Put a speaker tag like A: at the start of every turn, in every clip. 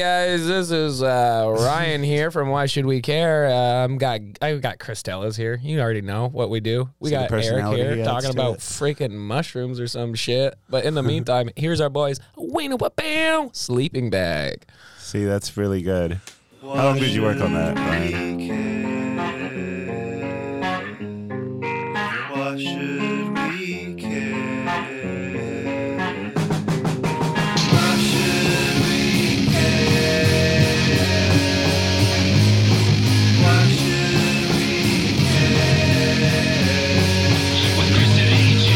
A: guys, this is uh, Ryan here from Why Should We Care. Uh, I'm got I got Christella's here. You already know what we do. We
B: See the
A: got Eric
B: personality,
A: here
B: yeah,
A: talking
B: let's do
A: about
B: it.
A: freaking mushrooms or some shit. But in the meantime, here's our boys. Wayne Bam sleeping bag.
B: See, that's really good. How long did you work on that, Ryan?
C: Why should we care? Why should we care? Why should we care? With Chris and AJ.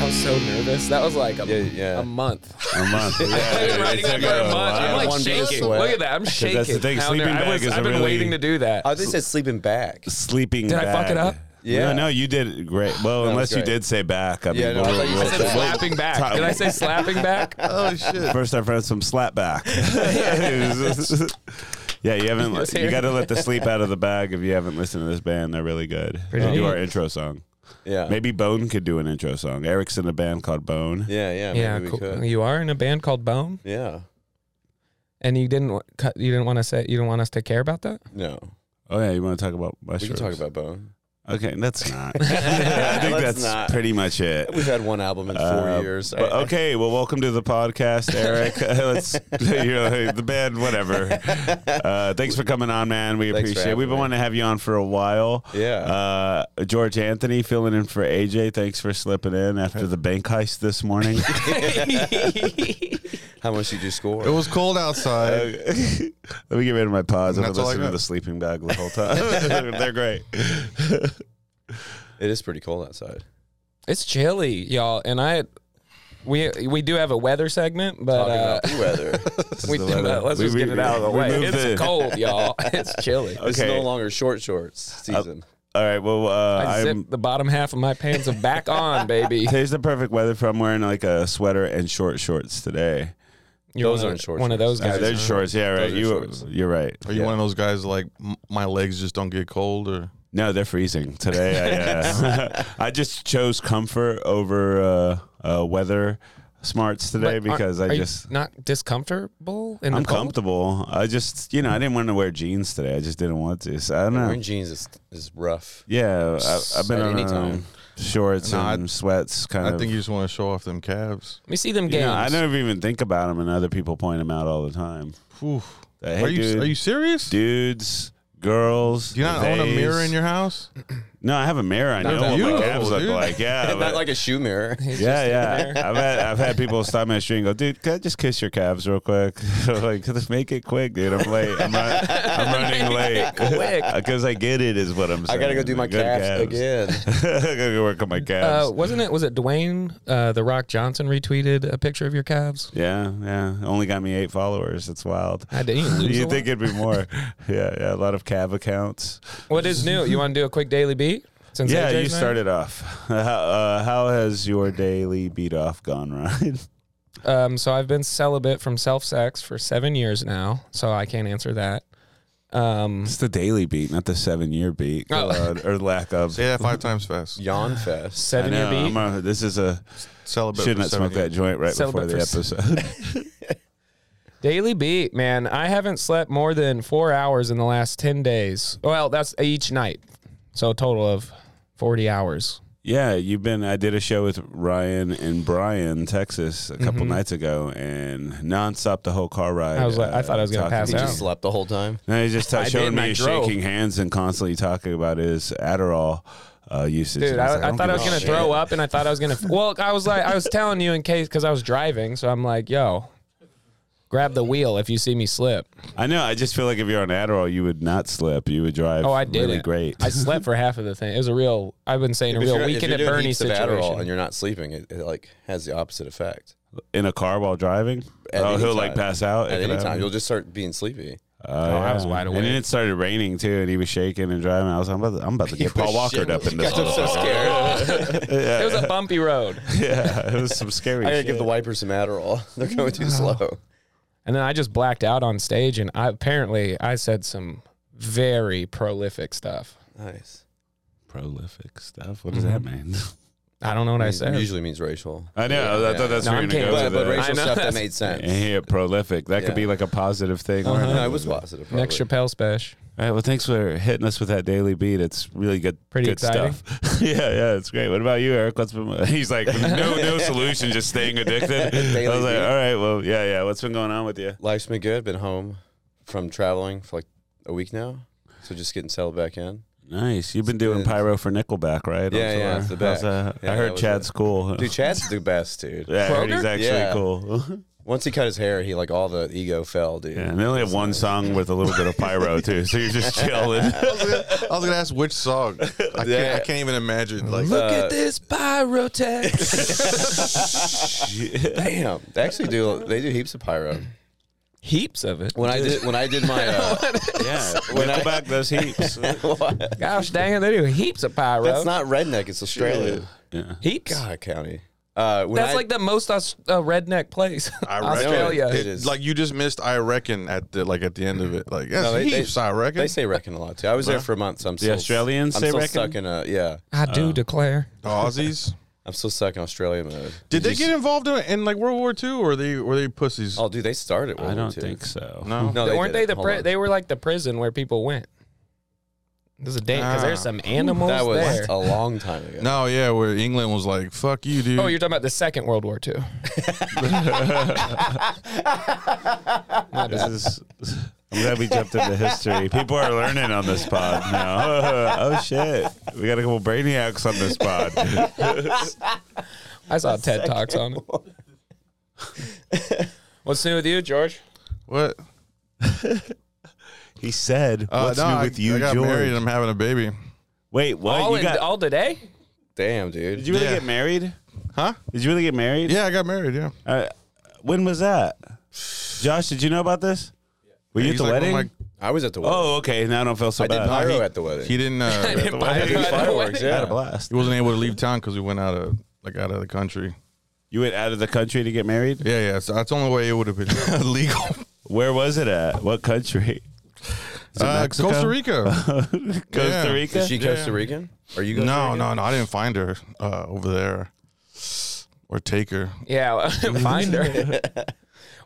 A: I was so nervous. That was like a,
D: Yeah, yeah.
A: a month.
B: A month. Yeah,
A: I've been writing that for a month.
B: lot.
A: I'm like
D: One big
A: shaking.
D: sweat.
A: Look at that. I'm shaking.
B: that's the thing,
A: How
B: sleeping
A: ner- I
B: bag
A: was,
B: is a
A: I've been
B: really-
A: waiting to do that.
D: Oh, they said sleeping back.
B: Sleeping.
A: Did I
B: bag.
A: fuck it up?
D: Yeah.
B: No, no, you did great. Well,
D: was
B: unless you
D: great.
B: did say back. I mean,
D: Yeah, no, I
B: we'll-
D: thought you
B: we'll-
A: I said
D: Well,
A: slapping back. Did I say slapping back?
D: Oh shit.
B: First, I found some slap back. yeah, you haven't.
A: Yes,
B: you
A: here.
B: got to let the sleep out of the bag if you haven't listened to this band. They're really good.
A: Pretty
B: They do
A: neat.
B: our intro song.
D: Yeah.
B: Maybe Bone could do an intro song. Eric's in a band called Bone.
D: Yeah, yeah. Maybe
A: Yeah,
D: we
A: cool.
D: could.
A: You are in a band called Bone,
D: Yeah.
A: and you didn't wa- cut- you didn't want to say you didn't want us to care about that.
D: No.
B: Oh yeah, you want to talk about
D: We
B: mushrooms?
D: can talk about Bone.
B: Okay, that's not. I think that's
D: Let's not.
B: pretty much it.
D: We've had one album in four
B: Uh,
D: years.
B: But
D: I-
B: okay, well, welcome to the podcast, Eric. Let's you know, the band, whatever. Uh, thanks for coming on, man. We
D: Thanks for
B: appreciate. it.
D: having
B: We've been
D: me.
B: wanting to have you on for a while.
D: Yeah.
B: Uh, George Anthony filling in for AJ. Thanks for slipping in after the bank heist this morning.
D: How much did you score?
E: It was cold
B: Uh,
E: outside.
B: Let me get rid of my pods. I've been
E: That's all I
B: listening to
E: got.
B: the sleeping bag the whole time. They're great.
D: it is pretty cold outside.
A: It's chilly, y'all, and I we we do have a weather segment, but
D: Talking
A: uh,
D: about the weather.
A: we
B: the
A: do,
B: weather.
A: uh, let's
B: We-
A: just
B: we-
A: get it out of the
B: we
A: way.
B: moved
A: It's
B: it.
A: cold, y'all. It's chilly.
D: It's
B: Okay.
D: no longer short shorts season.
B: All right. Well, uh,
A: I
B: I'm.
A: zipped the bottom half of my pants are back on, baby.
B: Today's the perfect weather for I'm wearing like a sweater and short shorts today.
A: You're one
D: Those
A: of-
D: aren't shorts.
A: One of those
B: Uh,
A: guys.
B: they're
A: huh?
B: shorts, yeah, right.
D: Those are
B: You,
D: shorts.
B: you're right.
E: Are Oh, you
D: Yeah.
E: one of those guys like m- my legs just don't get cold or
B: No, they're freezing today. I, uh, I just chose comfort over uh, uh, weather smarts
A: But
B: today
A: aren't-
B: because
A: are
B: I
A: you
B: just
A: not discomfortable. In
B: I'm
A: the cold?
B: comfortable. I just you know I didn't want to wear jeans today. I just didn't want to. So I don't
D: Wearing
B: know.
D: jeans is, is rough.
B: Yeah, I, I've been
D: At
B: on
D: any time.
B: um, shorts
E: No, I-
B: and sweats kind
E: I
B: of.
E: think you just want to show off them calves.
A: Let me see them
B: you
A: games.
B: know, I never even think about them, and other people point them out all the time.
E: Whew.
B: Uh, hey,
E: are you
B: dude,
E: are you serious?
B: dudes, girls.
E: Do you not own a
B: theys.
E: mirror in your house?
B: No, I have a mirror. I know
E: that
B: what my
E: beautiful,
B: calves look
E: dude.
B: like. Yeah,
D: Not
B: but-
D: like a shoe mirror.
B: yeah, yeah. I've had I've had people stop me on the street and go, "Dude, can I just kiss your calves real quick?" I'm like, "Just make it quick, dude. I'm late. I'm, run, I'm running late.
A: Quick.
B: Because I get it is what I'm
D: I
B: saying.
D: gotta go do my
B: Good
D: calves, again. Oh.
B: I gotta go work on my calves.
A: Uh, wasn't it? Was it Dwayne uh, the Rock Johnson retweeted a picture of your calves?
B: yeah, yeah. Only got me eight followers. It's wild.
A: I didn't even lose.
B: You
A: a
B: think
A: lot.
B: it'd be more? Yeah, yeah. A lot of calf accounts.
A: what is new? You want to do a quick daily beat? Since
B: Yeah,
A: AJ's
B: you
A: not-
B: started off. How, uh, how has your daily beat off gone, Ryan?
A: Um, so I've been celibate from self sex for seven years now, so I can't answer that. Um,
B: It's the daily beat, not the seven-year beat,
A: Oh.
B: God, or lack of.
E: Say that five times fast.
D: Yawn fest.
B: I
A: seven year
B: know,
A: beat.
B: I'm a- this is a
E: Celebrate.
B: should
E: for
B: not smoke
E: seven
B: that
E: years.
B: joint right
A: Celebrate
B: before the
A: for
B: episode.
A: Daily beat, man. I haven't slept more than four hours in the last ten days. Well, that's each night, so a total of forty hours.
B: yeah, you've been. I did a show with Ryan and Brian, Texas, a couple nights ago, and nonstop the whole car ride.
A: Mm-hmm.
B: uh,
A: I was like- I thought I was gonna
B: talking
A: pass
B: to-
D: You
A: out.
D: just slept the whole time.
B: No, he just
A: I did,
B: showing
A: and I
B: me
A: drove.
B: shaking hands and constantly talking about his Adderall uh, usage.
A: Dude,
B: And
A: I,
B: like,
A: I
B: don't
A: thought I
B: give
A: was
B: a
A: gonna
B: shit.
A: throw up, and I thought I was gonna. Well, I was like, I was telling you in case because I was driving, so I'm like, yo, grab the wheel if you see me slip.
B: I know. I just feel like if you're on Adderall, you would not slip. You would drive.
A: Oh, I did
B: Really
A: it.
B: great.
A: I slept for half of the thing. It was a real. I've been saying a
D: If
A: real
D: you're- if
A: weekend
D: you're
A: at
D: doing
A: Bernie
D: heaps of Adderall and
A: situation.
D: you're not sleeping, it, it like has the opposite effect.
B: in a car while driving.
D: At
B: oh,
D: any
B: he'll like
D: time.
B: pass out It
D: At
B: could
D: any
B: happen.
D: time, you'll just start being sleepy.
A: Oh, I was wide
B: And then
A: awake.
B: it started raining too, and he was shaking and driving. I was like, I'm about to, I'm about to get Paul Walker up in this.
D: I'm so scared.
A: It was a bumpy road,
B: yeah, it was some scary.
D: I gotta
B: shit.
D: give the wipers some Adderall. They're going too slow.
A: and then I just blacked out on stage, and I apparently I said some very prolific stuff.
D: Nice.
B: prolific stuff. What does that mean?
A: I don't know what I said.
D: usually means racial.
B: Mm-hmm. I know. I
D: yeah.
B: thought that's
A: No,
B: where
A: I'm
B: you're gonna
A: kidding.
B: go with
D: But, but
B: that.
A: I
D: racial
A: know,
D: stuff
A: that's-
D: that made sense.
B: And he hit prolific. That
D: Yeah.
B: could be like a positive thing.
D: No, it was positive. Probably.
A: Nick Chappelle special.
B: All right. Well, thanks for hitting us with that daily beat. It's really good.
A: Pretty
B: good
A: exciting.
B: stuff. yeah, yeah, it's great. What about you, Eric? What's been? He's like, no, no solution, just staying addicted. I
D: Daily
B: was like,
D: beat.
B: all right, well, yeah, yeah. What's been going on with you?
D: Life's been good. Been home from traveling for like a week now, so just getting settled back in.
B: Nice. You've been doing
D: It's-
B: pyro for Nickelback, right?
D: Yeah,
B: On
D: yeah,
B: tour?
D: it's the
B: How's
D: back.
B: that?
D: Yeah,
B: I
D: that
B: heard
D: was
B: Chad's cool.
D: Dude, Chad's the best, dude.
B: yeah, I heard he's
A: Kroger?
B: actually
D: Yeah.
B: cool.
D: Once he cut his hair, he like all the ego fell, dude.
B: Yeah, and they only have one song with a little bit of pyro too, so you're just chilling.
E: I was gonna ask which song. I can't, I can't even imagine. Like,
A: Look at this pyrotex.
D: Damn, they actually do. They do heaps of pyro.
A: Heaps of it.
D: When I did, when I did my, uh,
B: yeah, Nickelback does heaps.
A: Gosh dang it, they do heaps of pyro.
D: that's not redneck. It's Australia.
B: Yeah.
A: heaps.
D: God, county. Uh, when
A: That's
D: I-
A: like the most Aus- uh, redneck place.
E: I reckon.
A: Australia.
E: It-
D: It is.
E: Like you just missed. I reckon at the like at the end of it. Like that's
D: No, they- they-
E: heaps. I reckon.
D: They say reckon a lot too. I was there for a month, so I'm still
B: Australians
D: I'm
B: say
D: still
B: reckon?
D: stuck in a yeah.
A: I do declare.
E: The Oh, Aussies.
D: I'm still stuck in Australia mode.
E: Did, they get involved in, in like World War II or they were they pussies?
D: Oh, dude, they started. World
B: I
D: War
B: don't
D: II.
B: think so.
E: no.
D: No,
A: Weren't
D: did
A: they
D: it.
A: the
D: Hold
A: pri-
D: on.
A: they were like the prison where people went. There's a date because there's
E: Ah.
A: some animals
D: That was
A: there.
D: a long time ago.
E: No, yeah, where England was like, "Fuck you, dude."
A: Oh, you're talking about the Second World War too.
B: This is, I'm glad we jumped into history. People are learning on this pod now. oh shit, we got a couple brainiacs on this pod.
A: I saw TED Talks on it. What's new with you, George?
E: what?
B: He said,
E: Uh,
B: "What's
E: no,
B: new
E: I-
B: with you,
E: I got married and
B: George?"
E: I'm having a baby.
B: Wait, what?
A: all
B: you
A: in,
B: got?
A: all today?
D: Damn, dude.
B: did you really
E: Yeah.
B: get married?
E: Huh?
B: Did you really get married?
E: Yeah, I got married. Yeah.
B: Uh, when was that? Josh, did you know about this? Were you
E: He's
B: at the
E: like,
B: wedding?
E: well, my-
D: I was at the wedding.
B: oh, okay. Now I don't feel so
D: I did
B: bad.
D: pyro
E: he-
D: at the wedding.
E: he didn't. Uh,
A: Pyro
B: The wedding.
A: at the
D: Fireworks,
A: wedding.
B: I had a
D: yeah.
B: blast.
E: he wasn't able to leave town because we went out of like out of the country.
B: You went out of the country to get married.
E: Yeah, yeah. So that's the only way it would have been Uh, legal.
B: Where was it at? What country? Is it
E: Uh,
B: Mexico?
E: Costa Rica.
B: Costa
E: Yeah.
B: Rica.
D: Is she Costa Rican? Are you? Costa
E: no,
D: Rican?
E: no, no. I didn't find her uh, over there or take her.
A: Yeah, find her.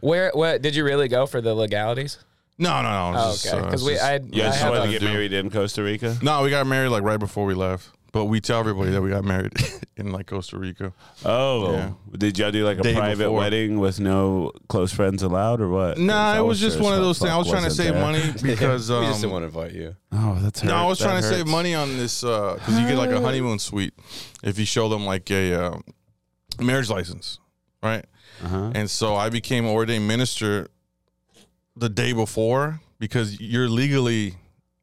A: Where? What? Did you really go for the legalities?
E: No, no, no.
A: Oh,
E: just,
A: okay,
E: uh,
A: because we,
E: just-
A: I,
B: Yeah, I
A: I
B: just
A: have
B: wanted to
A: a,
B: get married in Costa Rica.
E: no, we got married like right before we left. But we tell everybody that we got married in like Costa Rica.
B: Oh,
E: Yeah.
B: did y'all do like a
E: Day
B: private
E: before.
B: wedding with no close friends allowed or what?
E: Nah,
B: 'Cause I
E: it was just
B: sure
E: one
B: as
E: of
B: hell
E: those things. I was
B: fuck
E: trying to
B: wasn't
E: save
B: there.
E: money because um,
D: we just didn't want to invite you.
B: Oh, that's
E: No, I was
B: that
E: trying to save
B: hurts.
E: money on this because you get like a honeymoon suite if you show them like a uh, marriage license, right?
B: Uh-huh.
E: And so I became an ordained minister the day before because you're legally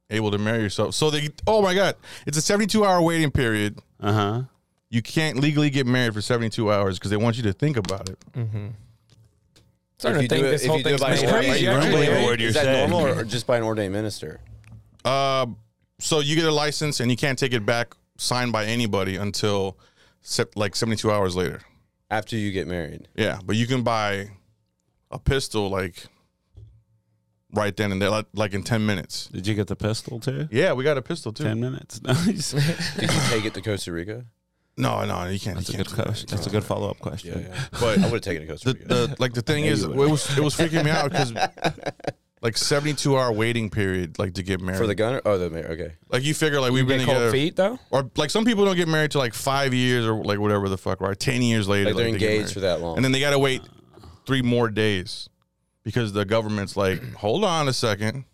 E: able to marry yourself. So they, oh my God, it's a 72 hour waiting period.
B: Uh huh.
E: You can't legally get married for 72 hours because they want you to think about it.
A: starting
D: If
A: to
D: you do
A: think
D: it-
A: this
D: if
A: whole
D: you do it
A: thing's
D: by
A: made
D: order,
A: up.
D: are you
A: Are you
B: really
A: actually
B: believing
A: married?
B: what you're
D: Is that
B: saying.
D: normal or just by an ordained minister?
E: Uh, so you get a license and you can't take it back signed by anybody until sep- like 72 hours later.
D: After you get married,
E: Yeah, but you can buy a pistol like right then and there, like, like in ten minutes.
B: Did you get the pistol too?
E: Yeah, we got a pistol too.
A: Mm.
B: Ten minutes. Nice.
D: did you take it to Costa Rica?
E: No, no, you can't.
B: That's
E: you
B: a
E: can't
B: good question. That's a good follow up question.
E: But
D: I would have taken it to Costa
E: the,
D: Rica.
E: the like the thing is, it
B: you
E: was it was freaking me out because like seventy two hour waiting period, like to get married.
D: For the gunner? Oh, the mayor. Okay.
E: like you figure like we've been
A: Get cold
E: together,
A: feet though.
E: or like some people don't get married to like five years or like whatever the fuck, right? Ten years later,
D: Like they're
E: they get
D: engaged for
E: married.
D: that long.
E: and then they got to wait three more days because the government's like, hold on a second,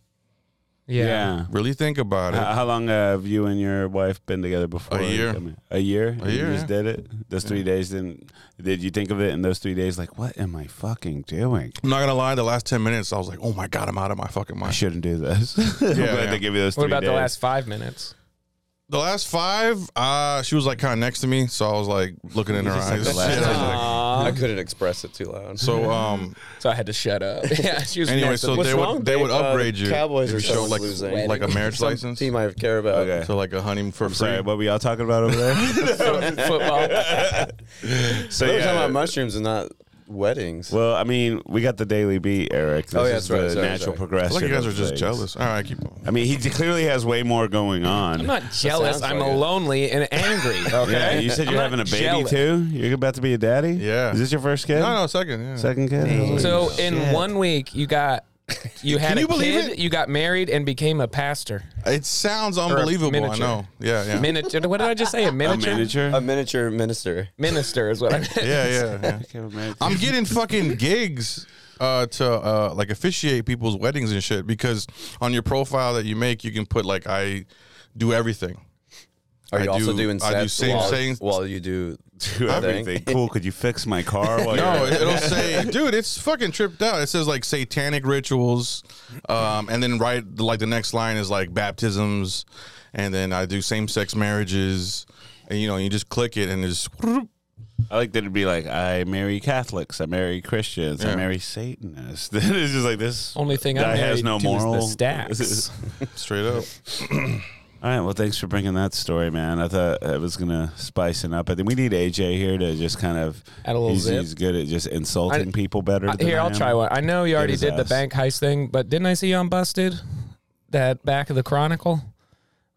A: Yeah.
E: really think about it.
B: How, how long have you and your wife been together before?
E: A
B: you
E: year.
B: come in? A year. A
E: year,
B: You just
E: yeah.
B: did it. Those three days. Didn't. Did you think of it in those three days? Like, what am I fucking doing?
E: I'm not gonna lie. The last ten minutes, I was like, "Oh my god, I'm out of my fucking
B: I
E: mind."
B: shouldn't do this. I'm
E: Yeah,
B: glad
E: yeah.
B: they give you those.
A: What
B: three
A: about the
B: days.
A: last five minutes?
E: The last five, uh, she was like kind of next to me, so I was like looking in her
B: Just like
E: eyes.
B: the last
E: Shit, I was like-
D: I
A: Aw.
D: couldn't express it too loud.
E: so, um,
A: So I had to shut up. yeah, she was
E: anyway,
A: next to
E: so
A: me.
E: they would they would
D: babe? Uh,
E: upgrade
D: the
E: you.
D: Cowboys
E: if
D: are
E: you showed
D: someone's
E: like
D: losing.
E: like a marriage
D: Some
E: license
D: team I care about.
B: Okay.
E: to like a honeymoon for free.
B: Sorry, what were y'all talking about over there?
A: football.
B: so
D: They were
B: yeah,
D: talking about mushrooms and not weddings.
B: Well, I mean, we got the Daily Beat, Eric. This
D: Oh, yeah,
B: is
D: that's right,
B: the
D: sorry,
B: natural
D: sorry.
E: I
B: progression.
E: feel like you guys
B: of
E: are just
B: things.
E: jealous. All right, keep going.
B: I mean, he clearly has way more going on.
A: I'm not jealous.
D: sounds
A: I'm
D: like it.
A: lonely and angry. okay.
B: Yeah, you said you're
A: not
B: having a baby
A: jealous.
B: too. You're about to be a daddy.
E: Yeah.
B: Is this your first kid?
E: No, no, second. Yeah.
B: Second kid.
A: So
B: Oh,
A: in one week, you got you had
E: you
A: a
E: believe
A: kid,
E: it?
A: you got married, and became a pastor.
E: It sounds unbelievable. I
A: miniature.
E: know. Yeah, yeah.
A: Miniature. What did I just say? A
B: a
A: miniature
B: miniature.
D: a miniature minister.
A: minister is what I meant.
E: yeah, yeah, yeah. I'm getting fucking gigs uh, to uh, like officiate people's weddings and shit because on your profile that you make, you can put like I do everything.
D: Are
E: I
D: you also
E: do-
D: doing
E: I
D: sex
E: do same-
D: while,
E: same-
D: while you do
B: do everything. Cool. Could you fix my car? While
E: No,
B: you're at it?
E: it'll say, dude, it's fucking tripped out. It says like satanic rituals, um, and then right like the next line is like baptisms, and then I do same sex marriages, and you know you just click it and it's
B: I like that it'd be like I marry Catholics, I marry Christians, I
E: Yeah.
B: marry Satanists. it's just like this.
A: Only thing
B: guy
A: I
B: has no moral.
A: moral. Is the stacks.
E: straight up.
B: All right. Well, thanks for bringing that story, man. I thought I was gonna spice it up. I think we need AJ here to just kind of.
A: Add a little
B: he's,
A: zip.
B: he's good at just insulting
A: I-
B: people better.
A: Uh,
B: than
A: Here,
B: I
A: I'll
B: am.
A: try one. I know you already
B: his
A: did the
B: ass.
A: bank heist thing, but didn't I see you on Busted? That back of the Chronicle,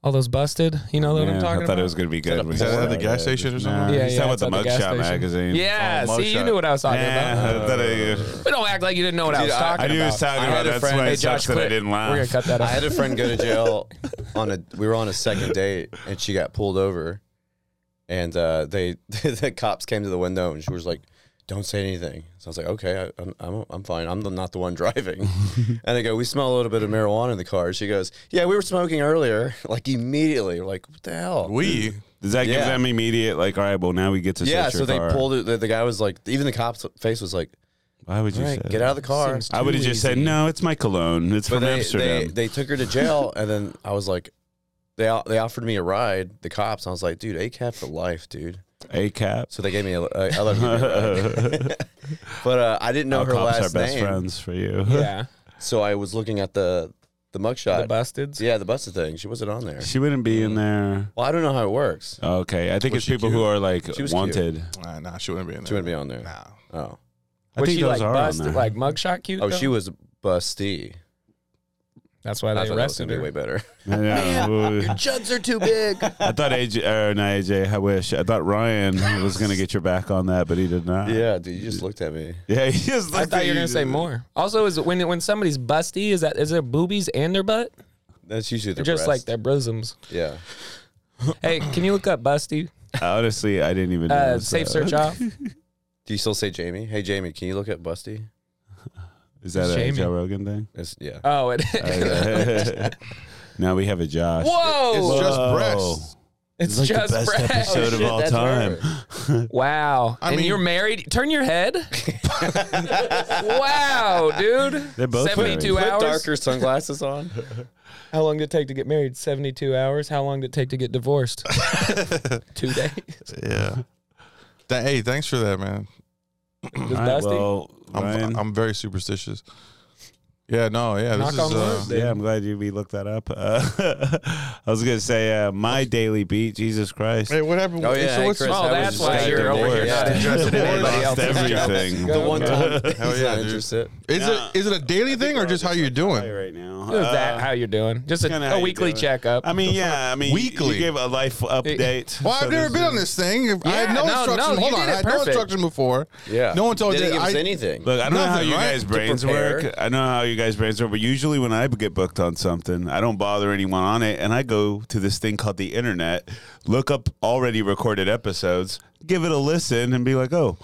A: all those busted. You know what
B: Yeah,
A: I'm
B: I
A: talking
B: thought
A: about.
B: it was gonna be good.
E: Is that at the gas station or something?
A: Yeah,
B: he's
A: yeah,
B: talking
A: it's at
B: about
A: the
B: the
A: gas
B: Mugshot
A: station.
B: magazine.
A: Yeah,
E: Oh,
A: see, you
E: mugshot.
A: knew what I was talking about.
B: Yeah, I thought I-
A: But don't act like you didn't know what I was
D: Dude, I-
A: talking
B: I knew he
A: about.
B: was talking
D: I had
B: about.
D: a
B: That's
D: friend-
B: why
D: Hey,
B: it sucks that I
A: quit.
B: didn't
A: We're gonna
B: laugh.
A: cut that
D: I
A: off.
D: had a friend go to jail on a. We were on a second date, and she got pulled over, and uh, they the cops came to the window, and she was like, "Don't say anything." So I was like, "Okay, I, I'm, I'm I'm fine. I'm the, not the one driving." and they go, "We smell a little bit of marijuana in the car." She goes, "Yeah, we were smoking earlier." Like immediately, we're like, "What the hell?"
E: We
B: Does that give
D: Yeah.
B: them immediate? Like, all right, well, now we get to.
D: yeah,
B: search
D: so
B: your
D: they
B: car.
D: pulled it. The, the guy was like, even the cop's face was like,
B: Why would you
D: "All right,
B: say?
D: get out of the car."
A: Seems
B: I would have
A: too
B: just said,
A: easy.
B: no, it's my cologne. It's
D: But
B: from
D: they,
B: Amsterdam.
D: they they took her to jail, and then I was like, they o- they offered me a ride. The cops, I was like, dude, ACAP for life, dude.
B: A cap.
D: So they gave me a, a I love you, dude, ride. but uh, I didn't know
B: Our
D: her
B: cops
D: last
B: are best
D: name,
B: friends for you.
A: Yeah,
D: so I was looking at the the
A: the
D: mugshot.
A: busteds.
D: yeah, the busted thing. She wasn't on there.
B: she wouldn't be in there.
D: Well, I don't know how it works.
B: Okay, I think
E: Was
B: it's
E: she
B: people
E: cute?
B: who are like
D: She was
B: wanted.
E: nah, nah, she wouldn't be in there.
D: She wouldn't be on there.
E: Nah.
D: Oh,
B: I
A: was
B: think
A: she
B: those
A: like
B: are on
A: busted,
B: there.
A: like mugshot cute?
D: oh,
A: though?
D: she was busty.
A: That's why
D: I
A: they
D: thought that was
A: arrested
D: gonna be
A: her.
D: way better.
B: I, know.
D: Jugs are too big.
B: I thought AJ or not AJ. I wish I thought Ryan was gonna get your back on that, but he did not.
D: yeah, dude, you just looked at me.
B: yeah. He just
A: I thought you were gonna say more. Also, is it when when somebody's busty, is that is there boobies and their butt,
D: That's usually
A: or
D: the
A: just like their bosoms?
D: Yeah.
A: Hey, can you look up busty?
B: Honestly, I didn't even.
A: Uh,
B: notice
A: safe
B: that.
A: search off.
D: Do you still say Jamie? Hey, Jamie, can you look at busty?
B: Is that a
A: Jamie.
B: Joe Rogan thing?
D: It's, yeah.
A: Oh, it.
B: now we have a Josh.
A: Whoa!
E: It's just
B: Whoa.
E: breasts.
A: It's,
B: like the
A: just Oh,
B: best
A: breasts.
B: episode of all
D: that's
B: time.
D: her.
A: Wow!
E: I
A: and
E: mean-
A: you're married. Turn your head. wow, dude.
B: They're both
A: seventy-two
B: married.
A: hours.
D: Put darker sunglasses on.
A: How long did it take to get married? Seventy-two hours. How long did it take to get divorced? Two days.
E: Yeah. Th- hey, thanks for that, man.
A: Just
B: All right,
A: busty.
B: well, Ryan,
E: I'm, I'm very superstitious. Yeah, no, yeah.
A: Knock
E: This
A: on
E: is,
A: wood.
E: uh,
B: yeah, I'm glad you we looked that up. Uh, I was gonna say uh, my daily beat. Jesus Christ,
E: hey, what happened?
D: Oh,
E: with-
D: yeah, hey,
E: what's-
D: Chris,
A: oh,
D: I was
A: that's
D: just
A: why
D: got
A: you're over here not
D: divorced.
A: interested in
E: Divorced.
A: anybody
B: lost
A: else's job.
B: everything.
A: The
D: One
A: Yeah.
D: time.
E: Hell
D: He's
E: yeah,
D: not
E: dude.
D: interested.
E: Is
B: Yeah.
E: it is it a daily thing or just how you're
B: Hi
E: doing?
B: right now.
A: Just
B: Uh,
A: that how you're doing? Just
B: kinda
A: a,
B: how
A: a
B: you
A: weekly
B: doing.
A: checkup.
B: I mean, yeah. I mean,
E: Weekly.
B: You give a life update.
E: Well, I've never been on
B: is-
E: this thing. If I
A: Yeah,
E: had
A: no,
E: no, instruction.
A: no,
E: Hold
A: you
E: on,
A: did
E: I
A: it
E: had no
A: perfect.
E: instruction before.
D: Yeah.
E: no one told
D: Didn't
E: you.
D: give us
E: I-
D: anything.
B: Look, I don't know how
E: Nothing,
B: you
E: right?
B: guys
E: To
B: brains
D: prepare.
B: work. I know how you guys brains work, but usually when I get booked on something, I don't bother anyone on it, and I go to this thing called the internet, look up already recorded episodes, give it a listen, and be like, oh,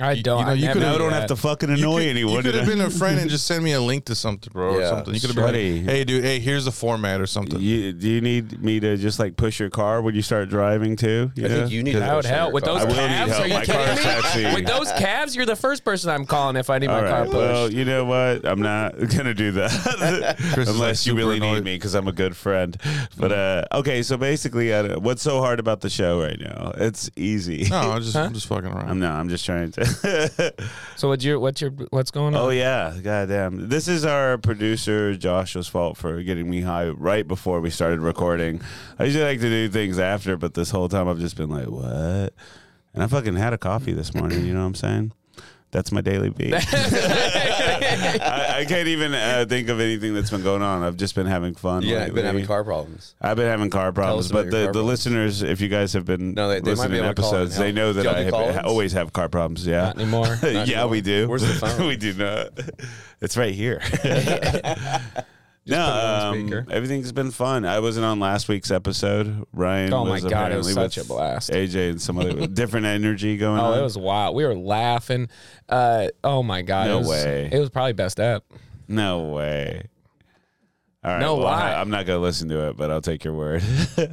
A: I
E: you
A: don't.
E: know, you
A: I
E: could've-
A: never
B: now I
A: do
B: don't have
A: that.
B: to fucking annoy anyone.
E: You could have
B: and I-
E: been a friend and just send me a link to something, bro, or
D: Yeah.
E: something. You could have been
B: Shreddy.
E: like, "Hey, dude, hey, here's the format or something."
B: You, do you need me to just like push your car when you start driving too?
D: I think you need
A: That would help with those
B: I will need
A: calves.
B: help.
A: Are you
B: My
A: kidding
B: car's
A: me?
B: taxi.
A: With those calves, you're the first person I'm calling if I need
B: All
A: my car
B: right.
A: pushed.
B: Well, you know what? I'm not gonna do that
E: is, like,
B: unless you
E: super
B: really need
E: annoyed.
B: me because I'm a good friend. But uh, okay, so basically, I don't- what's so hard about the show right now? It's easy.
E: No, I'm just I'm just fucking around.
B: I'm not. I'm just trying to.
A: so what's your what's your what's going on?
B: oh yeah, goddamn! This is our producer Joshua's fault for getting me high right before we started recording. I usually like to do things after, but this whole time I've just been like, what? And I fucking had a coffee this morning. You know what I'm saying? That's my daily beat. I, I can't even uh, think of anything that's been going on. I've just been having fun.
D: Yeah, I've
B: lately.
D: been having car problems.
B: I've been having car problems,
D: us about
B: but
D: your
B: the, the
D: car problems.
B: listeners, if you guys have been
D: No, they- they might
B: listening
D: be
B: to
D: able to call in and
B: episodes, they
D: help.
B: know that
D: Do y'all
B: I
D: do
B: have,
D: call-ins?
B: always have car problems. Yeah,
A: Not anymore.
B: yeah,
D: anymore.
B: we do.
D: Where's the phone?
B: we do not. It's right here. no,
A: on
B: um,
A: speaker.
B: everything's been fun. I wasn't on last week's episode. Ryan.
A: Oh my
B: was
A: God, it was
B: apparently
A: such
B: with
A: a blast.
B: AJ and some other different energy going
A: Oh,
B: on.
A: it was wild. We were laughing. Uh, oh my god!
B: No
A: it was,
B: way.
A: It was probably best up.
B: No way. All right.
A: No
B: well,
A: lie.
B: I, am not gonna listen to it, but I'll take your word.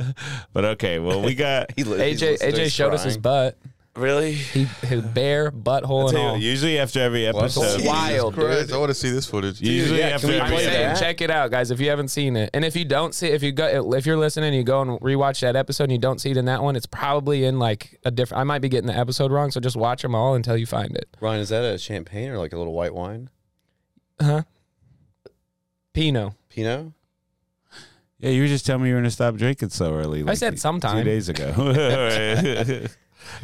B: but okay, well, we got
D: He li- he's
A: AJ
D: listening,
A: AJ
D: he's
A: showed us his
D: crying.
A: butt.
B: really.
A: He his bare butthole and all.
B: Usually after every
D: it's
B: episode,
A: wild,
E: Christ,
A: dude.
E: I want to see this footage.
B: Usually
D: yeah,
B: after
D: can we
A: I'm
B: every
D: play
A: saying,
D: that?
A: check it out, guys. If you haven't seen it, and if you don't see, it, if you go, if you're listening, you go and rewatch that episode, and you don't see it in that one, it's probably in like a different. I might be getting the episode wrong, so just watch them all until you find it.
D: Ryan, is that a champagne or like a little white wine?
A: Uh-huh. Pino,
D: Pinot?
B: Yeah, you were just telling me you were gonna stop drinking so early. like
A: said
B: two-
A: sometime.
B: Two days ago.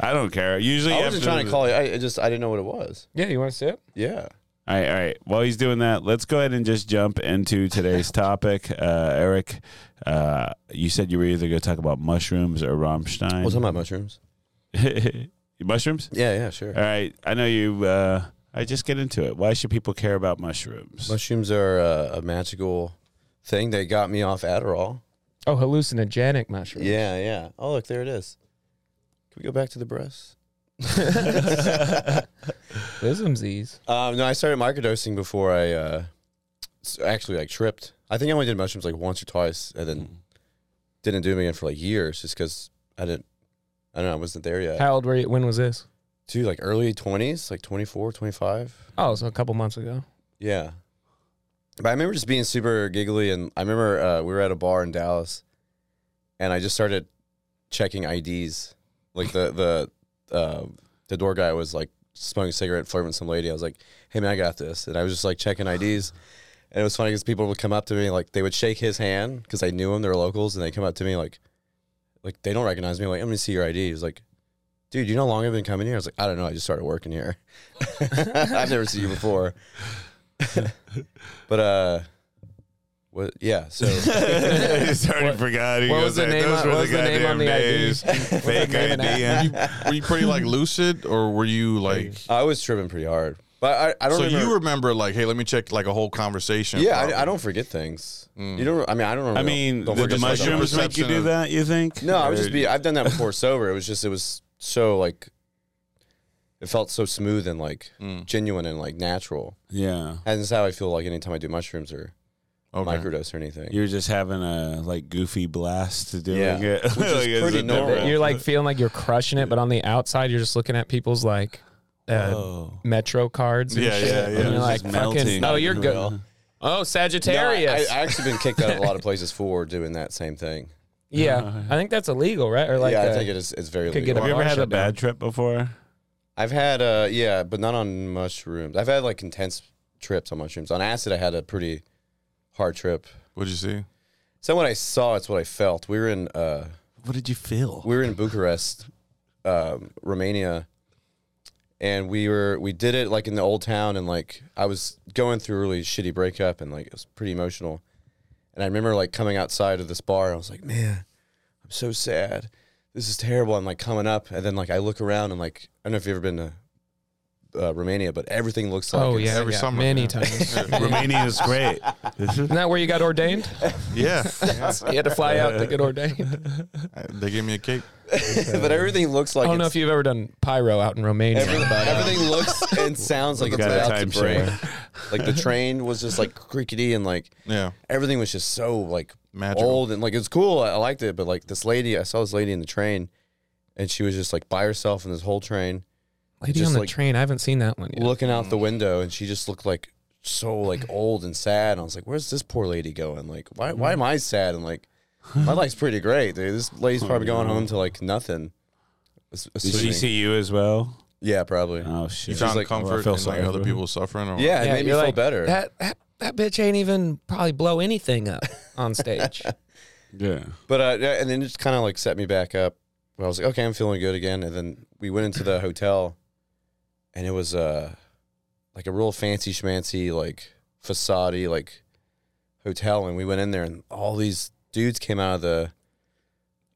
B: I don't care. Usually,
D: I wasn't
B: after
D: trying
B: the-
D: to call you. I I just I didn't know what it was.
A: yeah, you want to see it?
D: Yeah.
B: All right, all right. While he's doing that, let's go ahead and just jump into today's topic. Uh, Eric, uh, you said you were either gonna talk about mushrooms or Rammstein.
D: What's talking about mushrooms?
B: mushrooms?
D: Yeah, yeah, sure.
B: All right. I know you. Uh, I just get into it. Why should people care about mushrooms?
D: Mushrooms are uh, a magical thing. They got me off Adderall.
A: Oh, hallucinogenic mushroom.
D: Yeah, yeah. Oh, look, there it is. Can we go back to the breasts?
A: Lismsies.
D: Um, no, I started microdosing before I uh, s- actually like tripped. I think I only did mushrooms like once or twice, and then didn't do them again for like years, just because I didn't. I don't know. I wasn't there yet.
A: How old were you? When was this?
D: Dude, like early twenties, like 24, 25.
A: Oh, so a couple months ago.
D: Yeah. But I remember just being super giggly, and I remember uh, we were at a bar in Dallas, and I just started checking IDs. Like the the uh, the door guy was like smoking a cigarette, flirting with some lady. I was like, "Hey man, I got this," and I was just like checking IDs. And it was funny because people would come up to me, like they would shake his hand because they knew him. They were locals, and they come up to me like, like they don't recognize me. I'm like, I'm gonna see your ID. He was like, dude, you know how long I've been coming here? I was like, I don't know. I just started working here. I've never seen you before. but uh, what? Yeah. So
B: I just already forgot. He
A: what
B: goes,
A: was the
B: "Hey,
A: name
B: those
A: on-
B: were
A: what was the name
B: goddamn
A: on the ID?
B: days. Fake
A: name of that?
B: ID. and-
E: Were you pretty like lucid, or were you like?
D: I was tripping pretty hard, but I, I don't.
E: So
D: remember,
E: you remember like, hey, let me check like a whole conversation.
D: Yeah, I, I don't forget things. You don't. I mean, I don't. Remember,
B: I mean,
D: don't
B: did the
D: forget stuff.
B: mushrooms make you
E: perception
B: do
E: of-
B: that? You think?
D: No, I was just
B: Or-
D: be. I've done that before sober. It was just. It was so like. It felt so smooth and like genuine and like natural.
B: Yeah,
D: And this is how I feel like anytime I do mushrooms or
E: Okay.
D: microdose or anything.
B: you're just having a like goofy blast to doing
D: Yeah.
B: it,
D: Which is
B: Like, it's
D: pretty
B: a
D: normal.
B: different-
A: You're like feeling like you're crushing it, but on the outside, you're just looking at people's like uh,
B: Oh.
A: metro cards. And
E: Yeah,
A: shit,
E: yeah, yeah.
A: And you're
B: It's
A: like,
B: just melting.
A: fucking, no, you're good. Oh,
D: No, I-
A: Sagittarius.
D: I, I actually been kicked out of a lot of places for doing that same thing.
A: yeah, I think that's illegal, right? Or like,
D: yeah, I
A: uh,
D: think it is. It's very.
A: could get
D: legal.
B: Have you ever
A: Bar
B: had a
A: shut down.
B: bad trip before?
D: I've had uh yeah, but not on mushrooms. I've had like intense trips on mushrooms. On acid, I had a pretty hard trip.
E: What'd you see?
D: It's not what I saw; it's what I felt. We were in uh
B: What did you feel?
D: we were in Bucharest, um, Romania, and we were we did it like in the old town, and like I was going through a really shitty breakup, and like it was pretty emotional. And I remember like coming outside of this bar, and I was like, man, I'm so sad. This is terrible. I'm like coming up, and then like I look around, and like I don't know if you've ever been to uh, Romania, but everything looks like
A: Oh
D: it's-
A: yeah,
E: every
A: yeah,
E: summer,
A: many
E: yeah.
A: times. Isn't
B: Romania is great.
A: that where you got ordained?
E: Yeah,
A: You had to fly out to get ordained.
E: they gave me a cake.
D: but everything looks like
A: I don't know
D: it's-
A: if you've ever done pyro out in Romania.
D: Everything, everything looks and sounds like it's
B: Got a
D: about to break.
B: timeshare.
D: Like the train was just like creaky and like
E: Yeah.
D: everything was just so like
E: Magical.
D: old and like it was cool. I, I liked it, but like this lady, I saw this lady in the train, and she was just like by herself in this whole train,
A: Lady
D: Just
A: on the
D: like-
A: train. I haven't seen that one yet.
D: looking out
A: Mm.
D: the window, and she just looked like so like old and sad. And I was like, "Where's this poor lady going? Like, why why am I sad?" And like, my life's pretty great, dude. This lady's probably going home to like nothing. Ass-
B: Oh, Did she
D: assuming-
B: see you as well?
D: Yeah, probably.
B: Oh
E: You
B: shit!
E: found
D: like,
E: comfort
B: "Oh, I feel
E: in like
B: sorry for
E: other
B: her."
E: people suffering. Or
D: yeah, it made me
A: you're
D: feel
A: like,
D: better.
A: That, that that bitch ain't even probably blow anything up on stage.
B: Yeah.
D: But uh, yeah, and then it just kind of like set me back up. I was like, okay, I'm feeling good again. And then we went into the hotel, and it was uh, like a real fancy schmancy, like facade like hotel. And we went in there, and all these dudes came out of the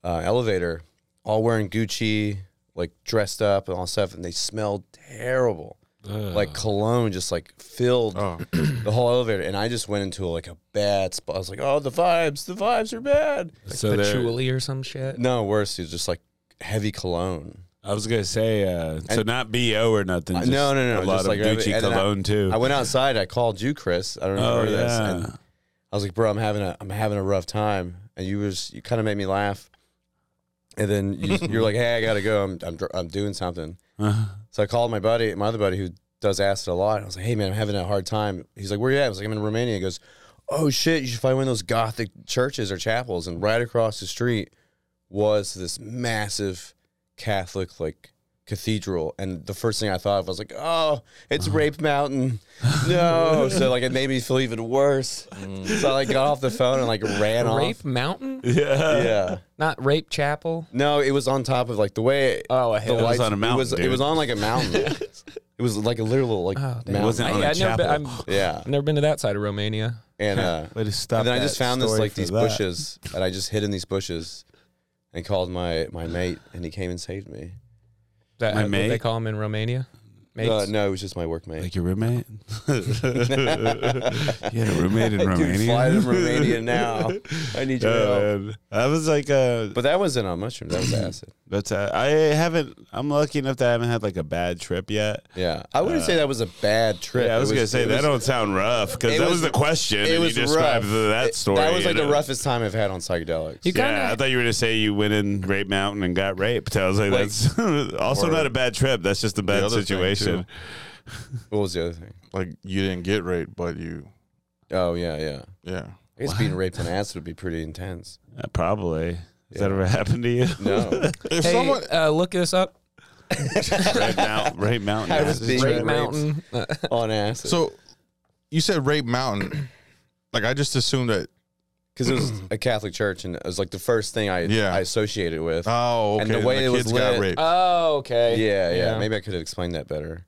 D: uh, elevator, all wearing Gucci, like dressed up and all stuff, and they smelled terrible. Like cologne just like filled
E: Oh.
D: the whole elevator, and I just went into like a bad spot. I was like, "Oh, the vibes, the vibes are bad."
A: so
F: so there,
A: patchouli or some shit.
D: No, worse, it was just like heavy cologne.
F: I was gonna say uh,
B: So not bo or nothing.
D: Uh,
B: just
D: no, no, no,
B: A
D: just
B: lot of
D: like- and
B: Gucci
D: then I-
B: cologne too.
D: I went outside. I called you, Chris. I don't remember
B: oh
D: this.
B: yeah.
D: And I was like, "Bro, I'm having a I'm having a rough time," and you was you kind of made me laugh. And then you, you're like, "Hey, I gotta go. I'm I'm dr- I'm doing something." So I called my buddy, my other buddy who does acid a lot. I was like, "Hey, man, I'm having a hard time." He's like, "Where you at?" I was like, "I'm in Romania." He goes, "Oh shit, you should find one of those Gothic churches or chapels." And right across the street was this massive Catholic like cathedral. And the first thing I thought of was like, "Oh, it's Rape Mountain." No, so like it made me feel even worse.
E: Mm,
D: So I like got off the phone and like ran
A: Rape
D: off.
A: Mountain,
D: Yeah.
A: not Rape Chapel.
D: No, it was on top of like the way
A: Oh, a
D: the
A: hill.
B: was
D: lights
B: on a mountain,
D: It was, it
B: dude.
D: was on like a mountain. it was like a literal like
A: Oh, damn.
D: mountain.
B: wasn't on a
A: I've never been,
B: chapel.
A: I'm-
D: yeah.
A: I've never been to that side of Romania.
D: And uh
B: Way to stop
D: and then I
B: that
D: just found this
B: story
D: like
B: for
D: these
B: that.
D: bushes and I just hid in these bushes and called my my mate and he came and saved me.
A: Is that
B: My
A: what
B: mate?
A: they call them in Romania? Mates?
D: Uh, No, no, it was just my workmate.
B: Like your roommate? yeah, roommate in Romania.
D: Dude, fly to Romania now. I need your help.
B: Yeah, man. I was like, uh,
D: But that wasn't on mushrooms, that was acid.
B: that's uh, I haven't. I'm lucky enough that I haven't had like a bad trip yet.
D: Yeah. I wouldn't say that was a bad trip.
B: Uh, Yeah, I
D: It
B: was, gonna say
D: it
B: that
D: was-
B: don't sound rough because
D: it
B: that was,
D: was-
B: the question. and you described
D: rough.
B: the- that
D: It-
B: story.
D: That was like
B: you
D: the
B: know?
D: roughest time I've had on psychedelics.
A: You kinda,
B: Yeah, I thought you were gonna say you went in Rape Mountain and got raped. I was like,
D: Like-
B: that's also
E: Or-
B: not a bad trip. That's just a bad
E: other thing,
B: situation.
E: too.
D: What was the other thing?
E: Like you didn't get raped, but you,
D: Oh yeah, yeah.
E: yeah.
D: I guess being raped on acid would be pretty intense.
B: Uh, probably. Has that ever happened to you?
D: No,
E: If
A: hey,
E: someone,
A: uh, look this up.
B: Rape Mountain. Rape Mountain.
D: I
B: yeah.
D: was being
A: Rape
D: raped
A: Mountain. Uh,
D: on acid.
E: so you said rape mountain. like I just assumed that.
D: because it was a Catholic church, and it was like the first thing I
E: Yeah.
D: I associated with.
E: Oh, okay.
D: And the way
E: the
D: it was
E: kids got
D: lit-
E: raped
A: oh,
D: yeah,
A: okay.
D: yeah,
A: Yeah.
D: Maybe I could have explained that better.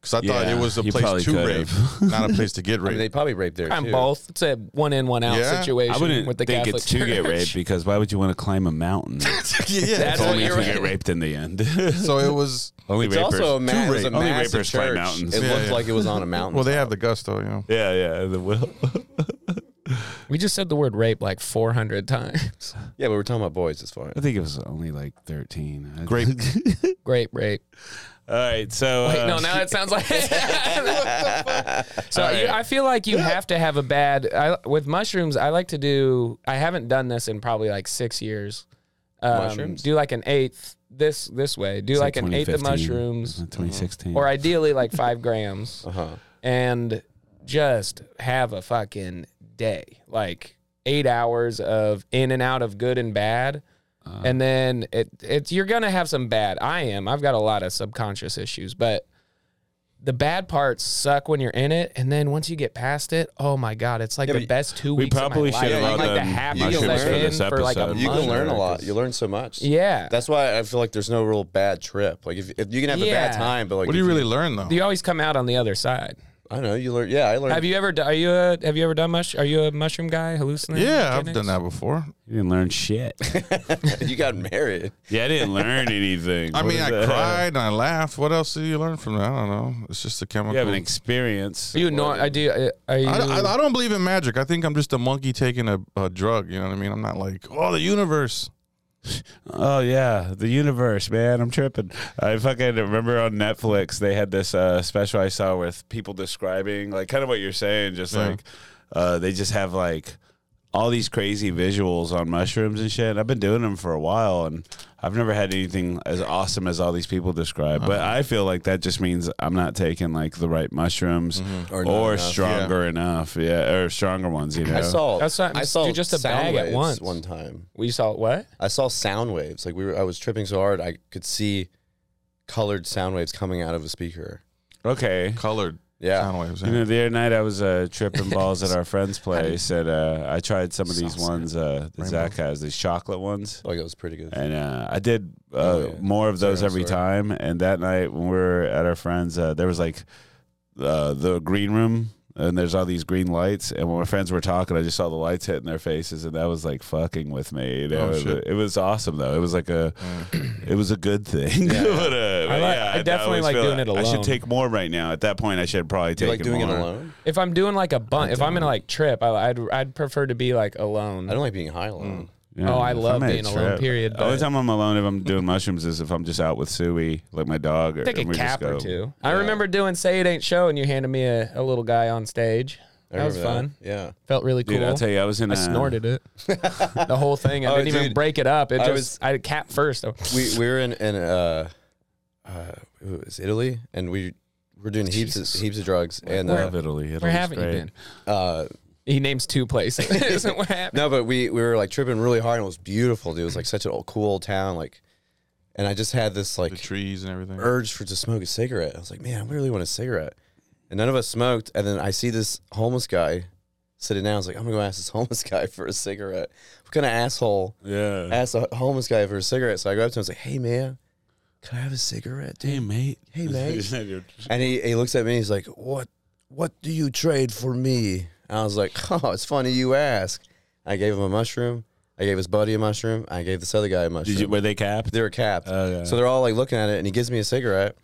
E: because I thought
B: Yeah,
E: it was a
B: you
E: place
B: probably
E: to rape,
B: could've.
E: not a place to get
D: I mean,
E: raped.
D: they probably raped there
A: I'm
D: too.
A: both. It's a one in, one out
E: Yeah?
A: situation
B: I wouldn't
A: with the
B: think
A: Catholic
B: it's to get
A: Church.
B: raped because why would you want to climb a mountain?
E: yeah,
A: That's
E: so-
A: what
B: Only
A: you're
B: to get raped in the end.
E: so it was.
B: Only
D: It's also a, ma- it was a
B: Only
D: massive
B: rapers climb
D: church.
B: mountains.
D: It
E: Yeah,
D: looked
E: yeah.
D: like it was on a mountain.
E: Well, they have the gusto, you know.
B: Yeah, yeah. The will.
A: We just said the word rape like 400 times.
D: yeah, but we're talking about boys. It's fine.
B: I think it was only like thirteen. I-
E: Grape.
A: Grape rape.
B: All right, so
A: Wait,
B: uh,
A: no, now it sounds like. so you, I feel like you have to have a bad. I, with mushrooms, I like to do. I haven't done this in probably like six years. Um,
D: Mushrooms?
A: Do like an eighth this this way. Do
B: it's
A: like, an eighth of
B: 2015,
A: mushrooms,
B: 2016.
A: or ideally like five grams,
B: Uh-huh.
D: Uh huh.
A: and just have a fucking day. Like eight hours of in and out of good and bad.
B: Uh-huh.
A: and then it it's you're gonna have some bad. I am. I've got a lot of subconscious issues, but the bad parts suck when you're in it, and then once you get past it, oh my god, it's like
D: Yeah,
A: the
D: but
A: best two
B: we
A: weeks. of my
B: probably
A: life.
B: should
A: Like,
B: have all
A: like the
B: done
A: happy
D: mushrooms for
A: session
B: this
A: for, like a
B: episode.
D: You
A: month.
D: can learn a lot. You learn so much.
A: Yeah,
D: That's why I feel like there's no real bad trip. Like if, if you can have a
A: Yeah.
D: bad time, but like
E: What do you
D: if
E: really learn though?
A: you always come out on the other side.
D: I don't know. You learn. Yeah, I learned.
A: Have you ever? d- Are you a? Have you ever done mush? Are you a mushroom guy? Hallucinating?
E: Yeah, I've done that before.
B: You didn't learn shit.
D: you got married.
B: yeah, I didn't learn anything.
E: I
B: What
E: mean,
B: is
E: I
B: that?
E: cried and I laughed. What else do you learn from that? I don't know. It's just a chemical.
B: You have an experience.
A: Are you nor? I do. uh, Are you?
E: I, I, I don't believe in magic. I think I'm just a monkey taking a, a drug. You know what I mean? I'm not like, oh, the universe.
B: Oh yeah, the universe, man. I'm tripping. I fucking remember on Netflix they had this uh, special I saw with people describing like kind of what you're saying, just
E: Yeah.
B: like uh, they just have like all these crazy visuals on mushrooms and shit. I've been doing them for a while, and I've never had anything as awesome as all these people describe. But
D: Uh-huh.
B: I feel like that just means I'm not taking like the right mushrooms
D: Mm-hmm. Or
B: or,
D: not enough.
B: stronger enough, yeah, or stronger ones. You know,
D: I saw.
A: That's not-
D: I saw
A: do just a bag
D: sound
A: at
D: waves
A: once.
D: One time,
A: we saw what?
D: I saw sound waves. Like we were, I was tripping so hard, I could see colored sound waves coming out of a speaker.
B: okay.
E: Colored
D: Yeah.
E: sound waves.
B: You know, the other night I was uh, tripping balls at our friend's place, and uh, I tried some of these ones uh, that Zach has, these chocolate ones,
D: Like it was pretty good.
B: and uh, I did uh,
D: Oh, yeah.
B: more of those
D: Sorry, I'm
B: every
D: sorry.
B: time. And that night when we were at our friend's, uh, there was like uh, the green room, and there's all these green lights. And when my friends were talking, I just saw the lights hitting their faces, and that was like fucking with me. You know?
E: Oh,
B: It-
E: shit.
B: It was awesome though. It was like a, it was a good thing. but, uh, but
A: like-
B: yeah,
A: I definitely
B: always
A: like
B: feel
A: doing it
B: I should
A: alone.
B: take more right now. At that point, I should probably
D: You
B: take
D: like doing
B: more.
D: it alone?
A: If I'm doing like a bun, if I'm in like trip, I, I'd I'd prefer to be like alone.
D: I don't like being high alone.
B: Yeah,
A: Oh, I
B: if
A: love
B: I'm at a
A: being alone, period,
B: The only
A: but-
B: time I'm alone if I'm doing mushrooms is if I'm just out with Suey, like my dog, or
A: Take a
B: and we just
A: cap or
B: go.
A: two. I remember doing "Say It Ain't Show" and you handed me a, a little guy on stage. That was
D: remember
A: fun.
D: Yeah.
A: Felt really cool.
B: Dude, I'll tell you, I was in.
A: I
B: a-
A: snorted it. the whole thing. I
D: Oh,
A: didn't even
D: dude.
A: break it up. It
D: I
A: just I,
D: was-
A: cap first.
D: we we were in in uh, uh it was Italy, and we were doing heaps of, heaps of drugs, and
B: I
D: uh,
B: Love Italy. Italy's
A: Where haven't
B: great.
A: you been?
D: uh
A: He names two places. Isn't what happened?
D: no, but we we were like tripping really hard, and it was beautiful. Dude, it was like such an old, cool old town, like, and I just had this
E: the
D: like
E: trees and everything.
D: urge for to smoke a cigarette. I was like, man, I really want a cigarette, and none of us smoked. And then I see this homeless guy sitting down. I was like, I'm gonna go ask this homeless guy for a cigarette. What kind of asshole?
B: Yeah.
D: asked a homeless guy for a cigarette. So I go up to him and was like, hey, man, can I have a cigarette, dude?
B: Hey, mate.
D: Hey, mate.
B: Dude,
D: and he, he looks at me and he's like, what, what do you trade for me? And I was like, oh, it's funny you ask. I gave him a mushroom. I gave his buddy a mushroom. I gave this other guy a mushroom.
B: Did you, were they capped?
D: they were capped.
B: Oh, yeah.
D: So they're all like looking at it and he gives me a cigarette.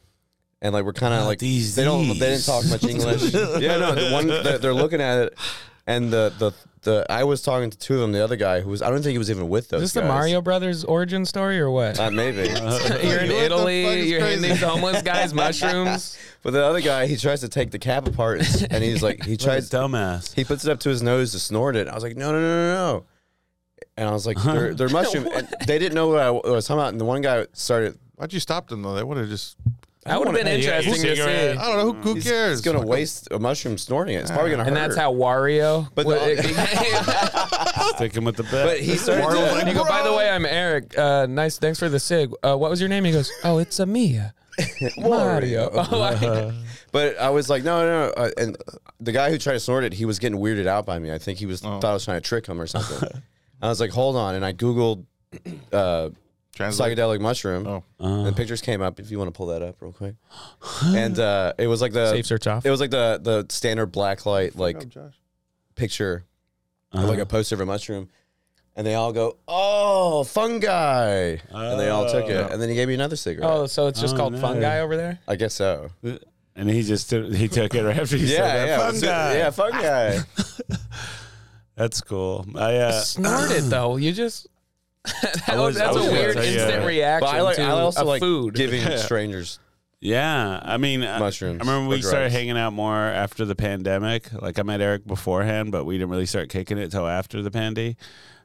D: And like we're kind of like
B: Ah, these-
D: they don't they didn't
B: these.
D: talk much English. yeah, no, the one they're, they're looking at it, and the, the the I was talking to two of them. The other guy who was I don't think he was even with those.
A: Is this the
D: guys.
A: Mario Brothers origin story or what?
D: Uh, maybe.
A: you're in
E: What the fuck
A: Italy.
E: is
A: You're handing
E: crazy?
A: these homeless guys mushrooms.
D: But the other guy, he tries to take the cap apart, and- and he's like, he tries,
B: dumbass.
D: he puts it up to his nose to snort it. I was like, no, no, no, no, no. And I was like, they're, they're mushroom. and they didn't know what I was talking about. And the one guy started,
E: Why'd you stop them though? They would have just.
A: That would have been
B: Hey, yeah,
A: interesting to
B: cigarette.
A: see.
E: I don't know. Who, who cares?
D: he's going to
E: Like,
D: waste a mushroom snorting it. It's probably going to hurt.
A: And that's how Wario.
D: But
A: would-
D: the-
A: became-
B: Sticking with the
D: But
B: bet.
D: he started.
E: Marlon's
D: to-
E: like,
A: and you go. By the way, I'm Eric. Uh, nice. Thanks for the sig. Uh, what was your name? He goes. Oh, it's a Mia. Mario. Oh, I-
D: But I was like, no, no, no. Uh, and the guy who tried to snort it, he was getting weirded out by me. I think he was thought I was trying to trick him or something. I was like, hold on. And I Googled uh,
E: Translate.
D: psychedelic mushroom.
E: Oh.
D: And pictures came up. If you want to pull that up real quick, and uh, it was like the
A: Oh, Safe search off.
D: It was like the the standard black light like picture, of, like
B: Uh-huh.
D: a poster of a mushroom, and they all go, "Oh, fungi!" and they all took it, and then he gave me another cigarette.
A: oh, so it's just
B: Oh,
A: called
B: no.
A: fungi over there.
D: I guess so.
B: and he just did, he took it right after he said that.
D: yeah,
B: Fun
D: yeah,
B: guy.
D: yeah, fungi.
B: That's cool. I uh,
A: Snorted though. You just. that
B: I
A: was,
B: was- I
A: that's
B: was
A: a
B: gonna
A: weird
B: say, yeah.
A: instant
B: But I
A: reaction
D: but I like.
A: to
D: I also
A: a
D: like
A: food.
D: giving strangers.
B: Yeah, I mean, I-
D: Mushrooms
B: I remember
D: or
B: we started
D: drugs.
B: hanging out more after the pandemic. Like I met Eric beforehand, but we didn't really start kicking it till after the pandy,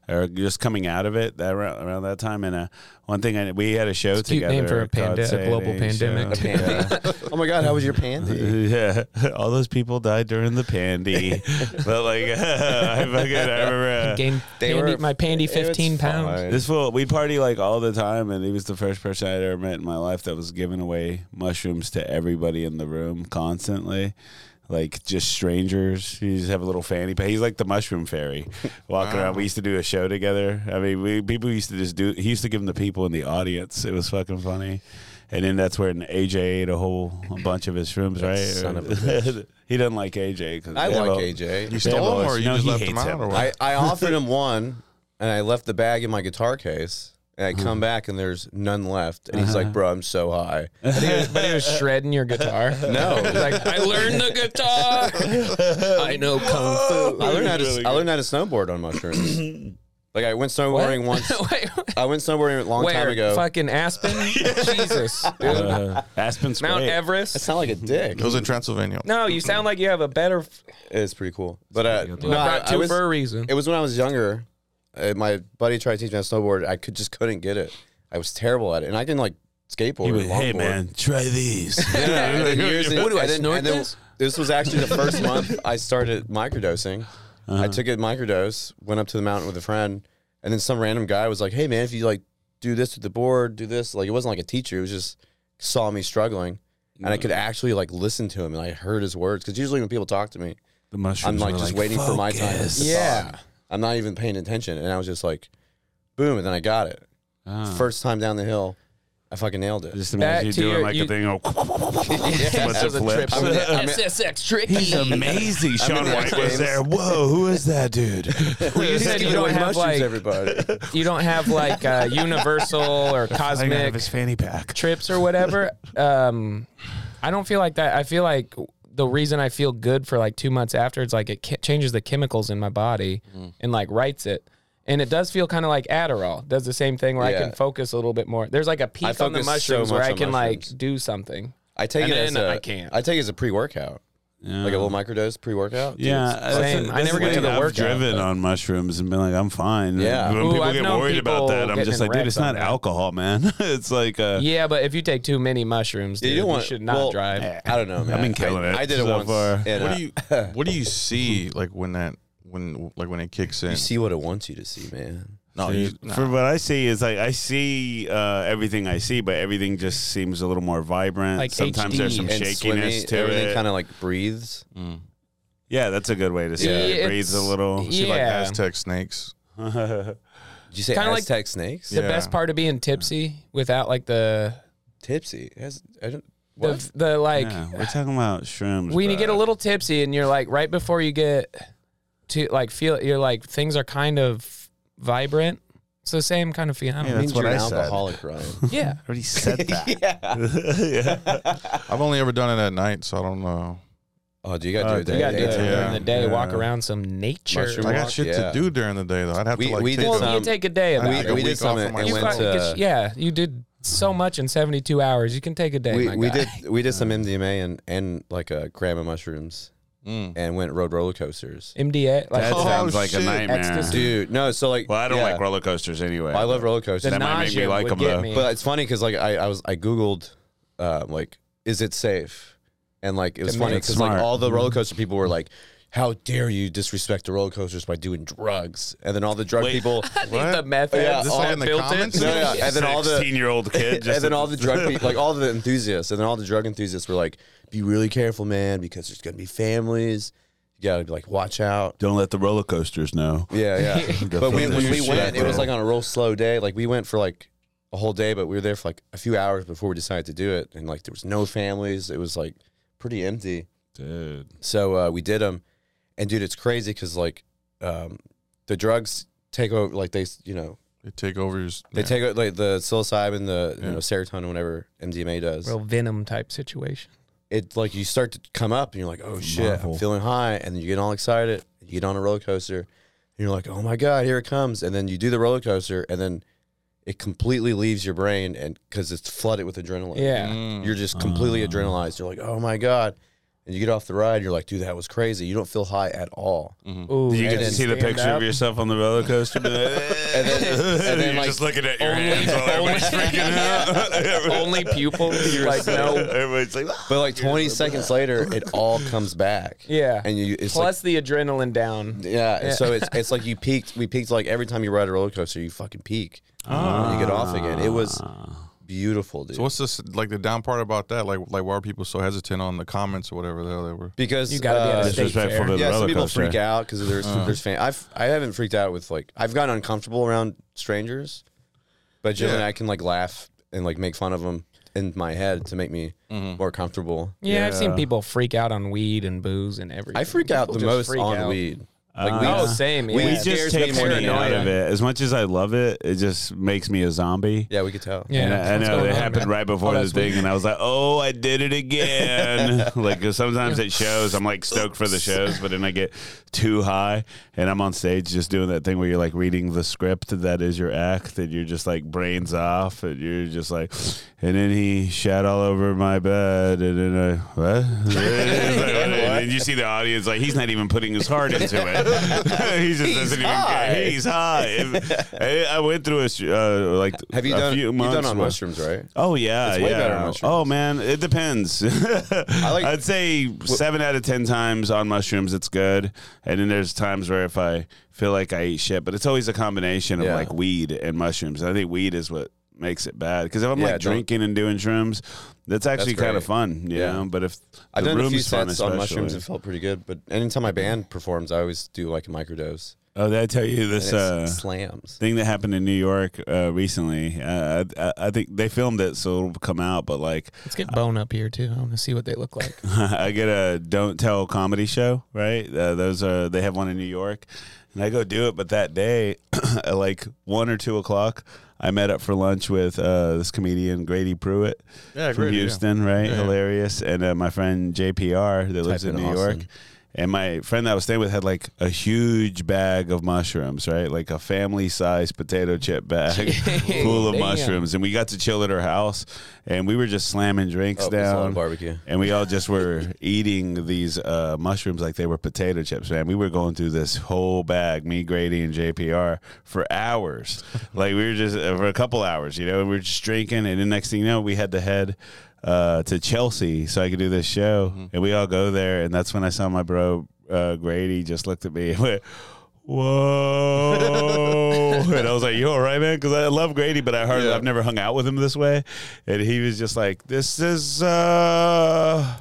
B: or just coming out of it that around, around that time. And uh, one thing I, we had a show
A: It's a cute
B: together.
A: name for a
B: called
A: pande- a
B: Say It
A: global
B: Ain't Show.
A: pandemic.
D: oh my god, how was your pandy?
B: Yeah, all those people died during the pandy, but like I fucking I remember. uh,
A: Game
D: They
A: pandy,
D: were-
A: my pandy
D: It's
A: 15 pounds.
D: fine.
B: This fool, we party like all the time, and he was the first person I'd ever met in my life that was giving away mushrooms to everybody in the room constantly. Like just strangers, you just have a little fanny pack. He's like the mushroom fairy, walking around. We used to do a show together. I mean, we people used to just do. He used to give them to people in the audience. It was fucking funny. And then that's where AJ ate a whole bunch of his shrooms, right?
D: son of a
B: he doesn't like AJ. 'cause
D: I
B: they have
D: like
B: a-
D: AJ.
E: You
B: they have
E: stole
B: a-
E: them or you
B: no,
E: just
B: he
E: left them
B: hates
E: out
B: him.
E: or
D: I,
E: what?
D: I offered him one, and I left the bag in my guitar case. And I
B: Uh-huh.
D: come back and there's none left. And he's like, "Bro, I'm so high."
A: But he, was, but he was shredding your guitar.
D: No.
A: He's like, I learned the guitar. I know kung
D: I learned how to
B: Really
D: I learned how to snowboard on mushrooms. like I went snowboarding
A: fu.
D: once.
A: Wait,
D: I went snowboarding a long
A: where?
D: time ago.
A: Fucking Aspen? Jesus. dude.
B: Uh, Aspen's
A: Mount
B: great.
D: It's
A: Everest?
D: not like a dick.
E: It was in Transylvania.
A: No, you sound like you have a better. F-
D: It's pretty cool. But uh, no, I,
A: brought
D: I
A: two
D: was,
A: for a reason.
D: it was when I was younger. Uh, my buddy tried to teach me how to snowboard. I could just couldn't get it. I was terrible at it, and I can like skateboard.
B: He was,
D: and
B: hey
D: longboard."
B: man, try these.
D: Yeah, and then years in-
A: What do I
D: and then-
A: snort
D: and then
A: this?
D: was actually the first month I started microdosing.
B: Uh-huh.
D: I took a microdose, went up to the mountain with a friend, and then some random guy was like, "Hey man, if you like do this with the board, do this." Like it wasn't like a teacher; it was just saw me struggling, and I
B: Mm.
D: could actually like listen to him, and I heard his words. Because usually when people talk to me,
B: The mushrooms.
D: I'm like
B: were
D: just waiting for my time. to
B: "Focus."
D: stop.
A: Yeah.
D: I'm not even paying attention, and I was just like, "Boom!" And then I got it
B: Ah.
D: first time down the hill. I fucking nailed it.
B: Just imagine you
A: to
B: doing
A: your-
B: like
A: you-
B: a thing. Oh, bunch of
A: That was a
B: flips.
A: trip. SSX tricky.
B: He's amazing. Sean
D: in
B: White
D: those
B: was
D: games.
B: there. Whoa, who is that dude?
A: you
D: Just
A: said you
D: giving
A: don't
D: away
A: have
D: mushrooms,
A: like
D: everybody.
A: you don't have like uh, universal or
B: Hanging out of
A: cosmic
B: his fanny pack.
A: trips or whatever. Um, I don't feel like that. I feel like the reason I feel good for like two months after it's like it ca- changes the chemicals in my body
D: Mm-hmm.
A: and like writes it. And it does feel kind of like Adderall. Does the same thing where I can
D: Yeah.
A: focus a little bit more. There's like a peak on the
D: focus so
A: mushrooms where
D: much
A: I
D: on
A: can
D: mushrooms.
A: like do something.
D: I take
A: And
D: it as
A: then
D: a,
A: I can't.
D: I take it as a pre-workout, like a little microdose pre-workout. Dude,
B: Yeah,
D: it's-
B: that's
A: Same.
B: the-
A: I
B: that's
A: never get to
B: thing.
A: the
B: I've
A: workout,
B: driven
A: but-
B: on mushrooms and been like, I'm fine.
D: Yeah.
B: When
A: Ooh,
B: people
A: I've
B: get
A: known
B: worried about
A: people
B: that, I'm
A: getting
B: just like, dude,
A: wrecked
B: it's not
A: on that.
B: alcohol, man. it's like, uh,
A: Yeah, but if you take too many mushrooms, dude,
D: Yeah, you
A: you,
D: don't want-
A: should not
D: well,
A: drive.
D: I don't know, man.
B: been killing
D: I,
B: it
D: I did it
B: so
D: once.
B: far.
D: And,
E: What
D: uh,
E: do you What do you see like when that when like when it kicks in?
D: you see what it wants you to see, man.
E: no, you, nah.
B: For what I see is like I see uh, everything I see, but everything just seems a little more vibrant.
A: Like
B: Sometimes there's some
A: HD.
D: And
B: shakiness
D: Swimmy,
B: to
D: everything
B: it.
D: kind of like breathes.
B: yeah, that's a good way to see
A: Yeah,
B: it. It
A: it's-
B: breathes a little.
E: see like
A: Yeah.
E: Aztec snakes.
D: Did you say
A: Kinda like-
D: Aztec snakes?
A: The
E: Yeah.
A: best part of being tipsy without like the
D: Tipsy. Has, I don't, what?
A: the, the like
B: yeah, we're talking about shrooms.
A: when you
B: bruh.
A: get a little tipsy and you're like right before you get to like feel you're like things are kind of vibrant. It's the same kind of
B: Yeah,
A: phenomenon.
B: that's
D: Means
B: what
D: you're
B: I
D: an
B: said.
D: alcoholic, Ryan.
A: Yeah.
B: I already said that. yeah.
E: I've only ever done it at night, so I don't know.
D: oh, do you got
B: Oh,
D: to do it?
B: you
A: You gotta do it
E: Yeah.
A: during the day, walk
B: Yeah.
A: around some nature.
D: Mushroom
E: I
A: Well,
E: got
D: Walk,
E: shit
D: yeah.
E: to do during the day though. I'd have
D: We-
E: to like
D: we
E: take
D: did
E: a-
D: some-
A: you take a day
E: I
A: about
E: think
A: it.
E: a
D: we
E: week
D: did some
E: off of
D: and
E: my
A: You
D: went
E: job.
A: fucking-
D: to-
A: yeah, you did so much in 72 hours. You can take a day.
D: we
A: my
D: we
A: guy.
D: did we did some MDMA and and like a gram of mushrooms
E: mm.
D: and went rode roller coasters.
A: MDA. Like,
B: That
E: Oh,
B: sounds like
E: shit.
B: a nightmare.
A: Ecstasy.
D: Dude, no, so like
B: Well, I don't
D: yeah.
B: like roller coasters anyway.
D: I love roller coasters.
A: the
B: That might make me
A: nausea
B: like
A: would
B: 'em,
A: get
B: though.
A: me.
D: But it's funny because like I, I was I googled uh, like is it safe and like it was
A: To
D: funny
A: make-
D: because like
B: Smart.
D: all the roller coaster people were like. How dare you disrespect the roller coasters by doing drugs? And then all the drug
B: Wait.
D: people,
A: Think the meth
D: Yeah,
A: heads
D: is this like
A: all
E: in the
A: built in?
E: comments?
D: No, Oh, yeah, and then all the
B: year old kid. Just
D: and then all the drug people, like all the enthusiasts, and then all the drug enthusiasts were like, "Be really careful, man, because there's gonna be families. You gotta be like, watch out."
B: don't let the roller coasters know.
D: Yeah, yeah. but we,
B: fuck
D: when
B: this
D: we
B: shit,
D: went, it was
B: bro.
D: like on a real slow day. Like we went for like a whole day, but we were there for like a few hours before we decided to do it. And like there was no families. It was like pretty empty.
B: Dude.
D: So uh, we did them, and dude, it's crazy because like um, the drugs take over. Like they, you know,
E: They take over your. s-
D: they
E: yeah.
D: take take o- like the psilocybin, the
E: Yeah.
D: you know serotonin, whatever MDMA does.
A: Real venom type situation.
D: It like you start to come up, and you're like, oh shit,
B: Marvel.
D: I'm feeling high, and then you get all excited. You get on a roller coaster, and you're like, oh my god, here it comes, and then you do the roller coaster, and then it completely leaves your brain, and because it's flooded with adrenaline,
A: Yeah.
E: Mm.
D: you're just completely adrenalized. You're like, oh my god, and you get off the ride, you're like, dude, that was crazy. You don't feel high at all.
A: Ooh,
B: Did you get
A: and
B: to
A: then
B: see the
A: stand
B: picture
A: up.
B: of yourself on the roller coaster? and
D: then- and then,
B: you're
D: like,
B: just looking at your
A: only-
B: hands while everybody's
A: only-
B: freaking out. Everybody-
A: Only pupils. like, no.
B: Everybody's like, "Ah."
D: But like 20 seconds later, it all comes back.
A: Yeah.
D: and you it's like
A: Plus the adrenaline down.
D: Yeah, and so it's it's like you peaked. We peaked like every time you ride a roller coaster, you fucking peak. And you get off again. It was beautiful, dude.
E: So what's this like the down part about that? Like like why are people so hesitant on the comments or whatever the hell they were?
D: because
A: You gotta be
B: "Ah,
A: at a
D: uh,
A: state
B: disrespectful
A: fair.
B: to the
D: yeah,
B: roller
D: some people
B: coaster. Uh.
D: freak out because there's there's fan. I've I haven't freaked out with like I've gotten uncomfortable around strangers, but generally
E: Yeah.
D: I can like laugh and like make fun of them in my head to make me
B: Mm-hmm.
D: more comfortable.
A: Yeah, I've seen people freak out on weed and booze and everything.
D: I freak out
A: People
D: the
A: just
D: most
A: freak
D: on
A: out.
D: weed.
B: Uh,
D: Like weed,
A: Oh, same. Yeah.
D: weed
B: We
D: It
B: just
D: scares me
B: take
D: more than
B: me out
D: paranoia.
B: of it. As much as I love it, it just makes me a zombie.
D: yeah, we could tell.
A: Yeah.
B: And I, I
A: What's
B: know
A: going
B: it
A: on,
B: happened
A: man?
B: right before the
A: that's
B: thing, and I was like, "Oh, I did it again!" like 'cause sometimes at shows, I'm like stoked for the shows, but then I get too high, and I'm on stage just doing that thing where you're like reading the script that is your act, and you're just like brains off, and you're just like, and then he shat all over my bed, and then I what? and then you see the audience like he's not even putting his heart into it. he just doesn't even care. He's high. And I went through a sh- uh, like
D: Have you
B: a
D: done?
B: few
D: You
B: months
D: done on
B: where-
D: mushrooms, right?
B: Oh yeah,
D: It's way
B: yeah.
D: better on mushrooms.
B: Oh man, it depends. I
D: like-
B: I'd say seven out of ten times on mushrooms, it's good. And then there's times where if I feel like I eat shit, but it's always a combination of
D: Yeah.
B: like weed and mushrooms. And I think weed is what makes it bad because if I'm
D: Yeah,
B: like
D: don't-
B: drinking and doing shrooms, that's actually kind of
D: great.
B: fun. You
D: Yeah.
B: know? but if
D: I've
B: the
D: done a few
B: room's fun,
D: sets on mushrooms
B: especially-
D: and felt pretty good. But anytime my band performs, I always do like a microdose.
B: Oh, did I tell you
D: and
B: this
D: it
B: uh,
D: slams.
B: thing that happened in New York uh, recently? Uh, I, I- I think they filmed it, so it'll come out. But like,
A: Let's get Bone up here too. I want to see what they look like.
B: I get a don't tell comedy show, right? Uh, those are they have one in New York, and I go do it. But that day, at like one or two o'clock, I met up for lunch with uh, this comedian Grady Pruitt
E: Yeah,
B: from
E: Grady, yeah.
B: Houston, right?
E: Yeah, yeah.
B: Hilarious, and uh, my friend JPR that lives
D: Type
B: in
D: in
B: New York.
D: Austin.
B: And my friend that I was staying with had like a huge bag of mushrooms, right? Like a family sized potato chip bag full of
A: Damn.
B: mushrooms. And we got to chill at her house and we were just slamming drinks
D: Oh, it's a lot
B: down
D: of barbecue.
B: and we all just were eating these uh, mushrooms like they were potato chips, man. We were going through this whole bag, me, Grady, and JPR, for hours. like we were just uh, for a couple hours, you know. We were just drinking, and the next thing you know, we had to head uh, to Chelsea so I could do this show,
D: Mm-hmm.
B: and we all go there, and that's when I saw my bro uh, Grady just looked at me and went. Whoa! and I was like, "You all right, man?" Because I love Grady, but I hardly,
E: Yeah.
B: I've never hung out with him this way. And he was just like, "This is uh,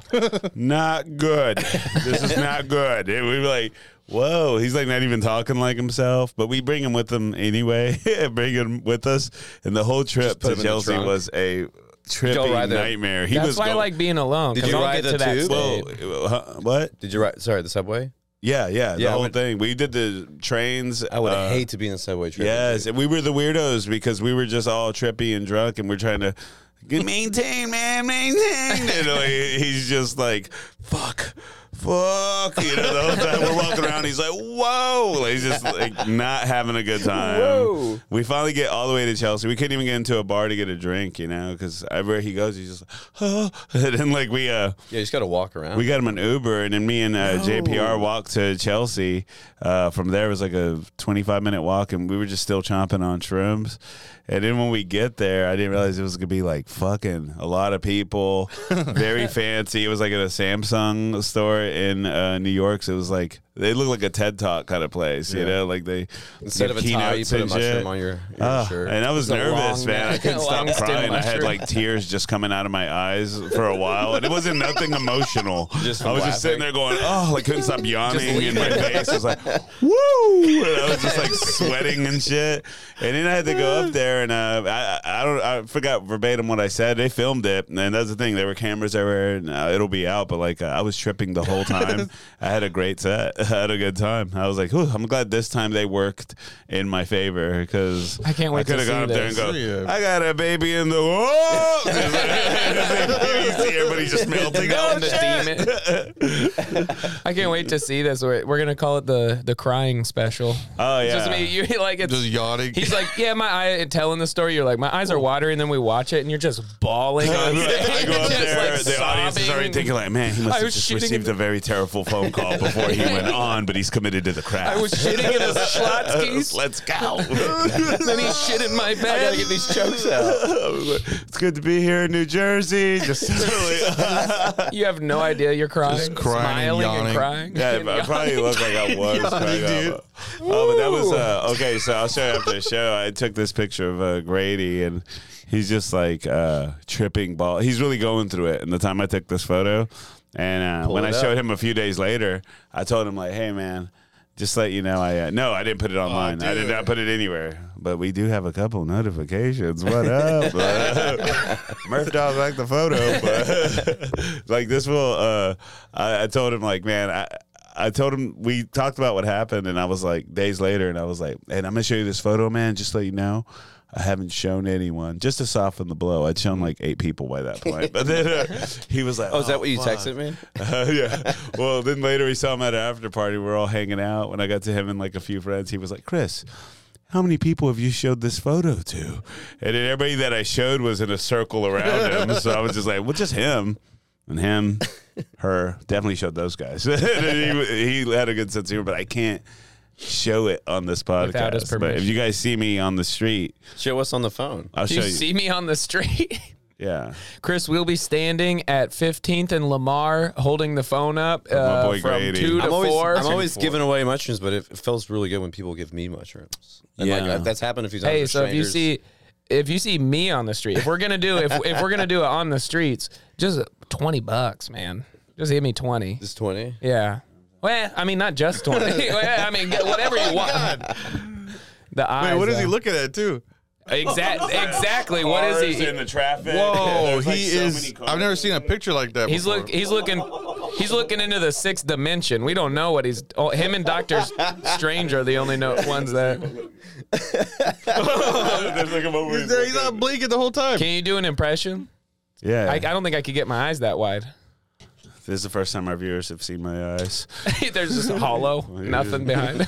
B: not good. This is not good." And we were like, "Whoa!" He's like not even talking like himself, but we bring him with him anyway. bring him with us, and the whole trip to
D: put him in the
B: Chelsea
D: trunk.
B: was a tripping
D: ride the-
B: nightmare. He
A: That's
B: was
A: why I
B: going-
A: like being alone.
D: Did
A: 'cause
D: you
A: I'll
D: ride
A: get
D: the
A: to that
D: tube?
A: stage.
B: Whoa, huh, what?
D: Did you ride? Sorry, the subway.
B: Yeah, yeah, the
D: Yeah, I
B: whole
D: would-
B: thing. We did the trains.
D: I would
B: uh,
D: hate to be in the subway trip.
B: Yes, and we were the weirdos because we were just all trippy and drunk, and we're trying to get- maintain, man, maintain. And like, he's just like, fuck, fuck. You know, the whole time we're walking around, he's like, whoa. Like, he's just like not having a good time.
A: Whoa.
B: We finally get all the way to Chelsea. We couldn't even get into a bar to get a drink, you know, because everywhere he goes, he's just like, oh. And then, like, we, uh,
D: Yeah, you just got to walk around.
B: we got him an Uber, and then me and uh, JPR walked to Chelsea. Uh, from there, it was like a 25 minute walk, and we were just still chomping on shrooms. And then when we get there, I didn't realize it was going to be like fucking a lot of people, very fancy. It was like at a Samsung store in uh, New York. So it was like, they look like a TED Talk kind of place, you know? Like they,
D: Instead
B: give
D: of a tie, you
B: keynotes
D: put a
B: and
D: mushroom
B: shit.
D: on your, your
B: Ah,
D: shirt.
B: And I was
A: It's a
B: nervous,
A: long
B: man. I
A: neck-
B: couldn't stop
A: long stem
B: crying. I had
A: mushroom.
B: like tears just coming out of my eyes for a while, and it wasn't nothing emotional.
D: Just
B: I was just sitting there going, "Oh!" Like couldn't stop yawning, and my face was like, "Woo!" And I was just like sweating and shit. And then I had to go up there, and uh, I, I I don't, I forgot verbatim what I said. They filmed it, and that's the thing. There were cameras everywhere, and uh, it'll be out. But like, uh, I was tripping the whole time. I had a great set. I had a good time. I was like, "Ooh, I'm glad this time they worked in my favor because
A: I can't wait
B: I could
A: to
B: have gone up
A: see
B: there and
A: this.
B: go,
E: Yeah.
B: I got a baby in the whoa. you see everybody just melting.
A: Knowing
B: Oh,
A: the
B: shit.
A: I can't wait to see this. We're, we're gonna call it the the crying special.
B: oh yeah.
A: It's Just me, you like it's.
E: Just yawning.
A: He's like, yeah, my eye telling the story. You're like, my eyes are watery, and then we watch it, and you're just bawling.
B: I
A: on
B: go
A: stage,
B: up
A: just,
B: there,
A: like,
B: the audience is already
A: sobbing.
B: thinking like, man, he must
A: I
B: have
A: was
B: just
A: shooting
B: received a very terrible phone call before he went on, but he's committed to the craft.
A: I was shitting in the Schlotzky's.
B: Let's go.
A: then he shit in my bed. I gotta get these jokes out.
B: it's good to be here in New Jersey. Just
A: You have no idea you're crying,
E: Just crying and
A: smiling and,
E: yawning.
A: crying.
B: Yeah,
A: And
B: but I probably
A: yawning.
B: look like I was. crying
E: dude.
B: out. Oh, but that was uh, okay. So I'll show you after the show. I took this picture of uh, Grady, and he's just like uh, tripping ball. He's really going through it. And the time I took this photo, and uh, when
D: it
B: I
D: up.
B: showed him a few days later, I told him like, "Hey, man." Just let you know, I uh, no, I didn't put it
D: Oh,
B: online. I did
E: dude.
B: not put it anywhere. But we do have a couple notifications. What up? Uh, Murph Dog liked the photo, but like this will. Uh, I, I told him like, man, I. I told him we talked about what happened, and I was like days later, and I was like, "And I'm gonna show you this photo, man. Just to let you know, I haven't shown anyone just to soften the blow. I'd shown like eight people by that point." But then uh, he was like,
D: oh, is that what you
B: fuck."
D: texted me?
B: Uh, yeah. Well, then later we saw him at an after party. We were all hanging out. When I got to him and like a few friends, he was like, Chris, how many people have you showed this photo to? And then everybody that I showed was in a circle around him. so I was just like, well, just him and him, her. Definitely showed those guys. And he, he had a good sense of humor, but I can't show it on this
A: Without his
B: podcast. But if
A: permission.
B: you guys see me on the street,
D: Show us on the phone.
B: I'll
A: Do
B: show
A: you
B: you.
A: see me on the street?
B: yeah.
A: Chris will be standing at 15th and Lamar, holding the phone up uh,
B: boy
A: from
B: Grady.
A: two to
D: I'm always,
A: four.
D: I'm always giving away mushrooms, but it, it feels really good when people give me mushrooms. And like,
B: Yeah.
D: I- that's happened a few times.
A: hey,
D: with
A: so if you
D: strangers.
A: see, if you see me on the street, if we're gonna do, if if we're gonna do it on the streets, just twenty bucks, man. Just give me twenty.
D: this twenty,
A: Yeah. Well, I mean, not just 20. well, I mean, get whatever you want. The eyes.
E: Wait, what is he
A: uh,
E: looking at too?
A: Exact, exactly. What is he?
B: in the traffic?
E: Whoa,
B: There's, like,
E: Oh, he
B: so many
E: is.
B: cars.
E: I've never seen a picture like that.
A: He's
E: before.
A: look. He's looking. He's looking into the sixth dimension. We don't know what he's. Oh, him and Doctor Strange are the only no, ones that.
B: There's like a moment where
E: He's, there, he's
B: looking.
E: not blinking the whole time.
A: Can you do an impression?
B: Yeah,
A: I, I don't think I could get my eyes that wide.
B: this is the first time our viewers have seen my eyes.
A: There's just hollow, nothing behind.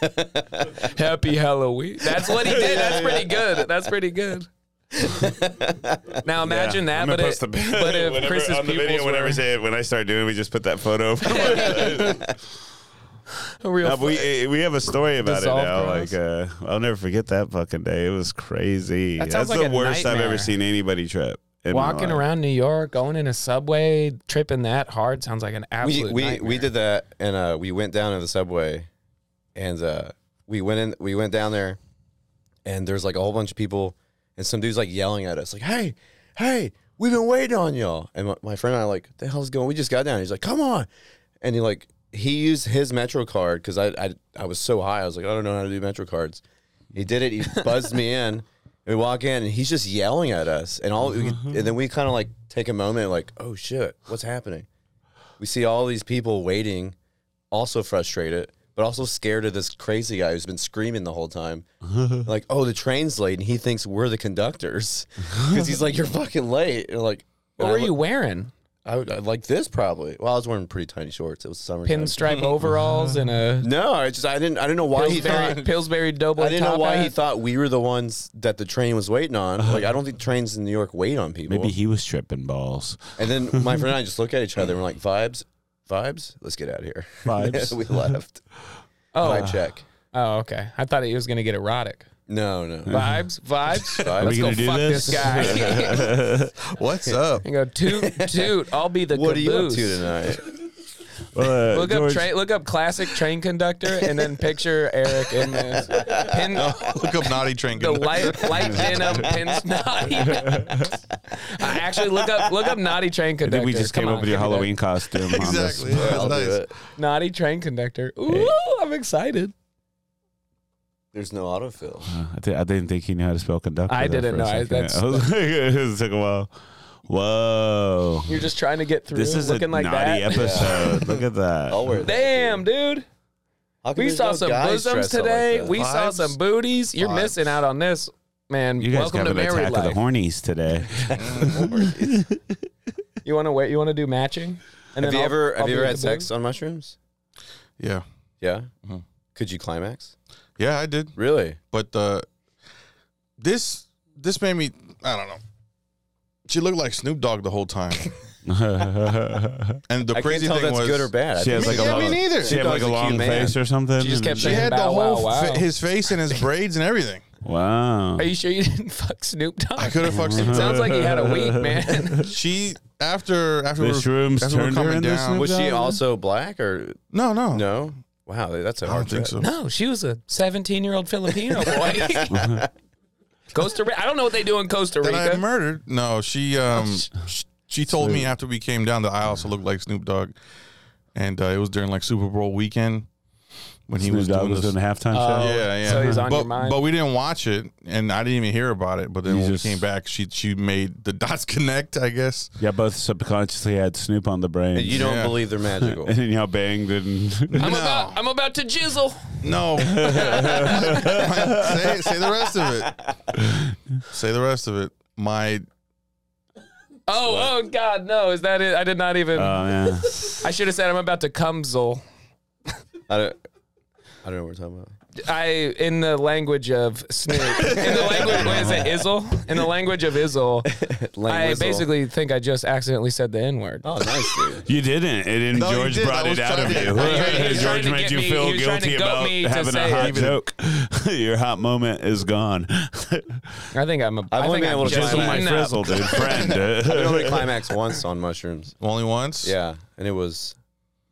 A: Happy Halloween. That's what he did. That's pretty good. That's pretty good. Now imagine
B: Yeah,
A: that,
B: I'm
A: but,
B: gonna
A: it,
B: post the-
A: but if
B: whenever-
A: Chris's
B: on the
A: pupils
B: video, whenever I
A: were
B: say it, when I start doing, we just put that photo. Up.
A: a real,
B: Uh, we eh, we have a story about
A: Dissolve
B: it now.
A: bras.
B: Like uh, I'll never forget that fucking day. It was crazy.
A: That sounds
B: That's
A: like
B: the
A: a
B: worst I've
A: nightmare.
B: ever seen anybody trip. in my
A: walking
B: life.
A: around New York, going in a subway, tripping that hard sounds like an
D: we
A: absolute.
D: we, we
A: nightmare.
D: did that and uh, we went down to the subway and uh, we went in we went down there and there's like a whole bunch of people and some dude's like yelling at us like hey hey we've been waiting on y'all and my, my friend and I like the hell's going we just got down he's like come on and he like he used his metro card because I, I I was so high I was like I don't know how to do metro cards he did it he buzzed me in we walk in and he's just yelling at us and all we, and then we kind of like take a moment like oh shit what's happening we see all these people waiting, also frustrated, but also scared of this crazy guy who's been screaming the whole time. like, oh, the train's late, and he thinks we're the conductors because he's like, you're fucking late. And like,
A: What
D: and I
A: were
D: look-
A: you wearing?
D: I, would- I like this probably. Well, I was wearing pretty tiny shorts. It was summer.
A: Pinstripe overalls and a
D: No, I just I didn't I didn't know why he
A: Pillsbury,
D: thought.
A: Pillsbury Doughboy.
D: I didn't know
A: top
D: why
A: hat?
D: he thought we were the ones that the train was waiting on. Like I don't think trains in New York wait on people.
B: Maybe he was tripping balls.
D: And then my friend and I just look at each other and we're like, vibes, vibes, let's get out of here.
B: Vibes.
D: we left.
A: Oh.
D: Vibe check.
A: Oh, okay. I thought he was gonna get erotic.
D: No, no.
A: Vibes, vibes.
D: Are we
A: Let's go
B: gonna do
A: fuck this,
B: this?
A: guy.
E: What's up?
A: and go toot toot. I'll be the
D: What are you up
A: caboose.
D: to tonight?
B: Well, uh,
A: Look
B: George-
A: up train. Look up classic train conductor, and then picture Eric in this pin.
D: Oh,
E: Look up naughty train.
A: The light, light denim pins naughty. Actually, look up, look up naughty train
B: I
A: conductor.
B: think we just
A: Come
B: came
A: on,
B: up with your
A: give me that.
B: Halloween costume. on this. Uh,
E: exactly. Yeah,
D: I'll
E: that's
D: do
E: nice.
D: it.
A: naughty train conductor. Ooh, I'm excited.
D: There's no autofill.
B: I, thi- I didn't think he knew how to spell conductor.
A: I
B: there
A: didn't
B: for
A: know.
B: a
A: I-
B: second.
A: that's-
B: I was like, it took a while. Whoa.
A: You're just trying to get through.
B: This is a
A: looking like
B: naughty
A: that.
B: episode. Look at that.
D: I'll wear that.
A: Damn, dude.
D: How come
A: We
D: there's
A: saw
D: no
A: some
D: guys
A: bosoms
D: dressed up like
A: today.
D: that?
A: we saw
E: Vibes.
A: some booties. You're
E: Vibes.
A: missing out on this, man.
B: You guys
A: Welcome
B: got
A: to
B: an
A: married
B: attack of the
A: life.
B: hornies today.
A: You want to wait? You want to do matching? And
D: have you
A: I'll-
D: ever
A: I'll
D: have you
A: be
D: ever
A: with
D: had
A: the
D: sex
A: booty?
D: on mushrooms?
E: Yeah,
D: Yeah. Could you climax?
E: yeah, I did.
D: Really?
E: But uh, this this made me. I don't know. She looked like Snoop Dogg the whole time, and the
D: I can't
E: crazy
D: tell
E: thing
D: that's
E: was
D: good or bad.
B: She
D: I
B: has
D: think
B: like a
E: yeah,
D: it's-
B: long,
E: me neither.
B: She had like
D: Dog's
B: a
D: a
B: long
D: cute man.
B: face or something.
A: She just kept
E: She had the
A: Bow,
E: whole
A: wow,
E: fa-
A: wow.
E: his face and his braids and everything.
B: Wow.
A: Are you sure you didn't fuck Snoop Dogg?
E: I could have fucked Snoop. Dogg.
A: Sounds like he had a week, man.
E: She after after we were-
B: Mushrooms
E: after we were
B: turned her
E: coming
B: into
E: down.
B: Snoop
D: Was she
B: Dogg?
D: also black or
E: No, no,
D: no? Wow, that's a
E: Oh. I
D: hard
E: don't think
D: cut.
E: so.
A: no, she was a 17 year old Filipino boy. Costa Rica. I don't know what they do in Costa
E: That I
A: Rica.
E: murdered. No, she um sh- she told me after we came down that I also looked like Snoop Dogg, and uh, it was during like Super Bowl weekend when he
B: Snoop
E: was
B: Dogg
E: doing
B: was
E: this. uh,
B: doing a halftime show.
E: yeah, yeah.
A: So he's on
E: but,
A: your mind.
E: but we didn't watch it, and I didn't even hear about it. But then
B: You
E: when
B: just-
E: we came back, she she made the dots connect. I guess
B: Yeah, both subconsciously had Snoop on the brain.
D: And you don't
E: Yeah.
D: believe they're magical.
B: and then y'all banged and
A: I'm
E: No.
A: about I'm about to jizzle.
E: no. say, say the rest of it. Say the rest of it. My
A: Oh, oh God, no! Is that it? I did not even.
D: Uh.
B: oh yeah.
A: I should have said I'm about to cumzel.
D: I don't I don't know what we're talking about.
A: I in the language of Snoop. In the language what is it, Izzle? In the language of Izzle, I
D: Languizzle.
A: basically think I just accidentally said the N word.
D: Oh, nice dude.
B: You didn't. It didn't.
E: No, you
B: George
E: did.
B: brought
E: I was
B: it out of
E: trying to-
B: you.
E: I was trying to- he was
A: trying
B: George
A: to
B: made
A: get
B: you
A: me- he
B: feel
A: was trying to
B: guilty
A: goat
B: about
A: me to
B: having
A: say
B: a
A: it.
B: hot joke. Your hot moment is gone.
A: I think I'm a.
D: I've
A: I
D: only
A: think
D: been
A: I'm
D: able to
A: just
B: Jizzle
D: find
B: my
A: eating up.
B: frizzle, dude. Friend.
D: I
B: uh,
D: only climaxed once on mushrooms.
E: only once.
D: Yeah, and it was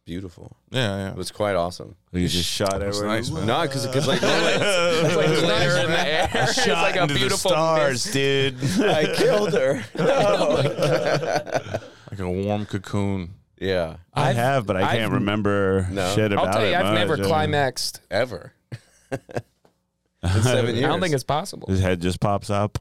D: beautiful.
E: yeah,
D: It
E: yeah.
D: was quite awesome.
B: you just shot
E: It's
B: everywhere.
E: nice, man.
D: No, because like normally-
A: It's like glitter in the air.
B: I
A: It's
B: shot
A: like a
B: into the
A: beautiful
B: stars,
A: mist.
B: dude.
D: I killed her.
E: Like a warm cocoon.
D: Yeah.
B: I
A: I've-
B: have, but I
A: I've-
B: can't remember
D: No.
B: shit about
A: I'll tell you,
B: it
A: I've
B: much.
A: never
B: I mean,
A: climaxed.
D: Ever. In seven
A: I
D: years.
A: don't think it's possible.
B: His head just pops up.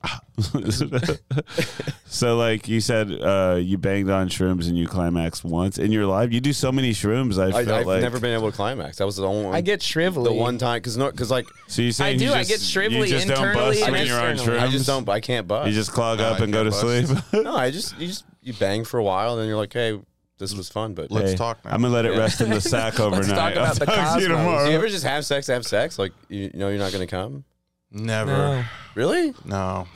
B: so, like you said, uh, you banged on shrooms and you climaxed once in your life. You do so many shrooms. I
D: I,
B: felt
D: I've
B: like
D: never been able to climax. That was the only
A: I get shrivelly.
D: the one time because no because like
B: So you saying
A: do,
B: You
A: I
B: just,
A: get shrivelly
B: you just don't
A: internally
B: bust
A: and
B: when you're on
A: externally.
B: shrooms.
D: I just don't I can't bust.
B: You just clog
E: No,
B: up
E: I
B: and go to
E: can't bust.
B: sleep.
D: no, I just you just you bang for a while and then you're like, hey, this was fun, but
E: Let's talk now.
B: I'm gonna let it rest in the sack overnight.
A: talk
B: I'll
A: about the
B: talk to you
A: cosmos.
D: do
B: tomorrow.
D: you ever just have sex to have sex? Like you know you're not gonna come?
A: No,
E: Never.
D: Really?
E: No.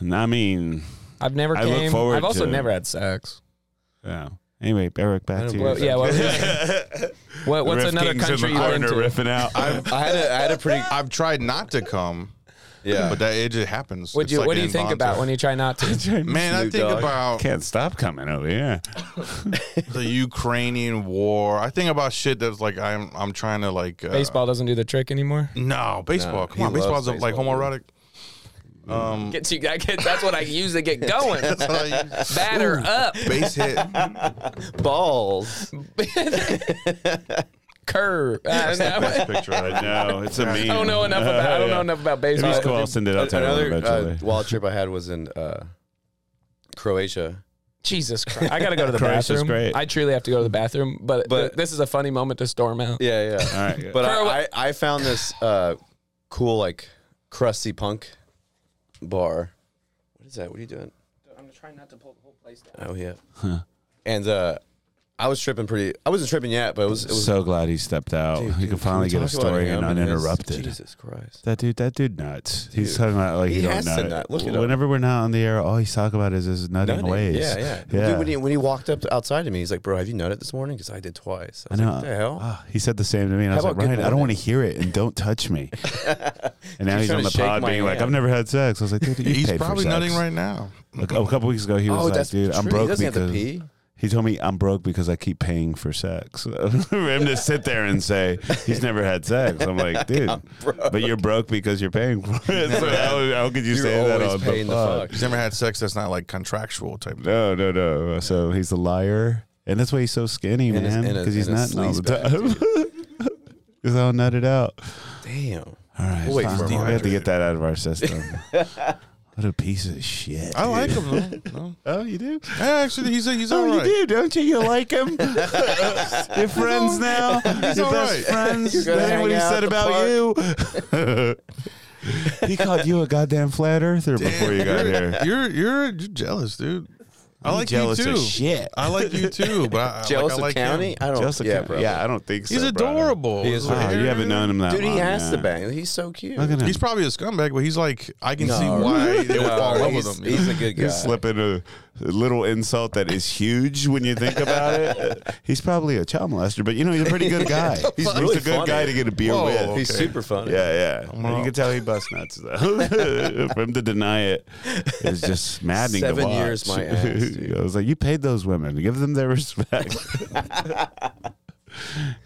B: I mean,
A: I've never.
B: I
A: Came.
B: look forward
A: I've also
B: to-
A: never had sex.
B: yeah. Anyway, Eric, back to you.
A: Well, yeah. What, what, what's
B: Riff
A: another
B: Kings in the
A: country you're
B: corner
A: into?
B: riffing out.
D: I had a I had a pretty
E: I've tried not to come.
D: Yeah.
E: But that it just happens.
A: Would
E: It's
A: you,
E: like
A: what do
E: an
A: you think
E: involuntary-
A: about when you try not to?
E: Man, I
D: Snoop
E: think
D: Dogg?
E: about
B: Can't stop coming over here.
E: the Ukrainian war. I think about shit that's like I'm I'm trying to like uh,
A: Baseball doesn't do the trick anymore.
E: No, baseball.
D: No,
E: Come
D: he
E: on, baseball's
D: loves
E: like
D: baseball,
E: homoerotic. Um,
A: Gets you, I get, that's what I use to get going.
E: that's how you-
A: Batter up,
E: base hit.
D: balls.
A: curve. I don't know,
B: Picture I know. It's a meme.
A: I don't know enough about. I don't know enough about
B: If he's
A: baseball.
B: cool, I'll send it out to
D: Another
B: him
D: uh,
B: eventually.
D: wild trip I had was in uh, Croatia.
A: Jesus Christ! I gotta go to the
B: Christ is
A: bathroom.
B: great.
A: I truly have to go to the bathroom, but,
D: But-
A: th- this is a funny moment to storm out.
D: Yeah, yeah.
B: All right.
D: But
A: For a
D: I, I, I found this uh, cool, like, crusty punk bar. What is that? What are you doing?
A: I'm trying not to pull the whole place down.
D: Oh, yeah. And uh, I was tripping pretty. I wasn't tripping yet, but it was. It was
B: so glad he stepped out.
D: Dude,
B: he
D: dude,
B: can finally
D: we
B: get a
D: talk about
B: story
D: him
B: and
D: his-
B: uninterrupted.
D: Jesus Christ.
B: That dude, that dude nuts. He's talking about like he,
D: He
B: don't
D: has
B: know.
D: to
B: it.
D: nut. Look it up.
B: Whenever we're not on the air, all he's talking about is his nutting
D: Nutting.
B: ways.
D: Yeah, yeah.
B: yeah.
D: Dude, when he, when he walked up outside to me, he's like, bro, have you nutted this morning? Because I did twice.
B: I
D: I was
B: know.
D: like, what the hell?
B: Ah, he said the same to me, and I
D: How
B: was like,
D: about good
B: Ryan, I don't want to
D: morning?"
B: hear it, and don't touch me. and now
D: He's
B: he's on
D: trying to
B: the
D: shake
B: pod
D: my
B: being like,
D: hand.
B: I've never had sex. I was like, dude, you
E: He's
B: paid for
E: probably
B: sex.
E: nutting right now.
B: Like, a couple weeks ago, he was
D: oh,
B: like,
D: that's
B: dude,
D: true.
B: I'm
D: He
B: broke
D: doesn't have
B: because
D: to pee.
B: He told me I'm broke because I keep paying for sex. For him to sit there and say he's never had sex. I'm like, dude, but you're broke because you're paying for it. So how, how could you
D: You're
B: say that
D: always
B: on
D: paying
B: the
D: the
B: pod?
D: fuck.
E: He's never had sex that's not like contractual type. Of
B: No, no, no. So he's a liar, and that's why he's so skinny,
D: And his-
B: man,
D: and his-
B: because he's
D: and his
B: nutting all the
D: sleaze bag,
B: time. He's all nutted out.
D: Damn.
B: All right,
D: We'll wait
B: fine.
D: for him.
B: we have to get that out of our system. what a piece of shit.
E: I like him though. No.
B: Oh, you do?
E: Yeah, actually, he's he's all
B: Oh,
E: right.
B: you do, don't you? You like him? You're friends now. You're
E: all
B: best
E: right.
B: friends.
D: gonna
B: That's what
D: hang
B: he
D: out
B: said
D: at the
B: about you. he called you a goddamn flat earther before you got here.
E: You're you're you're jealous, dude. I
B: I'm
E: like
B: jealous
E: you too.
B: Of shit.
E: I like you too, but I,
D: Jealous
E: like, I like
D: of county?
E: Him.
D: I don't.
B: Jealous of
D: yeah,
B: Cam-
D: bro.
B: yeah, I don't think so.
E: He's
B: brother.
E: adorable.
D: He is
B: Wow, you haven't known him that
D: Dude,
B: long.
D: he has
B: yeah.
D: to bang. He's so cute.
B: Look at him.
E: He's probably a scumbag, but he's like I can
D: No.
E: see why they would
D: No,
E: fall in love
D: he's,
E: with him.
D: He's a good guy.
B: You slip in a little insult that is huge when you think about it. He's probably a child molester, but you know he's a pretty good guy. He's, he's
D: really
B: a good
D: funny.
B: guy to get a beer
E: Whoa.
B: with.
D: He's super funny.
B: Yeah, yeah. And you can tell he busts nuts though. For him to deny it is just maddening. to
D: Seven
B: watch.
D: years, my ass, dude.
B: I was like, you paid those women. Give them their respect.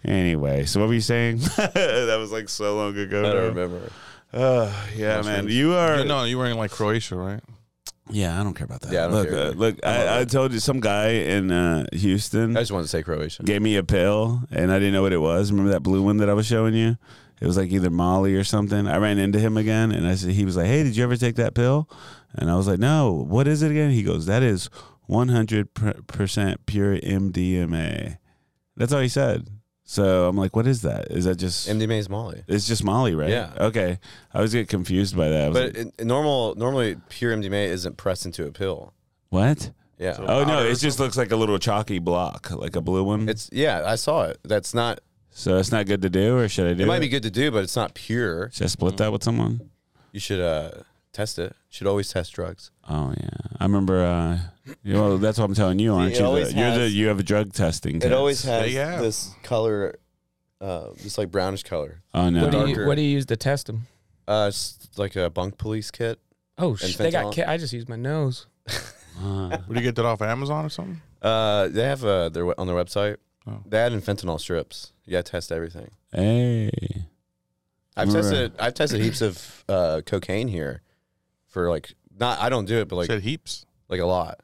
B: anyway, so what were you saying? that was like so long ago.
D: I
B: now.
D: don't remember.
B: Uh, yeah, man. You are.
E: You know, you were in like Croatia, right?
B: Yeah, I don't care about that.
D: Yeah, I don't
B: look,
D: care
B: uh,
D: either.
B: look. I, I told you, some guy in uh, Houston
D: I just wanted to say Croatia.
B: gave me a pill, and I didn't know what it was. Remember that blue one that I was showing you? It was like either Molly or something. I ran into him again, and I said, he was like, "Hey, did you ever take that pill?" And I was like, "No. What is it again?" He goes, "That is 100 percent pure MDMA." That's all he said. So I'm like, "What is that? Is that just?"
D: MDMA is Molly.
B: it's just Molly, right?
D: Yeah.
B: Okay. I was getting confused by that. I was
D: But
B: like,
D: in, in normal, normally pure MDMA isn't pressed into a pill.
B: what?
D: Yeah.
B: Oh no, it just looks like a little chalky block, like a blue one.
D: It's yeah, I saw it. That's not.
B: so it's not good to do, or should I do?
D: It might be Mm-hmm. good to do, but it's not pure.
B: Should I split that with someone?
D: You should uh, test it. Should always test drugs.
B: Oh yeah, I remember. Uh, you know, that's what I'm telling you, aren't
D: It
B: you?
D: always
B: you're the
D: has-
B: you have a drug testing.
D: It always
B: test.
D: has
E: yeah.
D: this color, uh, this like brownish color.
B: Oh no,
A: What do you
D: Darker.
A: What do you use to test them?
D: Uh, it's like a bunk police kit.
A: Oh, sh- they got.
D: fentanyl.
A: Ki- I just used my nose.
B: Uh,
E: Where do you get that off of Amazon or something?
D: Uh, they have uh, their on their website.
E: Oh.
D: That and fentanyl strips. You gotta test everything.
B: hey,
D: I've
B: Right.
D: tested. I've tested heaps of uh, cocaine here, for like not. I don't do it, but like
E: Said heaps.
D: like a lot.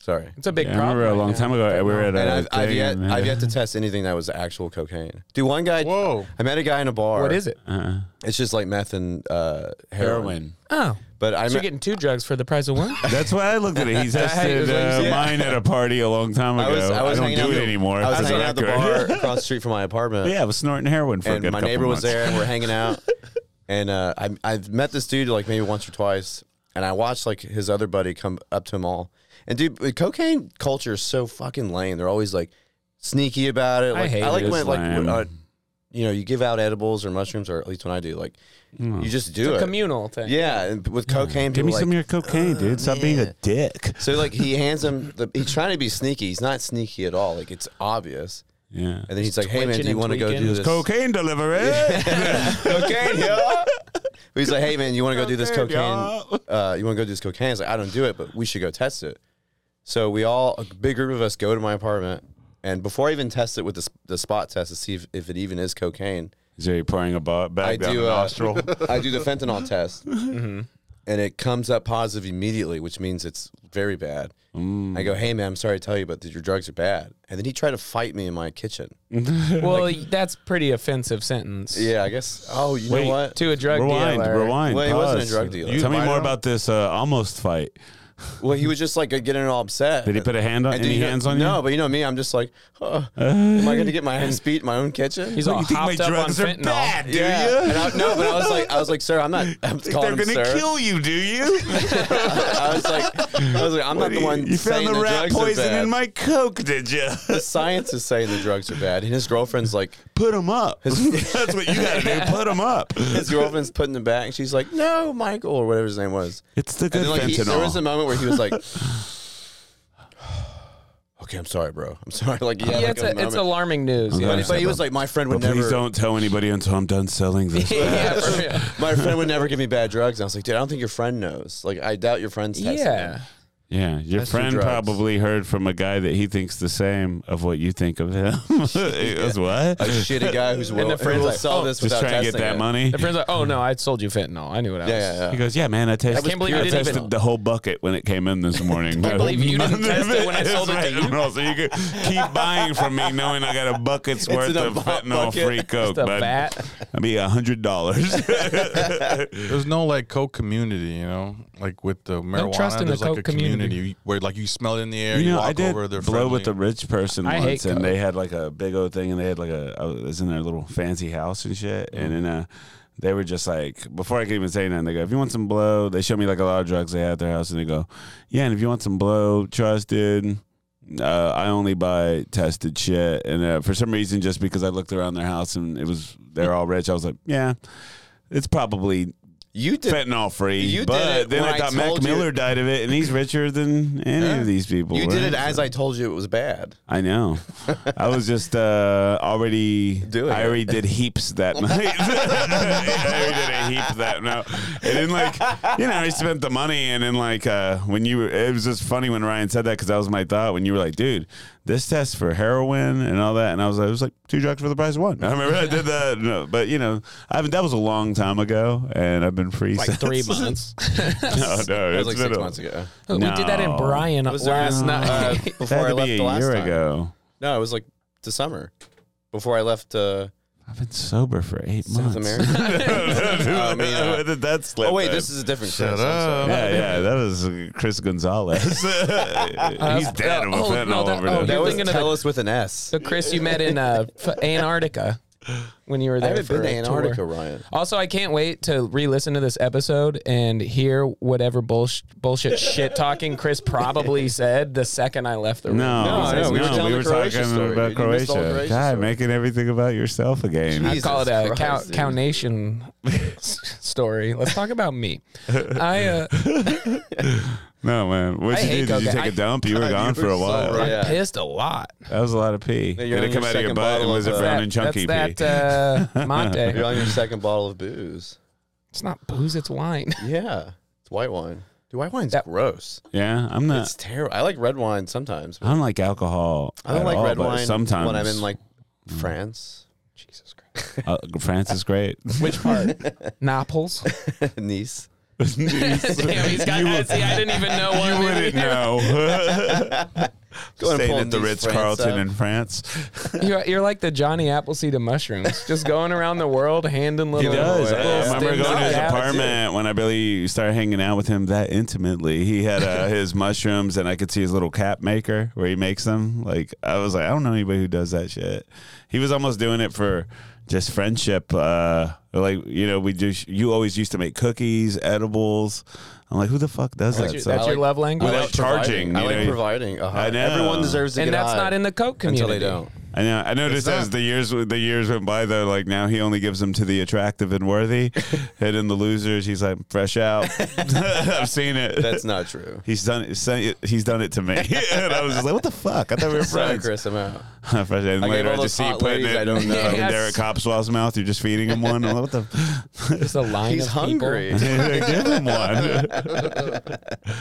D: Sorry.
A: It's a big
B: Yeah, I
A: problem.
B: remember a
A: right
B: long
A: now.
B: time ago we were at a
D: And I've, I've
B: thing
D: yet
B: and-
D: I've yet to test anything that was actual cocaine. Dude, one guy.
E: Whoa.
D: I met a guy in a bar.
A: What is it?
B: uh,
D: It's just like meth and uh, heroin.
B: heroin.
A: Oh,
D: But I
A: so
D: met,
A: you're getting two drugs for the price of one.
B: That's why I looked at it. He tested
A: was like-
B: uh,
A: Yeah.
B: mine at a party a long time ago.
D: I
B: I,
D: was I was
B: don't
D: hanging out
B: do it
D: the-
B: anymore.
D: I was
B: for the
D: hanging out at the bar
B: record.
D: across the street from my apartment.
B: yeah, I was snorting heroin for a
D: and
B: good
D: my
B: couple
D: neighbor was
B: months.
D: there, and we're hanging out. and uh, I I've met this dude like maybe once or twice, and I watched like his other buddy come up to him all. And dude, with cocaine culture is so fucking lame. They're always like sneaky about it.
A: I
D: Like,
A: hate it.
D: like
B: It's
D: when like
B: lame.
D: uh, you know you give out edibles or mushrooms or at least when I do like you just do
A: It's
D: it.
A: a communal thing.
D: yeah, and with cocaine,
B: Mm. Give
D: people
B: me
D: like,
B: some of your cocaine, dude. Stop being a
D: man.
B: dick.
D: so like he hands him. The, he's trying to be sneaky. He's not sneaky at all. Like it's obvious.
B: Yeah.
D: And then he's like, "Hey man,
A: twitching
D: do you
A: and
D: want to go
A: tweaking.
D: do
A: It's
D: this
B: Cocaine delivery.
D: cocaine, yeah. He's like, hey man, you want to go do this
B: Cocaine,
D: cocaine?
B: y'all.
D: Uh, you want to go do this cocaine? I was like, I don't do it, but we should go test it. So we all, a big group of us, go to my apartment, and before I even test it with the, s- the spot test to see if, if it even is cocaine,
B: so you're pouring a ba- bag
D: I
B: down
D: do
B: the
D: uh,
B: nostril.
D: I do the fentanyl test, and it comes up positive immediately, which means it's very bad. I go, hey man, I'm sorry to tell you, but your drugs are bad. And then he tried to fight me in my kitchen.
A: Well, that's pretty offensive sentence.
D: Yeah, I guess. Oh, you
B: Wait,
D: know what?
A: To a drug
B: rewind,
A: dealer.
B: rewind.
D: Well, he wasn't a
B: pause.
D: drug dealer. You
B: Tell me
E: invite
B: more
E: him?
B: about this uh, almost fight.
D: Well, he was just like getting all upset.
B: Did he put a hand on
D: And
B: any
D: then Uh, you know-
B: hands on you?
D: No, but you know me, I'm just like, huh, am I going to get my ass beat in my own kitchen?
A: He's all
B: You think my
A: hopped up on
B: drugs are
A: fentanyl.
B: bad, do
D: yeah.
B: you?
D: And I, no, but I was like, I was like, sir, I'm not. I'm
B: They're
D: calling him
B: gonna
D: sir.
B: kill you, do you?
D: I was like, I was like, I'm not the one.
B: you
D: saying
B: found the
D: the
B: rat
D: drugs are
B: poison
D: bad.
B: in my coke, did you?
D: The science is saying the drugs are bad, and his girlfriend's like,
B: Put him up. That's what you gotta do. Put him up.
D: his girlfriend's putting him back, and she's like, no, Michael, or whatever his name was.
B: It's the
D: And
B: good
D: then like he,
B: fentanyl.
D: there was a moment where he was like. Okay, I'm sorry, bro. I'm sorry. Like,
A: Yeah,
D: yeah, like
A: it's,
D: a
A: a, it's
D: moment.
A: alarming news. Yeah.
B: Okay.
D: but, but he was like, my friend would
B: but
D: never.
B: please don't tell anybody until I'm done selling this.
A: yeah, for real.
D: My friend would never give me bad drugs. And I was like, dude, I don't think your friend knows. Like, I doubt your friend's testing.
A: yeah.
D: Yeah.
B: yeah, your
D: That's for
B: friend
D: drugs.
B: probably heard from a guy that he thinks the same of what you think of him. it was what?
D: A shitty guy who's will,
A: the
D: who
A: friend's
D: will
A: like,
D: sell
A: oh,
D: this
B: Just
D: without
B: try and
D: testing
B: get that
D: it.
B: money.
A: The friend's like, oh no, I sold you fentanyl. I knew what I was.
D: Yeah, yeah,
B: He
D: yeah.
B: goes, yeah, man, I tested.
A: can't believe you
B: I
A: didn't
B: tested
A: even-
B: the whole bucket when it came in this morning. I
A: believe you didn't test it when I sold it to you.
B: So you could keep buying from me, knowing I got a bucket's worth
D: in a
B: of
D: bu-
B: fentanyl
D: bucket.
B: free coke.
A: a
B: bud.
A: vat.
B: That'd be a hundred dollars.
E: There's no like coke community, you know, like with the marijuana.
A: trust in the
E: there's like
A: coke
E: a community, where like you smell it in the air, you,
B: you know,
E: walk
B: I did
E: over, they're
B: blow with the
E: friendly.
B: rich person
A: I
B: once,
A: hate
B: and
A: Coke.
B: they had like a big old thing, and they had like a I was in their little fancy house and shit, and
D: Mm-hmm.
B: then uh, they were just like before I could even say nothing, they go, "If you want some blow," they show me like a lot of drugs they had at their house, and they go, "Yeah, and if you want some blow, trusted." Uh, I only buy tested shit, and uh, for some reason, just because I looked around their house and it was they're all rich, I was like, "Yeah, it's probably
D: You did.
B: fentanyl free."
D: You did
B: but
D: it
B: then
D: when
B: I
D: I
B: thought Mac
D: told you-
B: Miller died of it, and he's richer than any
D: Yeah.
B: of these people.
D: You did it
B: right?
D: as I told you it was bad.
B: I know. I was just uh, already
D: Doing
B: I
D: it.
B: already did heaps that night. I already did a heap that night. And then like you know, I spent the money and then like uh, when you were, it was just funny when Ryan said that because that was my thought when you were like, dude, this test for heroin and all that, and I was like, it was like two drugs for the price of one. I remember I did that, no, but you know, I haven't. That was a long time ago, and I've been free
A: Like
B: since.
A: three months.
B: no, no,
D: That
B: it's
D: was like
B: been
D: six
B: a-
D: months ago.
A: We did that in
B: No.
A: Bryan
D: was there,
A: last
D: uh,
A: night.
D: Before
B: That
D: I
B: had to
D: left
B: be a
D: the last
B: year
D: time.
B: ago.
D: No, it was like the summer. Before I left. Uh,
B: I've been sober for eight
D: South
B: months.
D: America.
B: I
D: I mean, uh,
B: Oh, that's
D: oh, wait, this is a different
E: Shut
D: Chris, I'm sorry.
E: up.
B: yeah, yeah. That was Chris Gonzalez. He's
D: Uh,
B: dead of a
A: oh, no,
B: fentanyl
A: that- oh,
B: overdose.
D: That was
A: thinking of
D: tell
A: the-
D: us with an S.
A: the Chris you met in uh, f- Antarctica when you were
D: I
A: there.
D: haven't
A: for
D: been to
A: a tour.
D: Antarctica, Ryan.
A: Also, I can't wait to re-listen to this episode and hear whatever bullsh- bullshit shit talking Chris probably said the second I left the room.
B: No,
D: No, no, we were telling
B: we
D: the
B: were
D: Croatia
B: talking
D: story,
B: about
D: dude. You missed all the
B: Croatia.
D: Croatia
B: God,
D: story.
B: making everything about yourself again.
A: I call it
D: Jesus
A: a cow,
D: Christ, dude.
A: cow nation story. Let's talk about me. I uh,
B: No, man. What
A: I
B: you
A: hate
B: do? Did you
A: cocaine.
B: take a dump? You were gone for a while.
D: right.
A: I
D: Yeah.
A: pissed a lot.
B: That was a lot of pee. Did
D: you're
B: it
D: on
B: come
D: your
B: out of your
D: second
B: butt? And
D: bottle
B: was
D: of,
B: it
D: uh,
B: brown and chunky pee?
A: that's that uh,
D: You're
A: Monte.
D: on your second bottle of booze.
A: It's not booze, it's wine.
D: Yeah, it's white wine. Dude, white wine's
A: That-
D: gross.
B: Yeah, I'm not.
D: It's terrible. I like red wine sometimes.
B: I don't like alcohol.
D: I don't
B: at
D: like
B: all,
D: red
B: but
D: wine
B: Sometimes Mm.
D: when I'm in like France,
A: Jesus Christ.
B: uh, France is great.
A: Which part? Naples.
D: Nice.
A: Damn, he's got. I- see, I didn't even know what.
B: you wouldn't know.
D: Go and pull
B: Staying at the
D: these
B: Ritz
D: friends
B: Carlton
D: up.
B: in France.
A: You're, you're like the Johnny Appleseed of mushrooms, just going around the world handing
B: He
A: little.
B: does.
A: little
B: uh, I remember
A: stems
B: going to his
A: of apples.
B: apartment when I really started hanging out with him that intimately. He had uh, his mushrooms, and I could see his little cap maker where he makes them. Like I was like, I don't know anybody who does that shit. He was almost doing it for just friendship. Uh, like you know, we just you always used to make cookies, edibles. I'm like, who the fuck does
A: That's
B: that?
A: your,
B: So-
A: that's your
D: like-
A: love language,
B: Without charging,
D: providing. I
B: you
D: like
B: know.
D: providing. Uh-huh.
B: I know.
D: Everyone deserves to
A: and
D: get
A: that's
D: high
A: not in the Coke
D: until
A: community.
D: they don't.
B: I know. I noticed as the years the years went by, though, like now he only gives them to the attractive and worthy, and in the losers, he's like fresh out. I've seen it.
D: That's not true.
B: He's done it. say it- He's done it to me, and I was just like, "What the fuck?" I thought we were
D: Sorry,
B: friends.
D: Chris, I'm out.
B: Fresh out. And
D: I gave
B: later,
D: all
B: I
D: those
B: just see you
D: hot
B: putting
D: ladies
B: it
D: I don't
B: in
D: know.
B: fucking
A: Yes.
B: Derek Copswell's mouth. You're just feeding him one. I'm like, what the?
A: Just a line
D: He's
A: of people.
D: hungry.
B: Give him one.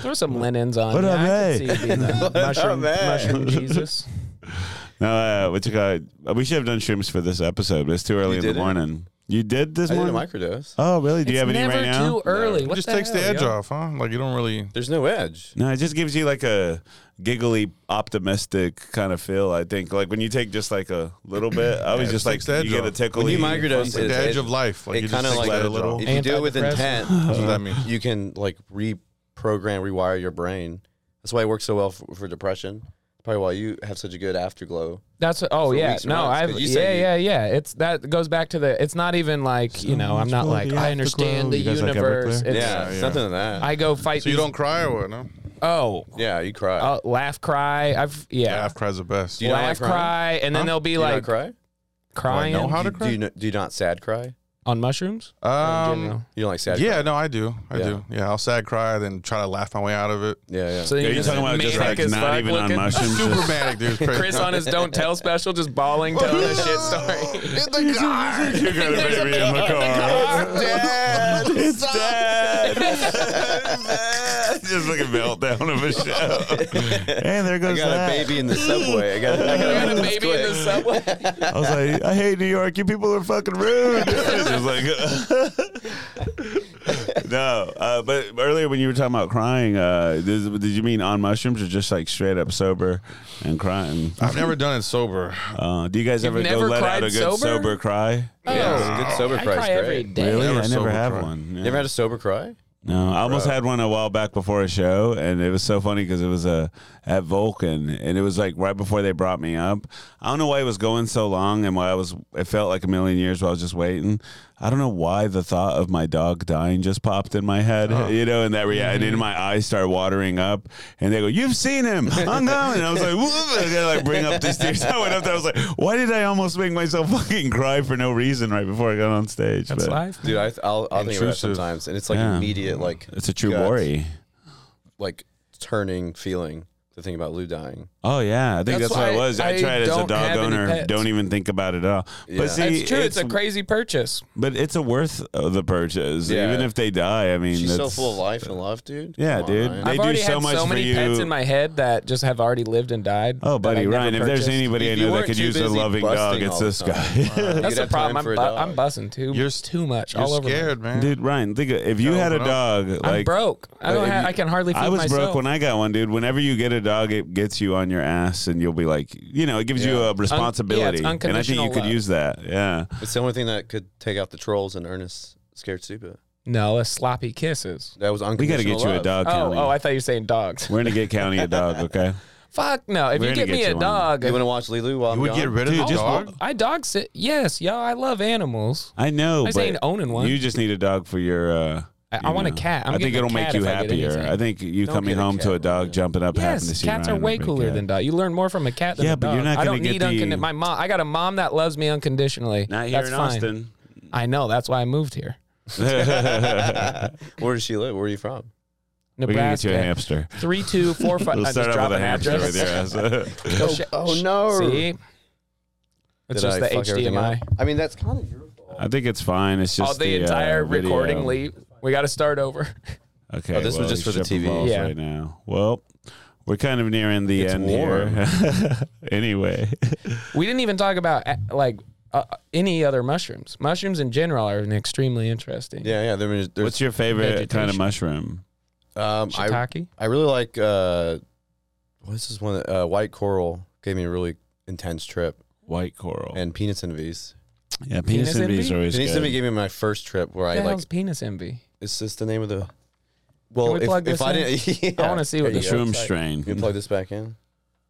A: Throw some linens on.
B: What
A: yeah,
B: up,
A: I
B: hey?
A: can see you being a mushroom, mushroom Jesus.
B: no, uh, what you got? We should have done shrooms for this episode. but It's too early in
D: You
B: the
D: did it.
B: morning. You did this
D: I did a
B: morning.
D: microdose.
B: oh, really? Do you have
A: it's
B: any
A: never
B: right now?
A: too early.
D: No.
A: What
E: just
A: the
E: takes the
A: hell,
E: edge
A: yo?
E: off, huh? Like you don't really.
D: There's no edge.
B: No, it just gives you like a giggly, optimistic kind of feel. I think like when you take just like a little bit, I was
E: it
B: just
E: just
B: like
E: takes the edge
B: you get a
E: off.
B: tickle.
D: When you microdose,
E: It's like the
D: it-
E: edge of life. Like
D: it
E: you just
D: kinda
E: take
D: like
E: that
D: a
E: a little.
D: If you do it with
A: Antidepressant.
D: intent,
E: That's what that means.
D: you can like reprogram, rewire your brain. That's why it works so well for, for depression. Probably why you have such a good afterglow.
A: That's what, oh
D: For
A: yeah
D: weeks or
A: no
D: months,
A: I've
D: 'cause you
A: yeah
D: say you-
A: yeah yeah it's that goes back to the it's not even like you know I'm
B: much
A: not
B: for
A: like
B: the
A: I understand
B: afterglow.
A: the
B: You guys like
A: universe
B: Everclear?
A: it's,
D: yeah,
E: yeah.
D: something like that.
A: I go fight
E: So you
A: these-
E: don't cry or what? No.
A: oh
D: yeah, you cry.
A: uh, laugh cry I've yeah
E: Laugh cries the best.
D: Do you not
A: laugh
D: like
A: cry
D: crying?
A: and then
E: Huh?
A: they'll be
D: do you
A: like
D: not cry?
A: crying
E: Do I know how
D: do,
E: to
D: you-
E: cry?
D: Do you, not- do you not sad cry?
A: on mushrooms in
E: Um.
A: general.
D: You don't like sad.
E: Yeah. No, I do. I
D: Yeah.
E: do. Yeah. I'll sad cry, then try to laugh my way out of it.
D: cry? Yeah, yeah.
A: so
B: Are
A: you
B: you
A: just
B: talking about just
A: manic
B: like
A: as
B: not
A: fuck
B: even
A: looking?
B: on mushrooms?
E: Super
B: just-
E: manic, dude. It's crazy.
A: Chris on his don't tell special just bawling telling a shit story
E: In the car.
B: You got a
A: There's a
B: baby in the car.
D: Dad,
B: It's dead. Just like a meltdown of a show. And there
D: I
B: goes
D: got
B: that.
D: a baby in the subway. I got, I
A: I
D: got
A: got
D: a
A: a baby in the subway
B: I was like, I hate New York. You people are fucking rude. It's just like- no, uh, but earlier when you were talking about crying, uh, did, did you mean on mushrooms or just like straight up sober and crying?
E: I've never done it sober.
B: Uh, do you guys ever go
A: never
B: let out
A: cried
B: a good
A: sober?
B: sober, cry?
D: Yeah, good sober
A: I
D: cry.
A: cry
D: is
A: every
D: great.
A: day
B: Really?
E: Never
B: I never
E: sober
B: have
E: cry.
B: one.
D: You ever had a sober cry?
B: No, I almost had one a while back before a show, and it was so funny because it was uh, at Vulcan, and it was like right before they brought me up. I don't know why it was going so long, and why I was. It felt like a million years while I was just waiting. I don't know why the thought of my dog dying just popped in my head, you know, and that reaction, and then my eyes start watering up, and they go, "You've seen him, I'm going." And I was like, "Whoop!" And I like bring up these tears. I went up there, I was like, "Why did I almost make myself fucking cry for no reason right before I got on stage?"
A: that's
B: But
A: life
D: Dude, I, I'll, I'll think about it
E: Intrusive.
D: sometimes, and it's like
B: Yeah.
D: immediate, like
B: It's a true
D: guts,
B: worry.
D: like turning feeling to think about Lou dying.
B: Oh yeah, I
A: That's
B: think that's, what
A: why
B: it was. I,
A: I
B: tried as a
A: don't have
B: dog
A: any
B: owner.
A: pets.
B: Don't even think about it at all.
D: Yeah.
B: But see,
A: That's true. It's, a crazy purchase.
B: but it's a worth of the purchase.
D: Yeah.
B: Even if they die, I mean,
D: She's so
B: that's-
D: full of life and love, dude.
B: Yeah,
D: Come on,
B: dude.
D: Ryan.
B: They
A: I've
B: do
A: already
B: so
A: had
B: much
A: so
B: for
A: many
B: you.
A: pets in my head that just have already lived and died.
B: Oh,
A: that
B: buddy
A: I've never
B: Ryan, if there's
A: purchased.
B: anybody I
D: If
B: know
D: you
B: that
D: weren't
B: could
D: too
B: use a
D: busy
B: loving
D: busting
B: dog,
D: all
B: it's
D: the
B: this
D: time.
B: guy.
D: You'd
A: that's the
D: have time
A: problem. I'm,
D: for a
A: bu-
D: dog.
A: I'm bussing too.
E: You're-
A: too much
E: You're
A: all over. me.
E: scared, man.
B: Dude, Ryan, think of, if you
E: Gotta
B: had a
E: open up.
B: dog,
A: I'm
B: like
A: broke. I don't.
B: if
A: Have,
B: you-
A: I can hardly feed
B: I was
A: myself.
B: broke when I got one, dude. Whenever you get a dog, it gets you on your ass, and you'll be like, you know, it gives you
D: Yeah.
B: a responsibility, and I think
A: unconditional
B: you could
A: love.
B: use that. Yeah.
D: It's the only thing that could take out the trolls and Ernest Scared Stupid.
A: no, a sloppy kisses.
D: That was
B: We got
D: unconditional.
B: to get you a
D: love.
B: dog.
A: Oh,
B: County.
A: oh! I thought you were saying dogs.
B: We're gonna get County a dog, okay?
A: Fuck no! If
B: We're
A: you
B: gonna
A: give me
B: get
A: a
B: you one.
A: dog,
D: You want to watch Lulu while
E: you
D: I'm
E: would
D: gone?
E: get rid of
B: Dude,
E: the
B: just
E: dog.
A: I dog sit. Yes, y'all. I love animals.
B: I know.
A: I just
B: but
A: ain't owning one.
B: You just need a dog for your. Uh,
A: I- I
B: you
A: want a cat. I'm
B: I think
A: getting a
B: it'll
A: cat
B: make
A: if
B: you
A: I get
B: happier.
A: anything.
B: I, think you
D: Don't
B: coming
D: get a
B: home to a
D: cat,
B: dog
D: Ryan.
B: jumping up, happy to
A: Yes,
B: see
A: cats
B: Ryan
A: are
B: would
A: way
B: be
A: cooler
B: cat.
A: than dogs. You learn more from a cat than
B: Yeah,
A: a
B: but
A: dog.
B: you're not
A: I
B: gonna
A: don't
B: get
A: need
B: the-
A: uncondi- my mom. I got a mom that loves me unconditionally.
B: Not here
A: That's
B: in
A: fine.
B: Austin.
A: I know. That's why I moved here.
D: Where does she live? Where are you from?
B: we can get
A: Nebraska.
B: you a hamster.
A: Three two four five.
B: We'll
A: I
B: start
A: just
B: off
A: drop
B: with
A: an
B: a hamster
A: address.
B: with your ass.
A: Go sh-
D: Oh
A: sh-
D: no!
A: See,
D: Did
A: it's just
D: I
A: the
D: fuck everything up?
A: HDMI.
D: I mean, that's kind of your fault.
B: I think it's fine. It's just
A: Oh, the, entire
B: uh, video.
A: recording leave. We got to start over.
B: Okay,
D: Oh, this was
B: well,
D: just for the
B: stripping
D: TV.
B: balls
A: Yeah.
B: Right now, well, we're kind of nearing the
D: It's
B: end
D: warm.
B: here. anyway,
A: We didn't even talk about a- like uh, any other mushrooms. Mushrooms in general are an extremely interesting.
D: Yeah, yeah. There was,
B: What's
D: there's,
B: your favorite kind of
A: Vegetation.
B: mushroom?
D: um, I,
A: Shiitake.
D: I really like, uh, what's this one? Uh, white coral gave me a really intense trip.
B: White coral.
D: And penis envies.
B: yeah, penis,
A: Penis
B: and bees
A: envy?
B: are always
D: Penis
B: good.
D: envy gave me my first trip where I
A: What the
D: like
A: hell's penis envy?
D: Is this the name of the? Well,
A: we
D: if,
A: plug
D: if
A: this
D: I
A: in?
D: didn't,
A: I wanna see what
D: There you
A: this
D: go.
B: Shroom
A: Sorry.
D: You can
B: strain.
D: plug this back in.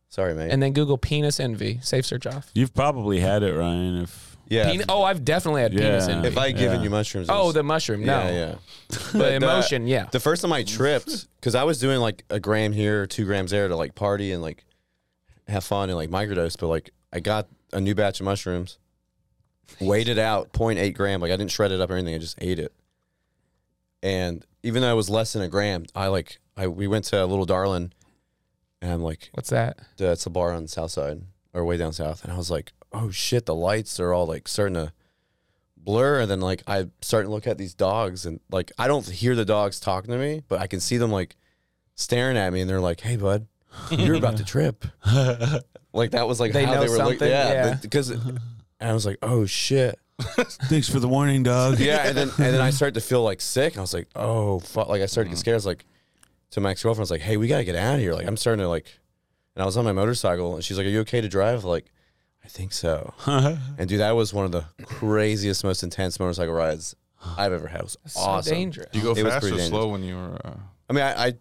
D: Sorry, mate.
A: And then Google penis envy. Safe search off.
B: You've probably had it, Ryan. If
D: yeah,
A: Pen- oh, I've definitely had penis
B: Yeah.
A: envy.
D: if I had given
B: Yeah.
D: you mushrooms. it
A: oh,
D: was-
A: the mushroom. No,
D: yeah, yeah.
A: the emotion. Yeah.
D: The first time I tripped, because I was doing like a gram here, two grams there to like party and like have fun and like microdose, but like I got a new batch of mushrooms, weighed it out 0.8 gram. Like I didn't shred it up or anything. I just ate it. And even though it was less than a gram, I like I we went to Little Darlin, and I'm like,
A: What's that?
D: uh, it's a bar on the south side or way down south and i was like oh shit the lights are all like starting to blur and then like i starting to look at these dogs and like i don't hear the dogs talking to me but i can see them like staring at me and they're like hey bud you're about to trip like that was like
A: They
D: how
A: know
D: they were looking
A: something,
D: yeah
A: yeah.
D: because and i was like oh shit
B: thanks for the warning, dog.
D: yeah, and then and then I started to feel like sick. and I was like, oh fuck! Like I started to
A: Mm.
D: get scared. I was like, to my ex girlfriend, I was like, hey, we gotta get out of here. Like I'm starting to like, and I was on my motorcycle, and she's like, are you okay to drive? Like, I think so. and dude, that was one of the craziest, most intense motorcycle rides I've ever had. It was
A: That's
D: awesome.
A: So dangerous.
E: You go
D: It was
E: fast
D: pretty
E: or
D: dangerous.
E: slow when you were. Uh,
D: I mean, I I,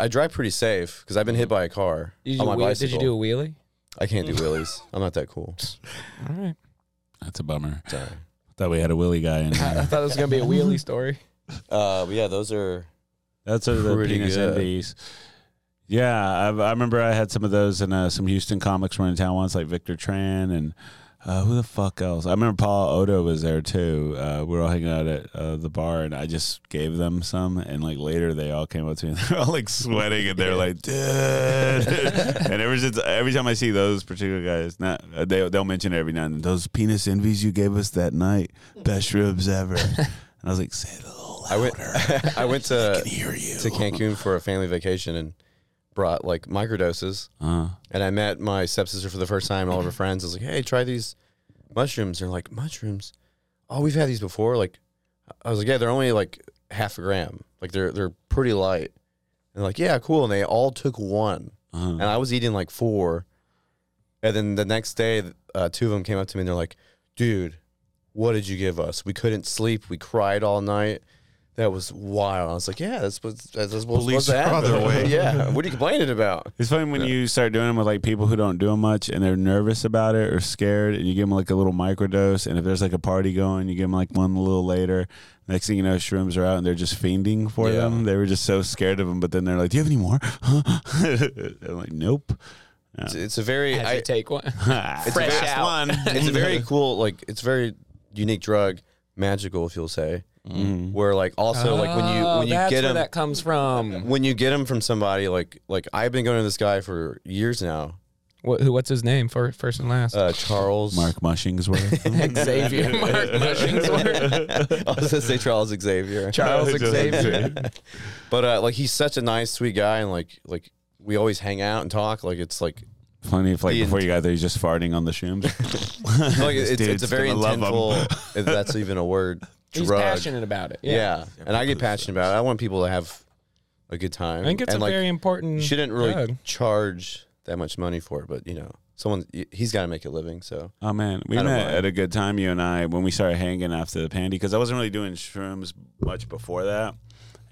D: I drive pretty safe because I've been hit by a car
A: Mm-hmm. Did you,
D: on my
A: wheel- did
D: bicycle.
A: you do a wheelie?
D: I can't do wheelies. I'm not that cool.
A: All right.
B: That's a bummer.
D: Sorry.
B: Thought we had a Willy guy in
A: I
B: there.
A: thought it was gonna be a wheelie story.
D: Uh, but yeah, those are
B: That's sort of the
D: Pretty
B: penis
D: good.
B: envies. Yeah, I, I remember I had some of those, and uh, some Houston comics were in town once, like Victor Tran and uh, who the fuck else? I remember Paul Odo was there too. Uh, we were all hanging out at uh, the bar, and I just gave them some, and like later they all came up to me, and they're all like sweating, and they're like, dude. and ever since, every time I see those particular guys, not uh, they they'll mention it every now and then those penis envies you gave us that night, best ribs ever. and I was like, say it a little
D: I went.
B: louder.
D: I went
B: I
D: to
B: can hear you.
D: to Cancun for a family vacation and brought like microdoses.
B: Uh,
D: And I met my stepsister for the first time, all of her friends. I was like, hey, try these mushrooms. They're like, mushrooms? Oh, we've had these before. Like, I was like, yeah, they're only like half a gram. Like, they're, they're pretty light. And they're like, yeah, cool. And they all took one.
E: Uh-huh.
B: uh.
D: And I was eating like four. And then the next day, uh, two of them came up to me and they're like, dude, what did you give us? We couldn't sleep. We cried all night. That was wild. I was like, yeah, that's what's, that's what's
E: Police
D: supposed to happen.
E: are other way.
D: yeah. What are you complaining about?
B: It's funny when you start doing them with like people who don't do them much and they're nervous about it or scared, and you give them like a little microdose. And if there's like a party going, you give them like one a little later. Next thing you know, shrooms are out and they're just fiending for
D: Yeah.
B: them. They were just so scared of them, but then they're like, "Do you have any more?" I'm like, "Nope."
D: It's, it's a very,
A: Had
D: I,
A: you take one.
B: it's
A: Fresh out.
D: it's a very cool like it's a very unique drug magical if you'll say
E: Mm-hmm.
D: where like also like when you
A: Oh,
D: when you
A: that's
D: get
A: where
D: them
A: that comes from.
D: when you get them from somebody like like i've been going to this guy for years now
A: What, who, what's his name? First, first and last.
D: uh charles
B: Mark Mushingsworth.
A: Xavier Mark Mushingsworth.
D: i was gonna say charles xavier
A: Charles Xavier.
D: but uh like he's such a nice sweet guy and like like we always hang out and talk like it's like
B: Funny if like
D: The
B: before you got there, he's just farting on the shrooms.
D: like it's, it's
B: dude's
D: a very
B: gonna love 'em.
D: intentful if that's even a word
A: He's
D: drug
A: passionate about it. Yeah.
D: yeah, and i get passionate about it i want people to have a good time
A: I think it's
D: and
A: a
D: like,
A: very important.
D: You shouldn't really
A: drug.
D: charge that much money for it, but you know, someone he's got to make a living. So
B: Oh man, we
D: I
B: met
D: don't mind.
B: at a good time, you and I, when we started hanging after the pandy, because I wasn't really doing shrooms much before that,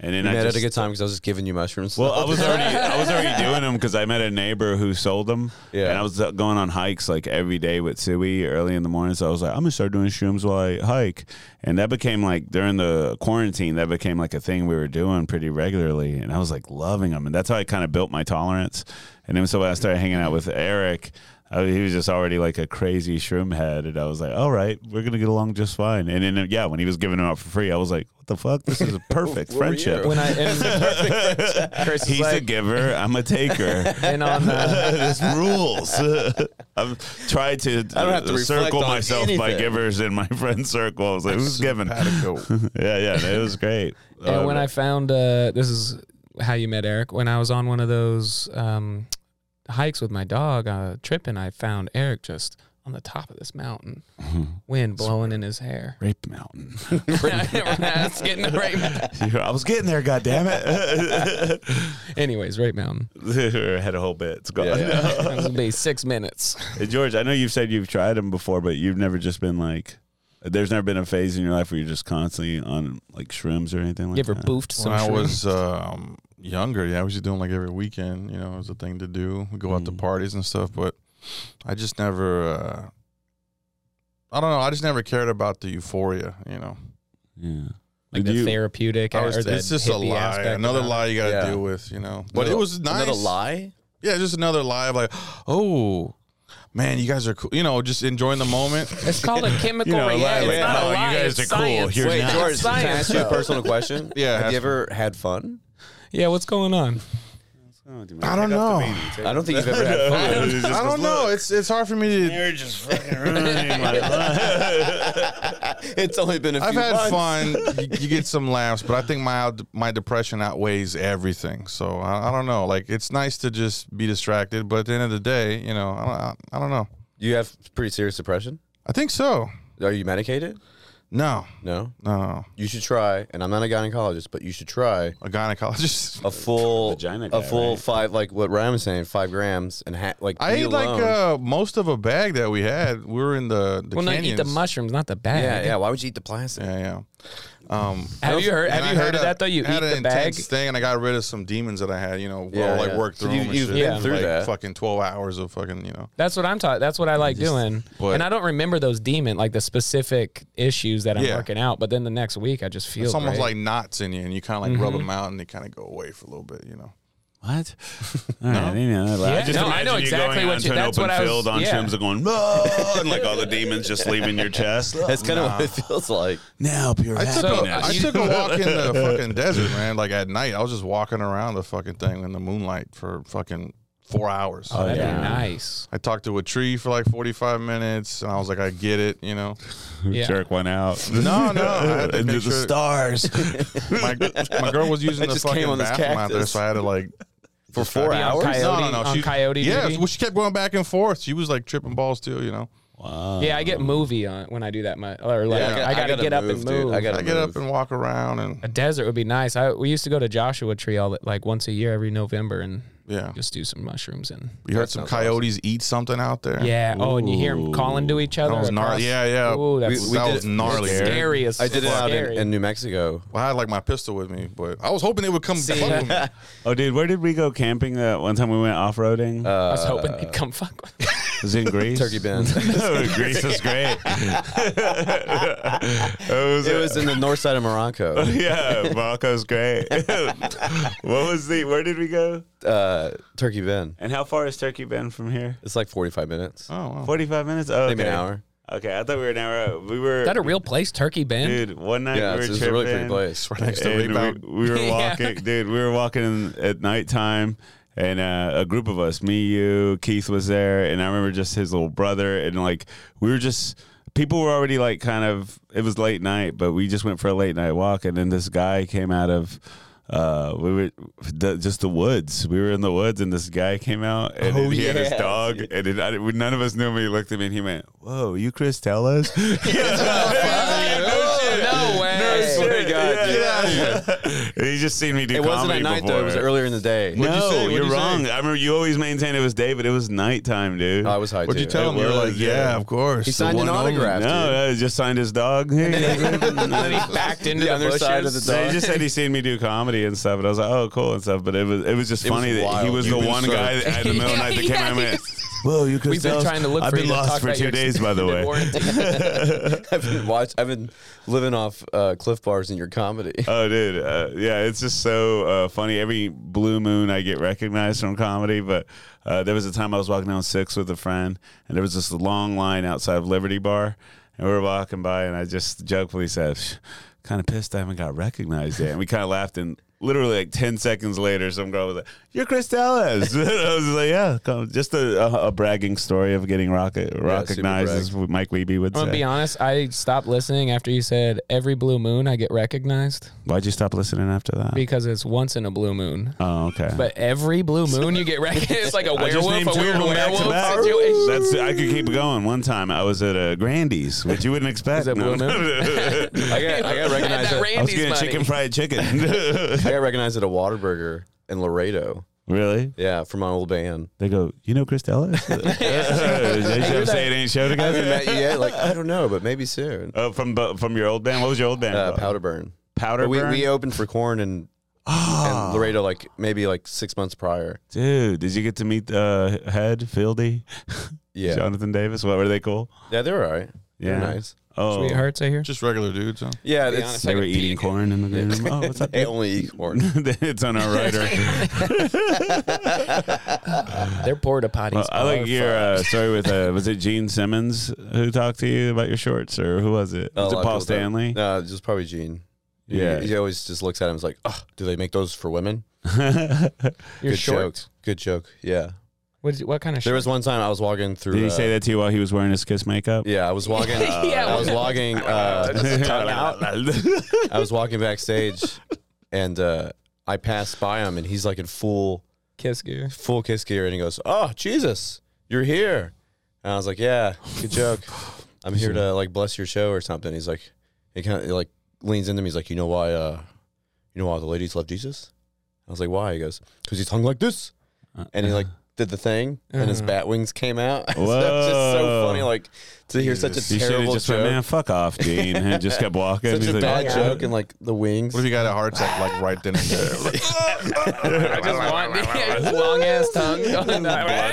B: and then
D: you
B: I
D: met
B: just,
D: at a good time because I was just giving you mushrooms.
B: Well, I was already I was already doing them because I met a neighbor who sold them,
D: Yeah.
B: and I was uh, going on hikes like every day with Sui early in the morning. So I was like, I'm gonna start doing shrooms while I hike, and that became like during the quarantine, that became like a thing we were doing pretty regularly, and I was like loving them, and that's how I kind of built my tolerance. And then so when I started hanging out with Eric. I, he was just already like a crazy shroom head, and I was like, "All right, we're gonna get along just fine." And then, uh, yeah, when he was giving them out for free, I was like, "What the fuck? This is a perfect friendship."
A: When I and Chris is
B: He's a
A: like,
B: giver. I'm a taker.
A: and on uh, the,
B: this rules. I've tried to,
D: don't have to
B: uh, circle
D: reflect on
B: myself by
D: anything.
B: givers in my friend circle. I was like, who's giving? yeah, yeah, it was great.
A: and
B: Uh,
A: when I found uh, this is how you met Eric. When I was on one of those um, hikes with my dog, uh, tripping, I found Eric just on the top of this mountain, wind blowing in his hair.
B: Rape Mountain.
A: That's getting to Rape Mountain.
B: I was getting there, God damn it!
A: Anyways, Rape Mountain.
B: Had a whole bit. It's gone.
A: That's gonna be six minutes.
B: Hey, George, I know you've said you've tried them before, but you've never just been like. There's never been a phase in your life where you're just constantly on like shrooms or anything like
A: You ever
B: that.
A: boofed some
E: when I
A: shrimp?
E: was um, younger, yeah, I was just doing like every weekend. You know, it was a thing to do. We go out to
B: Mm.
E: parties and stuff, but I just never. Uh, I don't know. I just never cared about the euphoria. You know,
B: Yeah.
A: like
B: Did
A: the
B: you-
A: therapeutic uh,
E: I
A: or
E: was,
A: the
E: it's just a
A: hippie
E: lie,
A: aspect
E: another
A: of it?
E: lie you got to
D: Yeah.
E: deal with. You know, but it
D: Another-
E: was nice.
D: Another lie?
E: Yeah, just another lie of like, oh man, you guys are cool. You know, just enjoying the moment.
A: It's called a chemical
B: You know, like-
A: reaction.
B: like,
A: it's not a
B: oh, you
A: lie,
B: guys
A: it's
B: are cool.
A: science.
B: Here's
A: Wait,
B: not-
A: George,
D: George, can I
A: science.
D: ask you a personal question?
E: Yeah,
D: Have
E: ask
D: you ever had fun?
A: Yeah, what's going on?
E: I don't know.
D: I don't think you've ever had fun.
E: I don't know. It's it's hard for me to.
B: Marriage is fucking ruining my life.
D: It's only been a
E: I've
D: few months.
E: had fun. You, you get some laughs, but I think my my depression outweighs everything. So I, I don't know. Like it's nice to just be distracted, but at the end of the day, you know, I don't, I don't know.
D: You have pretty serious depression?
E: I think so.
D: Are you medicated?
E: No,
D: No.
E: no,
D: You should try, and I'm not a gynecologist, but you should try
E: a gynecologist.
D: a full
B: Vagina guy,
D: a full
B: right?
D: five like what Ryan was saying, five grams and ha- like
E: I
D: be
E: ate like
D: alone.
E: uh, most of a bag that we had. We were in the the
A: Well, no, eat
E: canyons.
A: the mushrooms, not the bag.
D: yeah yeah. Why would you eat the plastic?
E: yeah, yeah. Um,
A: Have you heard?
E: and
A: Have
E: I
A: you heard
E: had
A: of
E: a-
A: that though? You eat
E: had
A: the
E: an
A: bag.
E: intense thing, and I got rid of some demons that I had. You know,
D: Yeah,
E: well, like
D: yeah.
E: worked
D: So
E: through
D: you-
E: them. and
D: you've
E: shit.
A: been
D: through
E: like
D: that.
E: Fucking twelve hours of fucking you know.
A: That's what I'm taught. That's what I like doing.
E: But-
A: and I don't remember those demon, like the specific issues that I'm
E: Yeah.
A: working out. But then the next week, I just feel
E: it's almost
A: great.
E: like knots in you, and you kind of like
A: Mm-hmm.
E: rub them out, and they kind of go away for a little bit, you know.
B: What? All right, I didn't know that.
A: Yeah, no, I
B: imagine
A: know
B: you
A: exactly
B: going
A: what
B: onto
A: you-
B: an
A: that's
B: open
A: what I was-
B: field on
A: yeah.
B: shrooms and going, no, and like all the demons just leaving your chest.
D: That's kind of what it feels like.
B: now pure
E: I took,
A: So,
E: a,
A: uh,
E: I
A: you-
E: took a walk in the fucking desert, man. Like at night, I was just walking around the fucking thing in the moonlight for fucking four hours.
D: Oh,
A: That'd
B: yeah.
A: be nice.
E: I talked to a tree for like forty five minutes, and I was like, I get it, you know.
A: Yeah.
B: Jerk one out.
E: No, no, I had to
B: Into
E: picture-
B: the stars.
E: My, my girl was using
D: I
E: the
D: just
E: fucking
D: came on this
E: bathroom out there,
D: cactus.
E: so I had to like
D: For four
A: Be on
D: hours?
A: coyote-
E: no, no, no.
A: on
E: she,
A: coyote
E: yeah,
A: duty?
E: well, she kept going back and forth. She was like tripping balls too, you know.
B: wow.
A: Yeah, I get movie on when I do that. much. or like,
E: Yeah,
A: I,
E: I
A: gotta,
E: got-
A: get up and
D: dude.
A: move.
D: I gotta
E: I get
D: move.
E: up and walk around, and
A: a desert would be nice. I we used to go to Joshua Tree all like once a year, every November, and
E: yeah,
A: just do some mushrooms and
E: we heard some coyotes eat something out there.
A: yeah. Oh, and you hear them calling to each other.
E: That was
A: across-
E: gnarly. Yeah, yeah.
A: Ooh, that's
E: that
D: we did
E: was
D: it-
E: gnarly.
A: that's
E: man.
A: scary as
D: I did it out in,
A: scary.
D: in New Mexico.
E: Well, I had like my pistol with me, but I was hoping they would come.
A: See?
E: fuck with me.
B: Oh, dude, where did we go camping that one time we went off roading?
A: I was hoping they'd come fuck. with-
B: it was in Greece. Oh,
D: Turkey Bend.
B: Greece is great. it was,
D: it was in the north side of Morocco.
B: yeah, Morocco's great. what was the? Where did we go?
D: Uh, Turkey Bend.
B: And how far is Turkey Bend from here?
D: It's like 45 minutes.
E: Oh, wow.
B: Forty-five minutes. Oh, okay.
D: Maybe an hour.
B: Okay, I thought we were an hour. Out. We were.
A: Is that a real place, Turkey Bend?
B: dude? One night
D: Yeah,
B: we were
D: it's, it's a
B: tripping.
D: really pretty place.
E: It's right next to
B: and
E: Rebound.
B: We, we were
A: Yeah.
B: walking, dude. We were walking at nighttime, and uh, a group of us, me, you, Keith was there, and I remember just his little brother, and like we were just. People were already like kind of. It was late night, but we just went for a late night walk, and then this guy came out of. Uh, we were the, just the woods. We were in the woods, and this guy came out, and
D: Oh,
B: he had his
D: yeah.
B: dog, and it, I, none of us knew him. He looked at me, and he went, "Whoa, you Chris Tellas?"
A: Oh, no way.
D: swear to God, dude.
B: And he just seen me do
D: It wasn't
B: comedy
D: at night,
B: before.
D: though. It was earlier in the day.
B: No,
E: you say? What'd
B: you're
E: you say?
B: wrong. I remember you always maintained it was day, but it was nighttime, dude.
D: Oh, I was high,
E: What'd you
D: too.
E: tell
B: It
E: him? You were
B: was,
E: like, yeah,
B: yeah.
E: of course.
D: He
E: the
D: signed an
E: one only.
D: autograph.
B: no, no, he just signed his dog.
A: And then he backed into
D: The
A: the,
D: other side of
A: bushes.
D: the
B: So he just said he seen me do comedy and stuff, and I was like, "Oh, cool" and stuff. But it was it was just
D: was
B: funny that he
D: wild.
B: was
D: You've
B: the
D: been
B: one
D: so-
B: guy at the middle of the night that came
A: Yeah,
B: out and
A: yeah,
B: went, "Whoa, you could
A: We've been trying to look
B: I've
A: for
B: been
A: you to
B: lost
A: talk
B: for
A: about
B: two
A: your
B: days, by the way.
A: extended warranty.
D: I've been watch. I've been living off uh, Cliff Bars and your comedy.
B: Oh, dude, uh, yeah, it's just so uh, funny. Every blue moon, I get recognized from comedy. But uh, there was a time I was walking down six with a friend, and there was this long line outside of Liberty Bar, and we were walking by, and I just jokefully said, "Kind of pissed I haven't got recognized yet." And we kind of laughed, and literally like 10 seconds later, some girl was like, You're Cristella's. and I was like, Yeah, come. just a, a, a bragging story of getting rocket, recognized,
D: brag.
B: as what Mike Weeby would
A: I'm
B: say.
A: gonna be honest. I stopped listening after you said every blue moon I get recognized
B: Why'd you stop listening after that?
A: because it's once in a blue moon.
B: oh, okay.
A: But every blue moon you get recognized. It's like a
B: I just
A: werewolf,
B: named
A: a
B: two of
A: weird
B: them back to back.
A: werewolf situation.
B: That's I could keep going. One time I was at a Grandy's, which you wouldn't expect.
A: that
B: No.
A: Blue Moon?
D: I got, I got
A: that
D: recognized. At,
B: I was
A: Randy's
B: getting
A: money.
B: chicken fried chicken.
D: I got recognized at a Waterburger in Laredo.
B: really?
D: Yeah, from my old band.
B: They go, you know Chris Ellis? they should say it ain't show
D: I haven't
B: together.
D: met you yet. Like I don't know, but maybe soon.
B: Oh, from bu- from your old band. What was your old band?
D: Uh,
B: called?
D: powder burn.
B: Powder
D: But we,
B: Burn? Ah,
D: we opened for Corn and, and Laredo like maybe like six months prior.
B: Dude, did you get to meet uh, Head Fieldy,
D: Yeah,
B: Jonathan Davis? What were they cool?
D: yeah, they were all right.
B: Yeah,
D: They're nice.
B: Oh,
A: Sweethearts, I hear.
E: Just regular dudes. Huh?
D: Yeah,
A: be
D: it's,
A: honest,
B: they
A: I
B: were
A: could
B: eating
A: peek.
B: corn in the green room. Oh, what's up?
D: they only eat corn.
B: it's on our writer.
A: They're porta potties.
B: Well, I
A: are
B: like your
A: fucked.
B: uh, story with uh, was it Gene Simmons who talked to you about your shorts or who was it?
D: A
B: Was it
D: lot
B: Paul
D: of people Oh, don't.
B: Stanley?
D: No, it's just probably Gene. He-
B: Yeah.
D: he, always just looks at him. and is like, oh, do they make those for women?
A: Your
D: Good
A: shorts.
D: joke. Good joke. Yeah.
A: What, did you- what kind of
D: There
A: shorts?
D: was one time I was walking through.
B: Did he
D: uh,
B: say that to you while he was wearing his kiss makeup?
D: Yeah, I was walking.
A: Yeah,
D: I was
A: well-
D: walking. Uh, I was walking backstage, and uh, I passed by him, and he's like in full
A: Kiss gear.
D: full kiss gear, and he goes, "Oh Jesus, you're here!" And I was like, "Yeah, good joke. I'm here to like bless your show or something." He's like, he kind of like leans into me. He's like, "You know why? Uh, you know why the ladies love Jesus?" I was like, "Why?" He goes, "Cause he's hung like this,"
E: Uh,
D: and he like did the thing, and his bat wings came out. so it's just so
B: Whoa.
D: funny, like to hear such a
B: You should have
D: terrible
B: just
D: joke,
B: went, man, fuck off, Gene, and just kept walking.
D: such
B: He's
D: a
B: like,
D: bad
B: "Oh,
D: joke, and like the wings.
E: What if you got a heart attack like right then and there? Like,
A: I just want the long ass tongue. going out.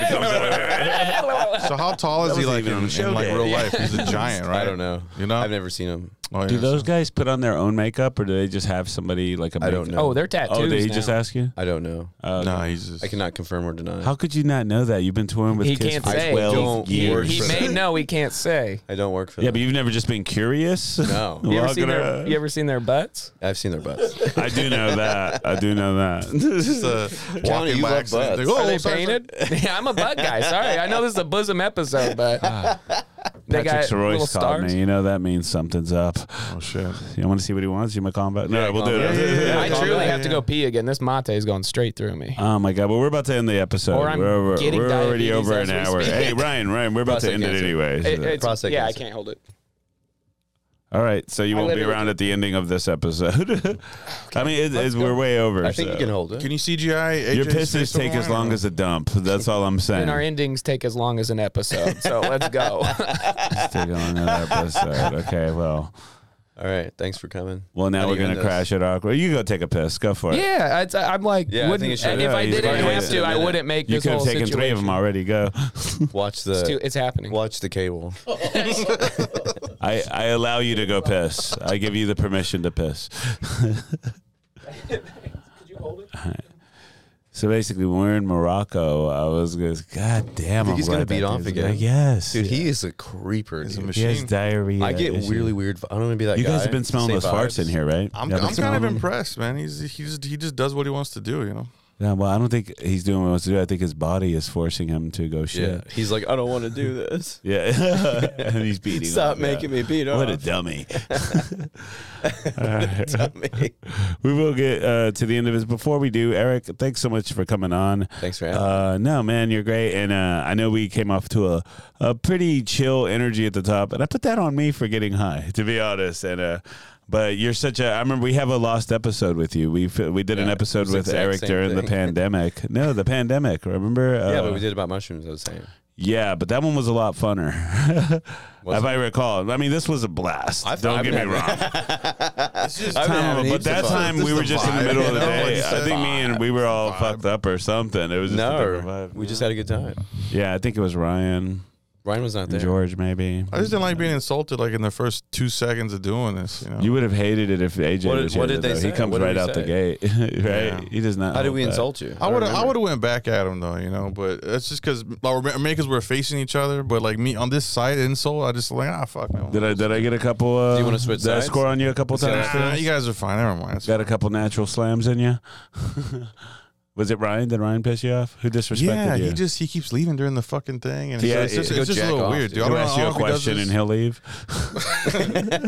E: so how tall is he
B: wasn't
E: like
B: even
E: in,
B: on the show
E: in like
B: day.
E: real life? He's a giant, right?
D: I don't know.
E: You know?
D: I've never seen him.
E: Oh, yeah,
B: Do
E: so-
B: those guys put on their own makeup, or do they just have somebody like a?
D: I don't
B: makeup-
D: know.
A: oh, they're tattoos.
B: Oh, did he
A: now.
B: just ask you?
D: I don't know.
B: Oh,
E: No, he's just.
D: I cannot confirm or deny.
B: How could you not know that? You've been touring with
A: He
B: Kiss
A: can't
B: for
A: say.
B: twelve
D: Don't
B: years.
D: worry.
A: He may know. He can't say.
D: I don't work for
B: Yeah,
D: them.
B: but you've never just been curious.
D: No.
A: You ever
B: Walking
A: seen their?
B: around.
A: You ever seen their butts?
D: I've seen their butts.
B: I do know that. I do know
E: Just
B: that.
E: uh,
D: Johnny,
E: walking
D: you
E: by
D: love
E: accident.
D: butts.
E: Like, oh,
A: Are they
E: sorry, sorry.
A: painted? yeah, I'm a butt guy. Sorry, I know this is a bosom episode, but
D: Ah,
A: they
B: Patrick
A: got
B: Royce
A: little
B: called
A: stars.
B: me. You know that means something's up.
E: Oh shit!
B: You want to see what he wants? You might call him back. No, we'll do
D: call
B: it.
E: him back. Yeah,
A: I
E: call
A: truly
E: back,
A: have to
E: yeah.
A: go pee again. This mate is going straight through me.
B: Oh my god! Well, we're about to end the episode.
A: Or I'm
B: we're over,
A: getting
B: we're already
A: diabetes
B: over
A: as
B: an
A: we
B: hour.
A: speak.
B: Hey, Ryan, Ryan, we're about to
D: Prostate
B: end it
D: cancer.
B: anyway.
A: It- it's-
D: prostate
A: yeah,
D: cancer.
A: I can't hold it.
B: All right, so you
A: I
B: won't be
A: literally
B: around at the ending of this episode. I mean, it, it's, we're way over.
D: I think
B: so.
D: you can hold it.
E: Can you CGI?
B: Your
E: AJ's
B: pisses
E: face on
B: take
E: the
B: as
E: line?
B: long as a dump. That's all I'm saying.
A: And our endings take as long as an episode, so let's go.
B: Let's take on another episode. Okay, well,
D: All right. Thanks for coming.
B: well, now
D: How do
B: we're
D: you end
B: gonna
D: this?
B: crash it awkward. You go take a piss. Go for it.
A: yeah, it's, I'm like,
D: Yeah, I
A: wouldn't-
D: think it should-
A: if I
B: Yeah,
A: didn't
B: he's
A: have
B: right.
A: to, I wouldn't make
B: You
A: this
B: could
A: whole
B: have taken
A: situation.
B: three of them already. Go.
D: Watch
A: It's, too,
D: the
A: it's happening.
D: watch the cable.
B: Oh, I, I allow you to go piss. I give you the permission to piss. So basically, when we were in Morocco, I was just, God damn,
D: Think
B: I'm
D: he's gonna
B: glad that
D: beat off
B: dude's
D: again?
B: back." Yes,
D: Dude, he is a creeper.
E: He's a
D: dude.
B: he has
E: machine.
B: diarrhea.
D: I get
B: issues.
D: really weird. vi- I don't want to be that
B: You
D: guy.
B: guys have been smelling
D: Say
B: those farts
D: vibes.
B: in here, right? Y'all
E: I'm,
B: been
E: I'm kind
B: smelling
E: of
B: them?
E: impressed, man. He's he's he just does what he wants to do, you know.
B: Yeah, well, I don't think he's doing what he wants to do. I think his body is forcing him to go
D: Yeah.
B: shit.
D: He's like, I don't want to do this.
B: Yeah, and he's beating.
D: Stop
B: off,
D: making me beat
B: Yeah.
D: off.
B: What a dummy. All right.
D: Stop me.
B: We will get uh, to the end of this. Before we do, Eric, thanks so much for coming on.
D: Thanks for having me.
B: Uh, no, man, you're great. And uh, I know we came off to a, a pretty chill energy at the top, and I put that on me for getting high, to be honest. And uh, but you're such a. I remember we have a lost episode with you. We fi- we did an
D: Yeah, it
B: episode
D: was the
B: with
D: exact
B: Eric
D: same
B: during the
D: thing.
B: pandemic. no, the pandemic. Remember? Uh,
D: yeah, but we did about mushrooms. I was saying.
B: Yeah, but that one was a lot funner, if I recall. I mean, this was a blast.
D: I've-
B: Don't
D: I've
B: get me
D: had-
B: wrong.
D: I've been
B: time, but
D: having heaps of
B: that
D: fun.
B: time
E: This
B: we
E: is
B: were
E: the
B: just in the
E: vibe.
B: middle of the
E: No,
B: day.
E: it's
B: I
E: the
B: think me and we were all fucked up or something. It was just a different
D: No,
B: vibe.
D: we just had a good time.
B: yeah, I think it was Ryan.
D: Ryan was not there.
B: George, maybe.
E: I just didn't like being insulted like in the first two seconds of doing this. You know,
B: You would have hated it if AJ
D: What-
B: was
D: what
B: here,
D: did they
B: though.
D: say?
B: He comes
D: What did
B: right
D: we
B: out the
D: say?
B: gate, right?
E: Yeah.
B: He does not.
D: How did we
B: hold back.
D: insult you?
E: I would
D: don't
E: I
D: remember.
E: would have went back at him though, you know. But that's just because because we're facing each other. But like me on this side insult, I just like ah fuck no.
B: Did I did I get a couple? Uh,
D: Do you wanna switch
B: did I
D: sides?
B: score on you a couple times?
E: Nah,
B: Phil?
E: you guys are fine. Never mind. It's
B: Got a couple natural slams in you. was it Ryan? Did Ryan piss you off? Who disrespected
E: Yeah,
B: you?
E: he just he keeps leaving during the fucking thing, and
B: Yeah,
E: it's, just,
B: it-
E: it's just
D: go
E: a little
D: jack off,
E: weird, dude.
D: dude.
E: I
B: He'll
E: don't
B: ask you
E: know
B: a
E: if he does
B: question
E: this.
B: and he'll leave.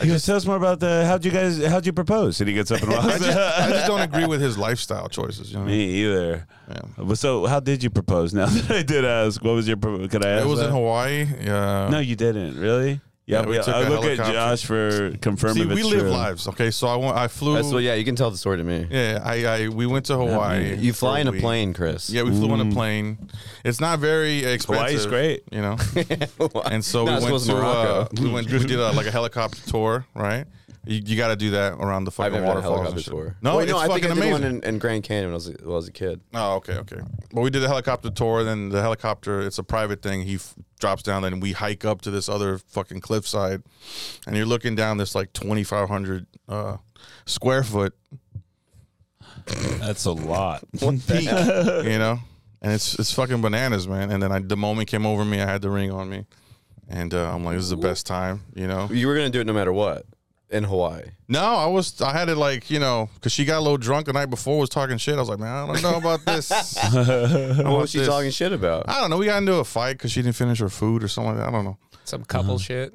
B: he goes, "Tell us more about the how'd you guys how'd you propose?" And he gets up and
E: I
B: walks.
E: just, I just don't agree with his lifestyle choices. You know, what I mean?
B: Me either.
E: yeah.
B: But so, how did you propose? Now that I did ask, what was your? pro- Could I ask?
E: it was
B: that?
E: in Hawaii. Yeah.
B: No, you didn't. Really? Yeah,
E: Yeah, we
B: yeah,
E: took
B: I
E: a
B: look at
E: helicopter.
B: Josh for confirming.
E: See,
B: if
E: we
B: it's
E: live
B: true.
E: lives. Okay, so I went. I flew.
D: That's what. Yeah, you can tell the story to me.
E: yeah, I, I we went to Hawaii.
D: You
E: for
D: fly in a
E: week.
D: plane, Chris.
E: Yeah, we flew on a plane. It's not very expensive.
B: Mm. Hawaii's great.
E: you know.
D: Why?
E: And so
D: No,
E: we
D: this
E: went
D: was
E: to uh,
D: Morocco.
E: we went we did uh like a helicopter tour, right? You, you got to do that around the
D: I've
E: fucking
D: never done a
E: waterfalls.
D: helicopter
E: and shit.
D: tour.
E: No,
D: Wait,
E: it's
D: no, I
E: fucking
D: think I did
E: amazing.
D: one in, in Grand Canyon when I was, when I was a kid.
E: Oh, okay, okay. Well, we did the helicopter tour. Then the helicopter, it's a private thing. He f- drops down, then we hike up to this other fucking cliffside, and you're looking down this like 2,500 uh, square foot
B: That's a lot.
E: peak, you know, and it's it's fucking bananas, man. And then I, the moment came over me, I had the ring on me, and uh, I'm like, this is the best time, you know.
D: You were gonna do it no matter what in Hawaii.
E: No, I was I had it like you know because she got a little drunk the night before, was talking shit. I was like, man, I don't know about this.
D: What was she talking shit about?
E: I don't know. We got into a fight because she didn't finish her food or something like that. I don't know.
A: Some couple
D: Uh-huh.
A: shit.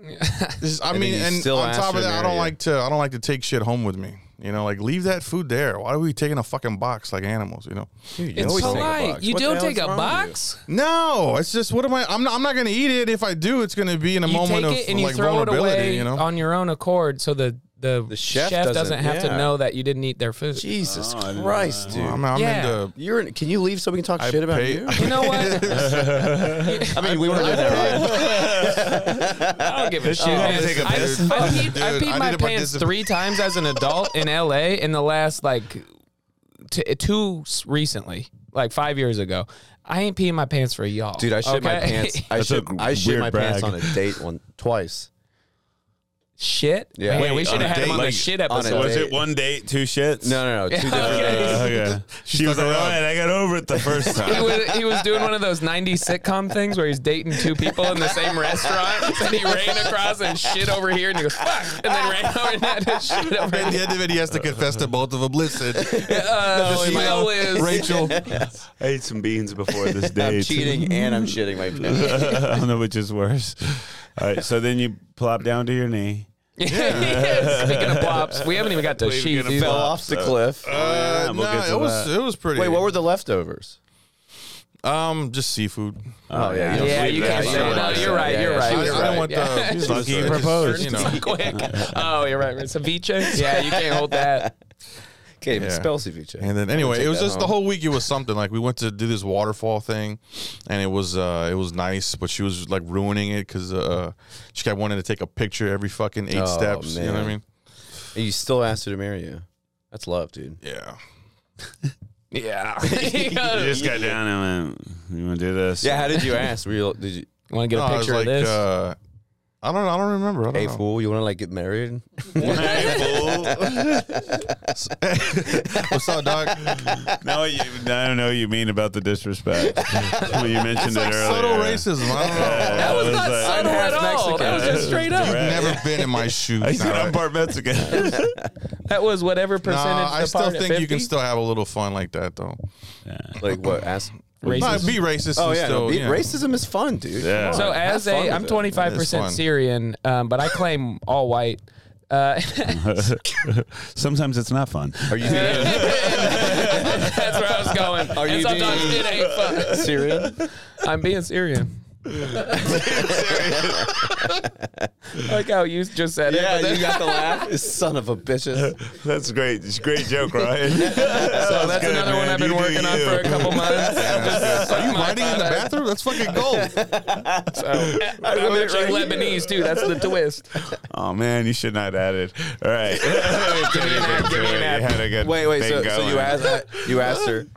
E: This is- I
D: And then
E: mean,
D: you
E: and
D: still
E: on
D: asked
E: top
D: her
E: of
D: to
E: that, I
D: marry
E: don't
D: you.
E: like to. I don't like to take shit home with me. You know, like leave that food there. Why are we taking a fucking box like animals? You know?
D: Dude, you
A: It's
D: always take a
A: polite.
D: box.
A: You
D: What the
A: don't
D: hell
A: take
D: is
A: a
D: wrong with you?
A: box.
E: No, it's just what am I? I'm not, I'm not gonna eat it. If I do, it's gonna be in a
A: You
E: moment
A: take
E: of
A: it and you
E: like
A: throw it
E: vulnerability.
A: away
E: you know?
A: on your own accord, so the the,
D: chef
A: chef, doesn't,
D: doesn't-
A: have
D: yeah.
A: to know that you didn't eat their food.
D: Jesus Christ, dude!
E: Well, I'm, I'm
A: Yeah.
E: into.
D: You're in, can you leave so we can talk
E: I
D: shit about
E: pay-
D: you?
A: You know what?
D: I mean, we weren't there. Ryan.
A: I don't give a shit.
B: had to
A: man.
B: take a
A: I,
B: piss.
A: I peed, I
E: Dude,
A: peed
E: I
A: my
E: need to
A: pants
E: participate.
A: three times as an adult in LA in the last like t- two s- recently, like five years ago. I ain't peeing my pants for y'all,
D: Dude, I shit my
A: okay?
D: pants. I
B: That's a
D: shit, I shit
B: weird
D: my pants on
B: brag.
D: a date one twice.
A: shit.
D: Yeah.
A: Man,
D: Wait,
A: we should
B: on a
A: have had him
B: date?
A: on the
B: Like,
A: shit
D: on a
A: episode.
B: Was
D: date.
B: it one date, two shits?
D: No, no, no, two different.
B: Uh, okay. She was like,
E: stuck
B: "All
E: around.
B: right, I got over it the first
A: he
B: time."
A: was, he was doing one of those 90s sitcom things where he's dating two people in the same restaurant and he ran across and shit over here and he goes fuck and then ran over and had his shit over
E: At the
A: here.
E: end of it, he has to confess to both of them. Listen,
A: Uh,
E: the
A: smell is
E: Rachel.
B: I ate some beans before this date.
D: I'm cheating and I'm shitting my pants.
B: I don't know which is worse. All right, so then you plop down to your knee.
A: Yeah, Speaking of plops, we haven't even got to sheep. dude.
D: Fell off the cliff.
E: Uh,
B: we'll
E: nah,
B: get to
E: it was it was pretty.
D: Wait, what were the leftovers?
E: um just seafood?
D: Oh, yeah,
B: don't
A: Yeah,
B: believe
A: you
B: that.
A: can't
D: Yeah,
A: say
D: yeah,
A: no.
D: yeah,
A: You're right.
D: yeah,
A: You're
D: yeah,
A: right.
E: I,
A: You're
D: she was
E: I
A: right.
E: didn't want
A: yeah.
E: the.
B: Lucky he
E: I just-
B: proposed.
E: You know,
A: So quick. Oh, you're right. Ceviche. Yeah, you can't hold that.
D: Can't even
E: Yeah.
D: spell ceviche.
E: And then anyway, it was just the whole week. It was something like we went to do this waterfall thing, and it was uh it was nice, but she was like ruining it because uh she kept wanting to take a picture every fucking eight
D: Oh,
E: steps. You know what I
D: man.
E: mean?
D: And you still asked her to marry you. That's love, dude.
E: Yeah.
A: Yeah.
B: You just got down and went, "You want to do this?"
D: Yeah, how did you ask? Were you, did you,
A: Want to get
E: No,
A: a
E: I was
A: picture
E: like,
A: of this?
E: uh, I don't know. I don't remember.
D: hey
E: I don't know.
D: fool, you want to like get married?
E: What's up, dog?
B: No, you, I don't know what you mean about the disrespect. when you mentioned it earlier.
E: Subtle racism. I don't know.
A: that was not subtle
D: I'm
A: at
D: half
A: all.
D: Mexican.
A: That was just straight up.
E: You've never been in my shoes.
B: I said I'm
E: Nah,
B: part Mexican.
A: That was whatever percentage.
E: Nah, I
A: the
E: still
A: part at
E: think you can
A: 50?
E: still have a little fun like that, though.
D: Like what? Ask.
E: Nah,
A: Racism.
E: be racist.
D: Oh
E: and
D: yeah,
E: still,
D: no, be-
E: you know.
D: racism is fun, dude.
B: Yeah.
A: So as
D: have fun
A: a,
D: with
A: I'm
D: it.
A: 25
E: It's fun.
A: percent Syrian, um, but I claim all white. Uh,
B: Sometimes it's not fun.
D: Are you being
A: that's where I was going.
D: Are
A: and
D: you
A: sometimes
D: being-
A: it ain't fun.
D: Syrian?
A: I'm being Syrian. I like how you just said it. but
D: Yeah,
A: then-
D: you got the laugh. Son of a bitches.
B: That's great. It's a great joke, Ryan. so
A: so that's another one I've been working on for a couple months. uh,
E: Are you writing in the bathroom? That's fucking gold.
A: I'm actually Lebanese too. That's the twist.
B: Oh man, you should not add it. All right. give
A: me an ad, give me an ad.
B: You had a good
D: Wait, wait.
B: thing
D: So, so
B: going.
D: you asked you asked her.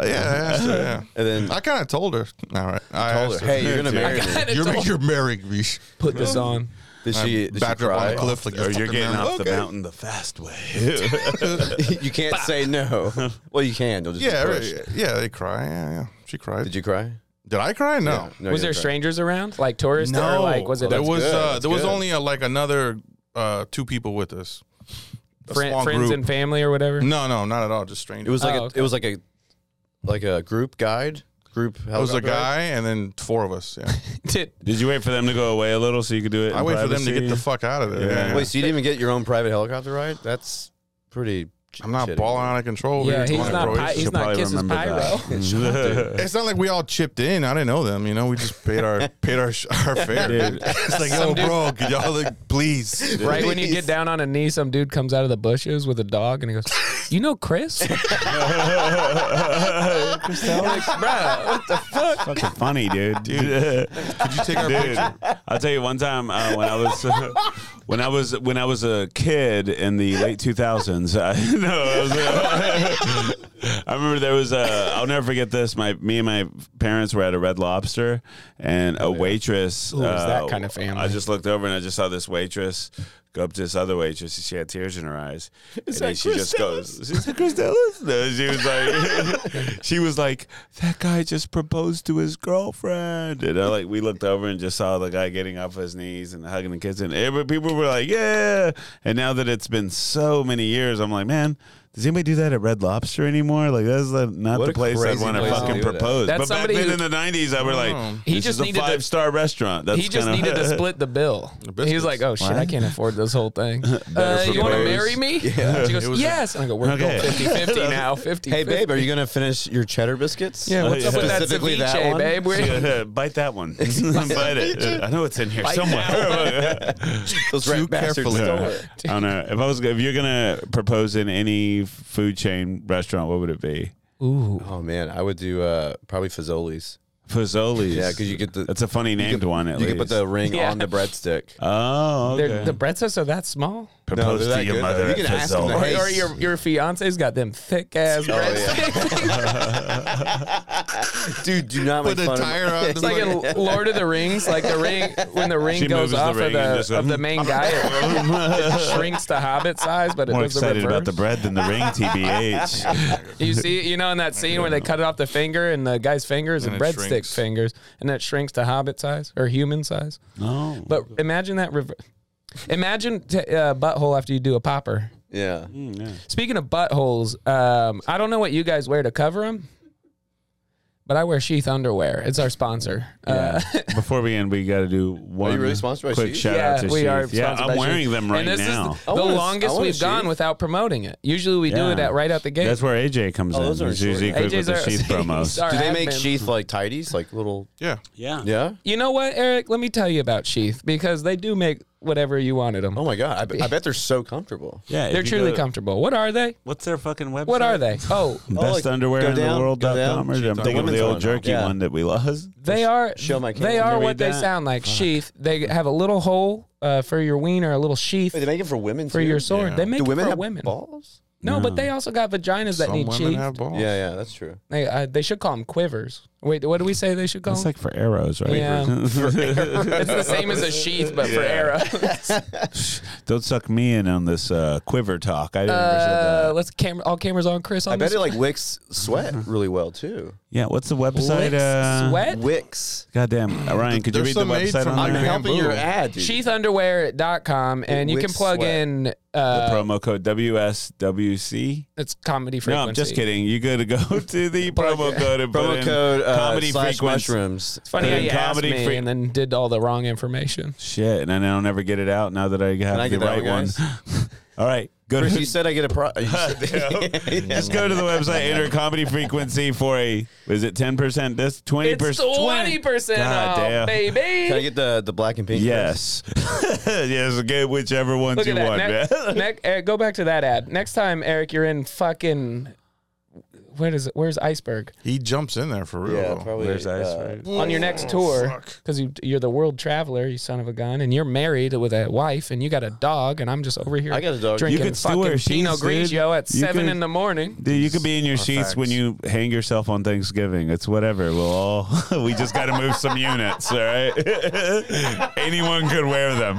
E: Uh, yeah, I asked her. Yeah.
D: And then
E: I kind of told her. All right. I
D: told
E: asked
D: her, "Hey, you're gonna marry me."
A: kinda
E: You're,
A: told-
E: you're marrying me.
A: Put this on.
D: Did she? Did she
E: Backed her up on
D: cry?
E: the cliff like
B: Or you're
E: fucking
B: getting
E: married.
B: off the
E: Okay.
B: mountain the fast way.
D: you can't say no. Well, you can. You'll just
E: Yeah,
D: yeah.
E: right. yeah, they cry. Yeah, yeah. She cried.
D: Did you cry?
E: Did I cry? No.
D: No,
A: was
D: you
A: there
D: didn't cry.
A: strangers around, like tourists, or like was it
E: there
A: a
E: was
D: good,
E: uh,
D: that's
E: there was
D: good.
E: only uh like another uh, two people with us. A
A: friend,
E: small
A: friends
E: group.
A: and family or whatever?
E: no, no, not at all. Just
D: It
E: strangers.
D: was like
A: Oh,
D: a,
A: okay.
D: it was like a like a group guide group.
E: It was a guy and then four of us. Yeah,
A: Did,
B: Did you wait for them to go away a little so you could do it?
E: I
B: in
E: wait for them to get
B: privacy?
E: the fuck out of there.
B: Yeah.
E: Yeah.
D: Wait, so you didn't even get your own private helicopter ride? That's pretty. ch-
E: I'm not
D: shitty.
E: balling out of control.
A: yeah,
E: here.
A: he's
E: Come on,
A: not
E: bro.
A: pi- he's
B: She'll
A: not
B: probably
A: kisses
B: remember
A: pyro.
B: that.
E: It's not like we all chipped in. I didn't know them. You know, we just paid our paid our our fare.
B: Dude.
E: It's like, yo, bro, could y'all like, please?
A: Right when you get down on a knee, some dude comes out of the bushes with a dog and he goes, You know Chris? I'm like, "Bruh, what the fuck?
B: Fucking funny, dude. Dude,
E: Could you take our
B: dude. I'll tell you one time uh, when I was when I was when I was a kid in the late 2000s. I, no, I, was, uh, I remember there was a. I'll never forget this. My me and my parents were at a Red Lobster, and a waitress. uh,
A: Ooh, it's that kind of family.
B: I just looked over and I just saw this waitress. Go up to this other waitress. and She had tears in her eyes, and then
A: that
B: she
A: Chris
B: just goes, "Is that Chris Ellis?" No, she was like, she was like, "That guy just proposed to his girlfriend." And I like, we looked over and just saw the guy getting off his knees and hugging the kids, and every, people were like, "Yeah!" And now that it's been so many years, I'm like, man. Does anybody do that at Red Lobster anymore? Like that's the- not
D: What
B: the
D: a
B: place I
D: crazy
B: want to
D: place to
B: fucking
D: do it at.
B: propose.
A: That's
B: but back
A: somebody
B: then
A: who-
B: in the '90s, I were
E: Oh.
B: like,
A: He
B: this
A: just
B: is a
A: needed to-
B: five star restaurant. That's
A: he just
B: kinda-
A: needed to split the bill. He's
E: business.
A: like, "Oh shit, I
B: What?
A: can't afford this whole thing." uh, you want to
B: propose.
A: marry me? She
E: It
A: goes,
E: was a-
A: "Yes." and I go, "We're
B: Okay.
A: going 50-50 now. 50
D: Hey, babe, are you gonna finish your cheddar biscuits?
A: Yeah, what's up with that
D: Specifically that
A: ceviche,
D: one?
A: babe? We're-
B: Yeah, uh, bite that one. bite it. Uh, I know it's in here
A: Bite
B: somewhere.
D: Those rat bastards
E: carefully.
D: stole
B: I
D: it.
B: don't know. If I was, if you're gonna propose in any food chain restaurant, what would it be?
A: Ooh,
D: Oh man, I would do uh, probably Fazoli's.
B: Fazoli's.
D: Yeah, because you get the
B: that's a funny named one. At
D: you
B: least
D: could put the ring
A: Yeah.
D: on the breadstick.
B: oh,
A: They're-
B: okay.
A: the breadsets are that small,
D: No,
B: propose
D: they're
B: to
D: that
B: your
D: good,
B: mother
D: though.
B: at
D: You can ask them
B: Fazoli's.
A: or,
D: Nice.
A: or your your fiance's got them thick ass
D: Oh, yeah.
A: breadsticks.
D: Dude, do not
E: Put
D: make
E: a
D: fun
E: tire
D: of
E: on
D: my-
E: the
A: It's like in Lord of the Rings, like the ring when the ring
B: She
A: goes
B: moves the
A: off
B: ring
A: of
B: and
A: the
B: just goes,
A: of the main guy, it shrinks to hobbit size, but it
B: More
A: does
B: excited
A: the reverse.
B: about the bread than the ring, tbh.
A: You see, you know, in that scene where they cut it off the finger and the guy's fingers and,
E: And it
A: breadstick
E: shrinks.
A: fingers, and that shrinks to hobbit size or human size.
B: No,
A: But imagine that reverse. Imagine t- uh, butthole after you do a popper.
D: Yeah.
B: Hmm,
A: Speaking of buttholes, um, I don't know what you guys wear to cover them, but I wear sheath underwear. It's our sponsor. Uh,
B: Before we end, we got to do one.
D: really sponsored by
B: quick
D: Sheath?
B: shout
A: yeah,
B: out to
A: we
B: Sheath.
A: are.
B: Yeah,
A: sponsored by
B: I'm wearing
A: Sheath.
B: them right
A: and this
B: now.
A: Is the
D: I want a- I
A: longest
D: want a
A: we've gone
D: Sheath.
A: without promoting it. Usually we do
B: Yeah.
A: it at right out the gate.
B: That's where AJ comes
D: Oh,
B: in.
D: those are
B: He's usually
D: short.
B: quick with the
A: our-
B: Sheath
A: he's
B: promos.
A: our
D: Do they make
A: admin.
D: sheath like tidies, like little?
E: Yeah.
B: Yeah.
D: Yeah.
A: You know what, Eric? Let me tell you about Sheath because they do make whatever you wanted them.
D: Oh my god, I, be- I bet they're so comfortable.
B: Yeah,
A: They're truly comfortable. What are they?
B: What's their fucking website?
A: What are they? Oh,
B: Best
D: like,
B: underwear
D: go
B: in
D: down,
B: the world.
D: go down.
B: com, or I'm thinking of
D: women's
B: the old
D: one.
B: jerky
D: Yeah.
B: one that we lost.
A: They are
D: show my
A: they
D: can.
A: are
D: Can you
A: what
B: read
A: they
B: that?
A: sound like. Sheath. They have a little hole uh, for your wiener, a little sheath
D: Wait, they make it for women
A: for
D: too?
A: your sword. They make
D: Do women
A: it for
D: have
A: women.
D: balls?
A: No, but they also got vaginas that
E: Some
A: need
E: women
A: sheath.
E: have balls.
D: Yeah, yeah, that's true.
A: They uh, they should call them quivers. Wait, what do we say they should call
B: That's
A: them?
B: like for arrows, right?
A: Yeah. it's the same as a sheath, but for arrows.
B: Don't suck me in on this uh, quiver talk. I didn't
A: Uh,
B: understand that.
A: let's camera all cameras on Chris. On
D: I bet
A: this?
D: it like wicks sweat really well too.
B: Yeah, what's the website?
A: Licks
B: uh,
A: sweat.
D: Wicks.
B: Goddamn, uh, Ryan, could you read
E: There's
B: the
E: some made
B: website
E: from
B: on
E: Iron
B: there?
E: Man.
D: Helping your
E: bamboo.
D: ad, dude.
A: Sheathunderwear.com and you
D: Wick
A: can plug
D: sweat.
A: in uh,
B: Promo code WSWC.
A: it's comedy
B: No,
A: frequency.
B: I'm just kidding. You got to go to the promo code and put
D: Promo
B: in
D: code uh,
B: comedy
D: slash
B: frequency.
D: mushrooms.
A: Funny how
B: And
A: you asked
B: comedy
A: me
B: free-
A: and then did all the wrong information.
B: Shit, and I now never get it out now that I have
D: I
B: the
D: get that
B: right
D: one,
B: one. All right, go
D: Chris,
B: to
D: you said I get a pro. you said-
B: just go to the website, enter comedy frequency for a is it ten percent? This twenty
A: It's
B: percent.
A: twenty percent
B: God
A: off,
B: damn.
D: Can I
A: baby.
D: get the the black and pink?
B: Yes, yes. Get whichever ones
A: Look
B: you
A: at that.
B: want,
A: Next-
B: man.
A: nec- Eric, go back to that ad. Next time, Eric, you're in fucking where does where's iceberg
E: He jumps in there for real.
D: Yeah,
E: though.
D: probably.
B: There's ice,
D: uh,
B: right?
A: on your
B: Oh,
A: next tour
E: fuck.
A: because you, you're the world traveler, you son of a gun, and you're married with a wife and you got a dog, and I'm just over here.
D: I got a dog. You
A: drinking
B: could still wear
A: fucking Pinot
B: sheets, dude.
A: Grigio at
B: You
A: seven
B: could-
A: in the morning.
B: Dude, you could be in your sheets
E: facts.
B: when you hang yourself on Thanksgiving. It's whatever. We'll all we just got to move some units, all right? Anyone could wear them.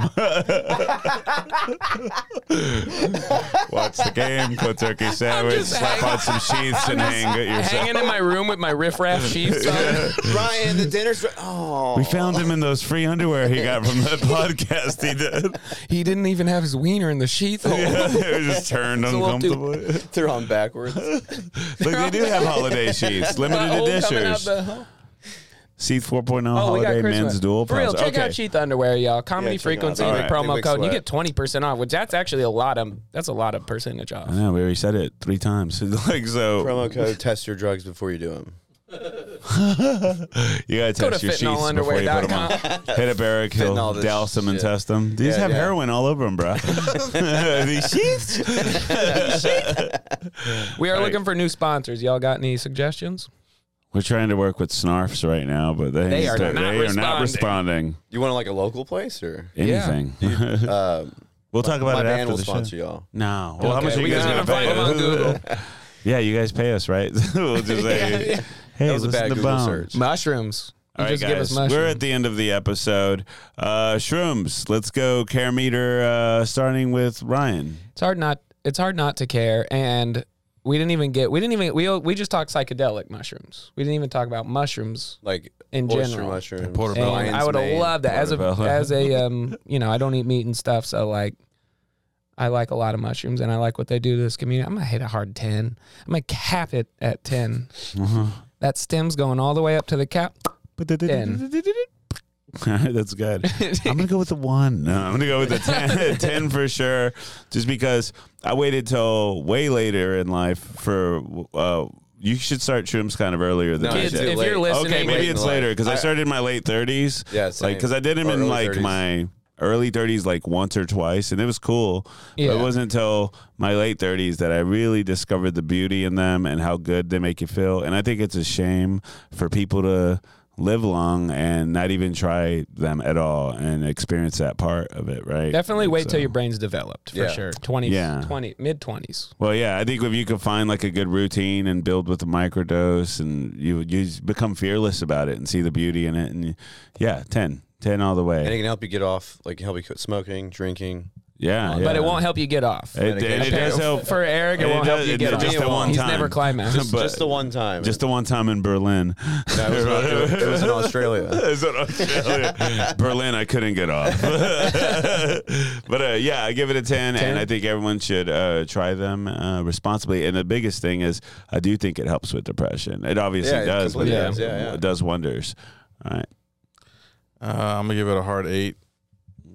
B: Watch the game, put turkey sandwich,
A: just
B: slap on some sheets, and hang it yourself.
A: Hanging in my room with my riffraff sheets on.
D: Ryan, the dinner's. re- Oh,
B: We found him in those free underwear he got from the podcast. He did.
A: He didn't even have his wiener in the sheath hole.
B: Yeah, it was just turned
A: a little too-
B: uncomfortably.
D: they're on backwards.
B: Look, they do have holiday sheets,
A: Uh,
B: limited
A: oh, coming out
B: editions.
A: the- oh,
B: Sheath 4.0
A: we got
B: oh, holiday
A: Christmas.
B: men's dual
A: For real,
B: proms.
A: check out Sheath Underwear, y'all. Comedy
D: Yeah, check 'em out.
A: Frequency,
B: All
A: the
B: right.
A: promo
D: Big
A: code. and You
D: sweat.
A: get 20% off, which that's actually a lot of, that's a lot of percentage off.
B: Yeah, we already said it three times. like so,
D: Promo code: Test your drugs before you do them.
B: you
A: Go
B: gotta
A: to
B: test your sheets before you put them on.
A: fentanyl
B: Hit a barrack, he'll
D: Fentanyl this
B: douse them and
D: shit.
B: test them. These
D: Yeah,
B: have
D: yeah.
B: heroin all over them, bro. These sheets.
A: We are
B: Right.
A: looking for new sponsors. Y'all got any suggestions?
B: We're trying to work with snarfs right now, but they,
A: They are not
B: they are not responding.
D: You want like a local place or?
B: Anything.
D: Uh,
B: we'll talk about
D: my
B: it
D: band
B: after
D: will
B: the
D: sponsor
B: show.
D: y'all.
B: No. Well, how
A: Okay,
B: much are
A: we
B: you guys
A: gotta
B: gonna
A: find
B: pay?
A: them on Google.
B: yeah, you guys pay us, right? we'll just say, hey,
D: That was a
B: listen
D: bad
B: to
D: Google
B: Bone.
D: search.
A: Mushrooms. You
B: All right,
A: just
B: guys,
A: give us
B: we're
A: mushrooms.
B: at the end of the episode. Uh, shrooms, let's go. Care meter, uh, starting with Ryan.
A: it's hard not it's hard not to care and we didn't even get we didn't even we we just talked psychedelic mushrooms. We didn't even talk about mushrooms.
D: Like
A: In
D: oyster
A: general.
D: mushroom,
A: And
E: Portobello.
A: I would have loved that as a
B: Portobello.
A: as a um you know I don't eat meat and stuff so like I like a lot of mushrooms and I like what they do to this community. I'm gonna hit a hard ten. I'm gonna cap it at 10 That stem's going all the way up to the cap. Ten.
B: That's good. I'm gonna go with the one. No, I'm gonna go with the ten, 10 for sure. Just because I waited till way later in life for. Uh, you should start shrooms kind of earlier than
D: No,
B: I
A: Kids,
B: did.
D: too
A: if
D: late.
A: you're
D: Okay,
A: listening,
B: Okay, maybe
D: late in
B: it's
D: life.
B: later because I,
D: I-
B: started in my late thirties.
D: Yeah, same.
B: like because I did them
D: Or
B: in
D: early
B: like
D: 30s.
B: my early thirties, like once or twice, and it was cool.
A: Yeah.
B: But it wasn't until my late thirties that I really discovered the beauty in them and how good they make you feel. And I think it's a shame for people to live long and not even try them at all and experience that part of it. Right?
A: Definitely wait
B: So-
A: till your brain's developed for
D: Yeah.
A: sure. 20s,
B: Yeah.
A: 20, mid 20s.
B: Well, yeah, I think if you can find like a good routine and build with a microdose, and you you just become fearless about it and see the beauty in it, and yeah, 10, 10 all the
D: and it
B: way.
D: can help you get off, like help you quit smoking, drinking.
B: Yeah,
A: But
B: yeah.
A: it won't help you get off.
B: It, it, it does help.
A: For Eric, it,
B: It
A: won't help
B: does-
A: you
B: it
A: get
B: does
A: off.
B: just the one
A: He's
B: time.
A: never climaxed.
B: But-
D: just the one time.
B: Just the one time in Berlin.
D: No, it, was not- it was- it was in Australia.
B: Is it Australia? Berlin, I couldn't get off. but uh, yeah, I give it a 10, and I think everyone should uh, try them uh, responsibly. And the biggest thing is, I do think it helps with depression. It obviously
D: Yeah, it
B: does, but
D: completely
B: it,
D: does. Yeah, yeah.
B: it does wonders. All right.
E: Uh, I'm gonna give it a hard eight.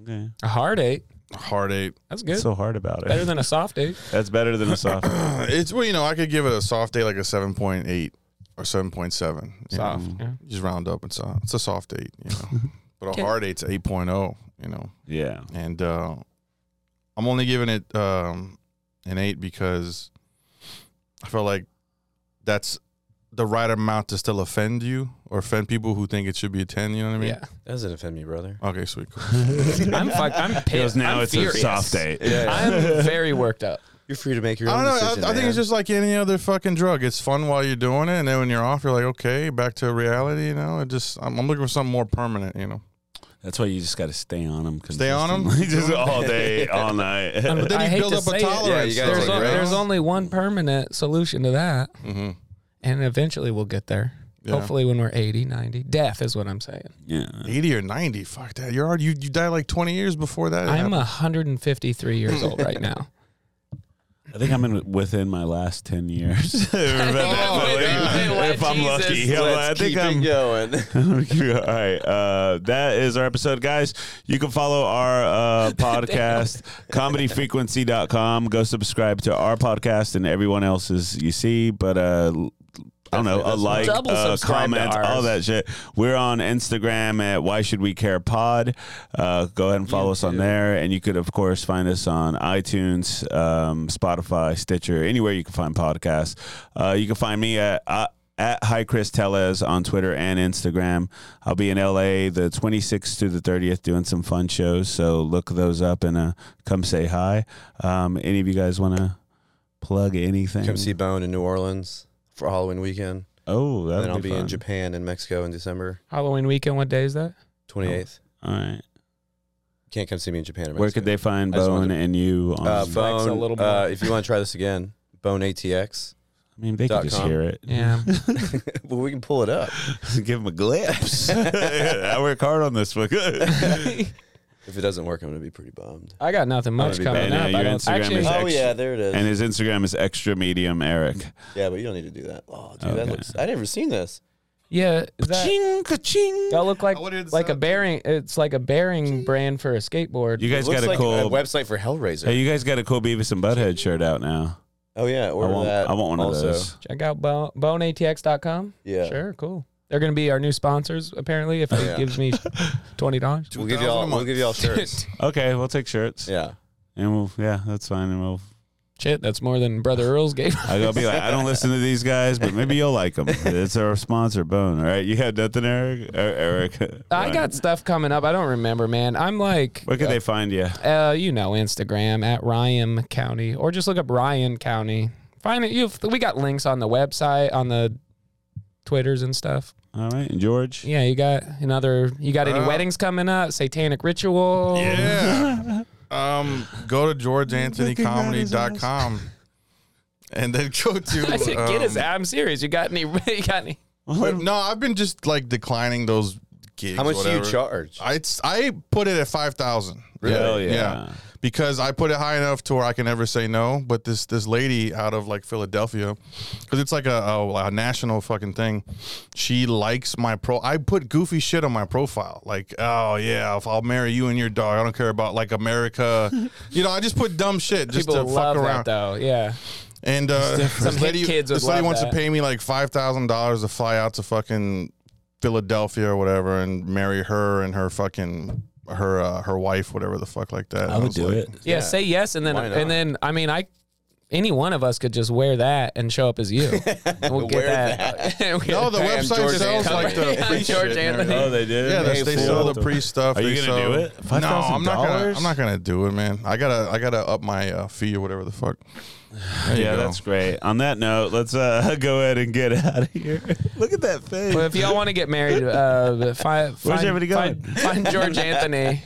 B: Okay.
A: a hard eight.
E: Hard eight.
A: That's good.
B: So hard about it.
A: Better than a soft eight.
B: That's better than a soft.
E: It's well, you know, I could give it a soft day like a seven point eight or seven point seven.
A: Soft. yeah.
E: Just round up. It's a it's a soft eight, you know. but a hard eight's 8.0, you know.
B: yeah.
E: and uh, I'm only giving it um, an eight because I feel like that's the right amount to still offend you or offend people who think it should be a ten. You know what I mean?
A: Yeah.
D: That doesn't offend me, brother.
E: Okay, sweet. Cool.
A: I'm fucked. I'm pissed.
B: Because now
A: I'm
B: it's
A: furious.
B: a soft date.
A: I'm very worked up.
D: You're free to make your own
E: I don't know.
D: decision.
E: I, I think it's
D: man.
E: just like any other fucking drug. It's fun while you're doing it, and then when you're off, you're like, okay, back to reality. You know, it just I'm, I'm looking for something more permanent. You know,
B: That's why you just got to stay on them.
E: Stay on 'em?
B: just all day, all night.
E: but then
A: I
E: you
A: hate
E: build
A: to
E: up
A: say
E: a
A: it.
E: tolerance.
D: Yeah, you gotta
A: There's,
D: take
E: though,
A: o-
D: breaks.
A: there's only one permanent solution to that,
B: Mm-hmm.
E: Mhm.
A: and eventually we'll get there.
E: Yeah.
A: Hopefully, when we're 80, 90. Death is what I'm saying.
B: yeah.
E: 80 or 90. Fuck that. You're already, you you die like 20 years before that.
A: I'm 153 years old right now.
B: I think I'm in within my last ten years. if I'm lucky,
A: Jesus.
B: Yeah, well,
D: Let's
B: I think
D: keep it
B: I'm.
D: going.
B: All right, uh, that is our episode, guys. You can follow our uh, podcast, comedyfrequency.com. Go subscribe to our podcast and everyone else's you see, but uh, I don't know, a like,
A: Double
B: a
A: subscribe to
B: comment,
A: ours.
B: all that shit. We're on Instagram at Why Should We Care Pod. Uh, go ahead and follow us on there, and you could of course find us on iTunes, um, Spotify, Stitcher, anywhere you can find podcasts. Uh, you can find me at. Uh, at Hi Chris Tellez on Twitter and Instagram. I'll be in LA the 26th through the 30th doing some fun shows. So look those up and uh, come say hi. Um, any of you guys want to plug anything?
D: Come see Bone in New Orleans for Halloween weekend.
B: Oh,
D: And then
B: that'll
D: I'll
B: be,
D: be
B: fun.
D: in Japan and Mexico in December
A: Halloween weekend. What day is that?
D: 28th.
B: All right.
D: Can't come see me in Japan. Or
B: Oh. Where could they
D: Mexico.
B: find
D: I just
B: Bone
D: wanted
B: and you? On,
D: Uh,
A: Flex
D: phone.
A: a little
D: uh,
A: more.
D: if you want to try this again, Bone ATX.
B: I mean, they
D: dot
B: could just
D: com.
B: hear it.
A: Yeah.
D: well, we can pull it up.
B: Give them a glimpse. I work hard on this one.
A: I
D: If it doesn't work, I'm gonna be pretty bummed.
A: got nothing much
D: That'd be
A: coming
B: bad.
A: up.
B: Yeah,
A: I
B: your
A: don't
B: Instagram
A: actually.
B: is
D: Oh
B: Ex-
D: yeah, there it is.
B: and his Instagram is extra medium Eric.
D: yeah, but you don't need to do that. Oh, dude, that
B: Okay.
D: looks. I never seen this.
A: Yeah. is That,
B: Ching, ka-ching.
A: that look like
E: I wanted to
A: like a
E: sound-
A: bearing. It's like a bearing brand for a skateboard.
B: You guys
D: it looks
B: got a
D: like
B: cool.
D: a website for Hellraiser.
B: hey, you guys got a cool Beavis and Butthead shirt out now.
D: oh yeah,
B: I
D: order
B: want.
D: that.
B: I want one
D: also.
B: of those.
A: Check out bone, boneatx.com.
D: Yeah.
A: Sure. Cool. They're gonna be our new sponsors apparently. If it
D: Yeah.
A: gives me twenty dollars.
D: We'll give y'all.
E: 2,000 a
D: We'll give y'all shirts.
B: Okay, we'll take shirts.
D: yeah.
B: And we'll, yeah, that's fine. And we'll.
A: Shit, that's more than Brother Earl's gave. us.
B: I will be like, I don't listen to these guys, but maybe you'll like them. It's our sponsor, Bone. All right, you had nothing, Eric. Er, Eric,
A: I got stuff coming up. I don't remember, man. I'm like,
B: Where could they find you?
A: uh, you know, Instagram at Ryan County, or just look up Ryan County. Find it. You, we got links on the website, on the Twitters and stuff.
B: All right, and George.
A: Yeah, you got another. You got any
E: Uh,
A: weddings coming up? Satanic ritual.
E: Yeah. um, go to georgeanthonycomedy.com and then go to.
A: I said, get his.
E: um,
A: I'm serious. You got any? You got any?
E: but No, I've been just like declining those gigs.
D: How much
E: whatever.
D: do you charge?
E: I, I put it at 5,000.
B: Hell yeah.
E: Because I put it high enough to where I can never say no. But this this lady out of like Philadelphia, because it's like a, a, a national fucking thing, she likes my pro. I put goofy shit on my profile. Like, oh yeah, if I'll marry you and your dog. I don't care about like America. you know, I just put dumb shit just
A: People
E: to
A: love
E: fuck
A: that
E: around.
A: though. Yeah.
E: And uh,
A: Some
E: this
A: hip
E: lady,
A: kids would
E: this lady
A: love
E: wants
A: that.
E: to pay me like five thousand dollars to fly out to fucking Philadelphia or whatever and marry her and her fucking her uh, her wife, whatever the fuck like that. I was like,
A: Yeah, say yes, and then
D: Why
A: and
D: not?
A: then I mean, I any one of us could just wear that and show up as you. And we'll get
D: Wear
A: that.
E: No, the website
D: George
E: sells
D: Anthony.
E: like the
A: Yeah,
E: priest
A: George
E: shit and
A: Anthony.
E: everything.
B: Oh, they did.
E: Yeah, they, they
B: Hey,
E: sell
B: fool.
E: the priest stuff.
B: Are you
E: They
B: gonna
E: sell-
B: do it?
E: No, I'm not gonna.
B: $5,000?
E: I'm not gonna do it, man. I gotta. I gotta up my uh, fee or whatever the fuck. There you
B: Yeah,
E: go.
B: that's great. On that note, let's uh, go ahead and get out of here. Look at that face.
A: Well, if y'all want to get married, uh, fi- find,
B: everybody going?
A: find, find George Anthony.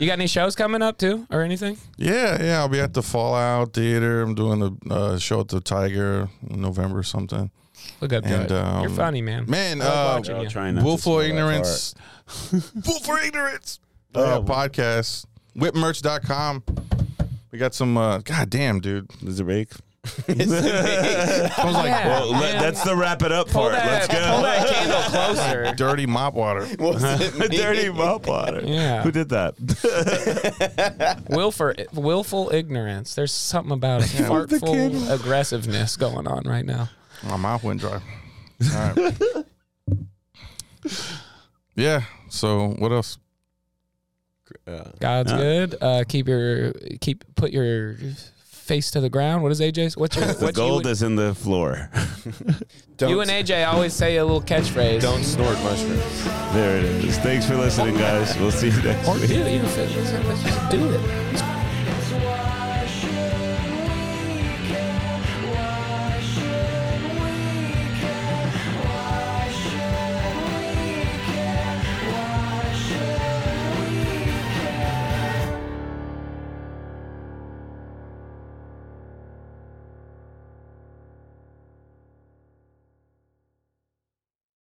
A: You got any shows coming up too, or anything?
E: Yeah, yeah. I'll be at the Fallout Theater. I'm doing the uh, show at the Tiger in November or something.
A: Look up,
E: And,
A: George. You're
E: um,
A: funny, man.
E: Man,
A: love
E: uh,
A: watching you.
B: trying not to
E: Willful
B: smell that
E: Ignorance. Willful Ignorance.
B: Oh, yeah.
E: Uh, podcast. Whipmerch.com. We got some. Uh, God damn, dude.
B: fart. Is it big?
E: I was like,
A: Yeah.
B: Well, let,
A: man.
B: that's the wrap it up
A: pull
B: part.
A: that,
B: Let's
A: pull
B: go.
A: that candle closer.
E: dirty mop water.
D: What's it mean?
B: Dirty mop water.
A: Yeah.
B: Who did that?
A: Wilful, willful ignorance. There's something about it. fartful aggressiveness going on right now.
E: My mouth went dry. All right. yeah. So what else?
D: Uh,
A: God's
B: Yeah.
A: good. Uh, keep your keep put your face to the ground. What is AJ's? What's your
B: the
A: what
B: gold
A: you,
B: is in the floor.
D: don't,
A: you and AJ always say a little catchphrase.
D: don't snort mushrooms.
B: There it is. Thanks for listening, guys. We'll see you next
A: or
B: week.
A: do it. You know, just do it. It's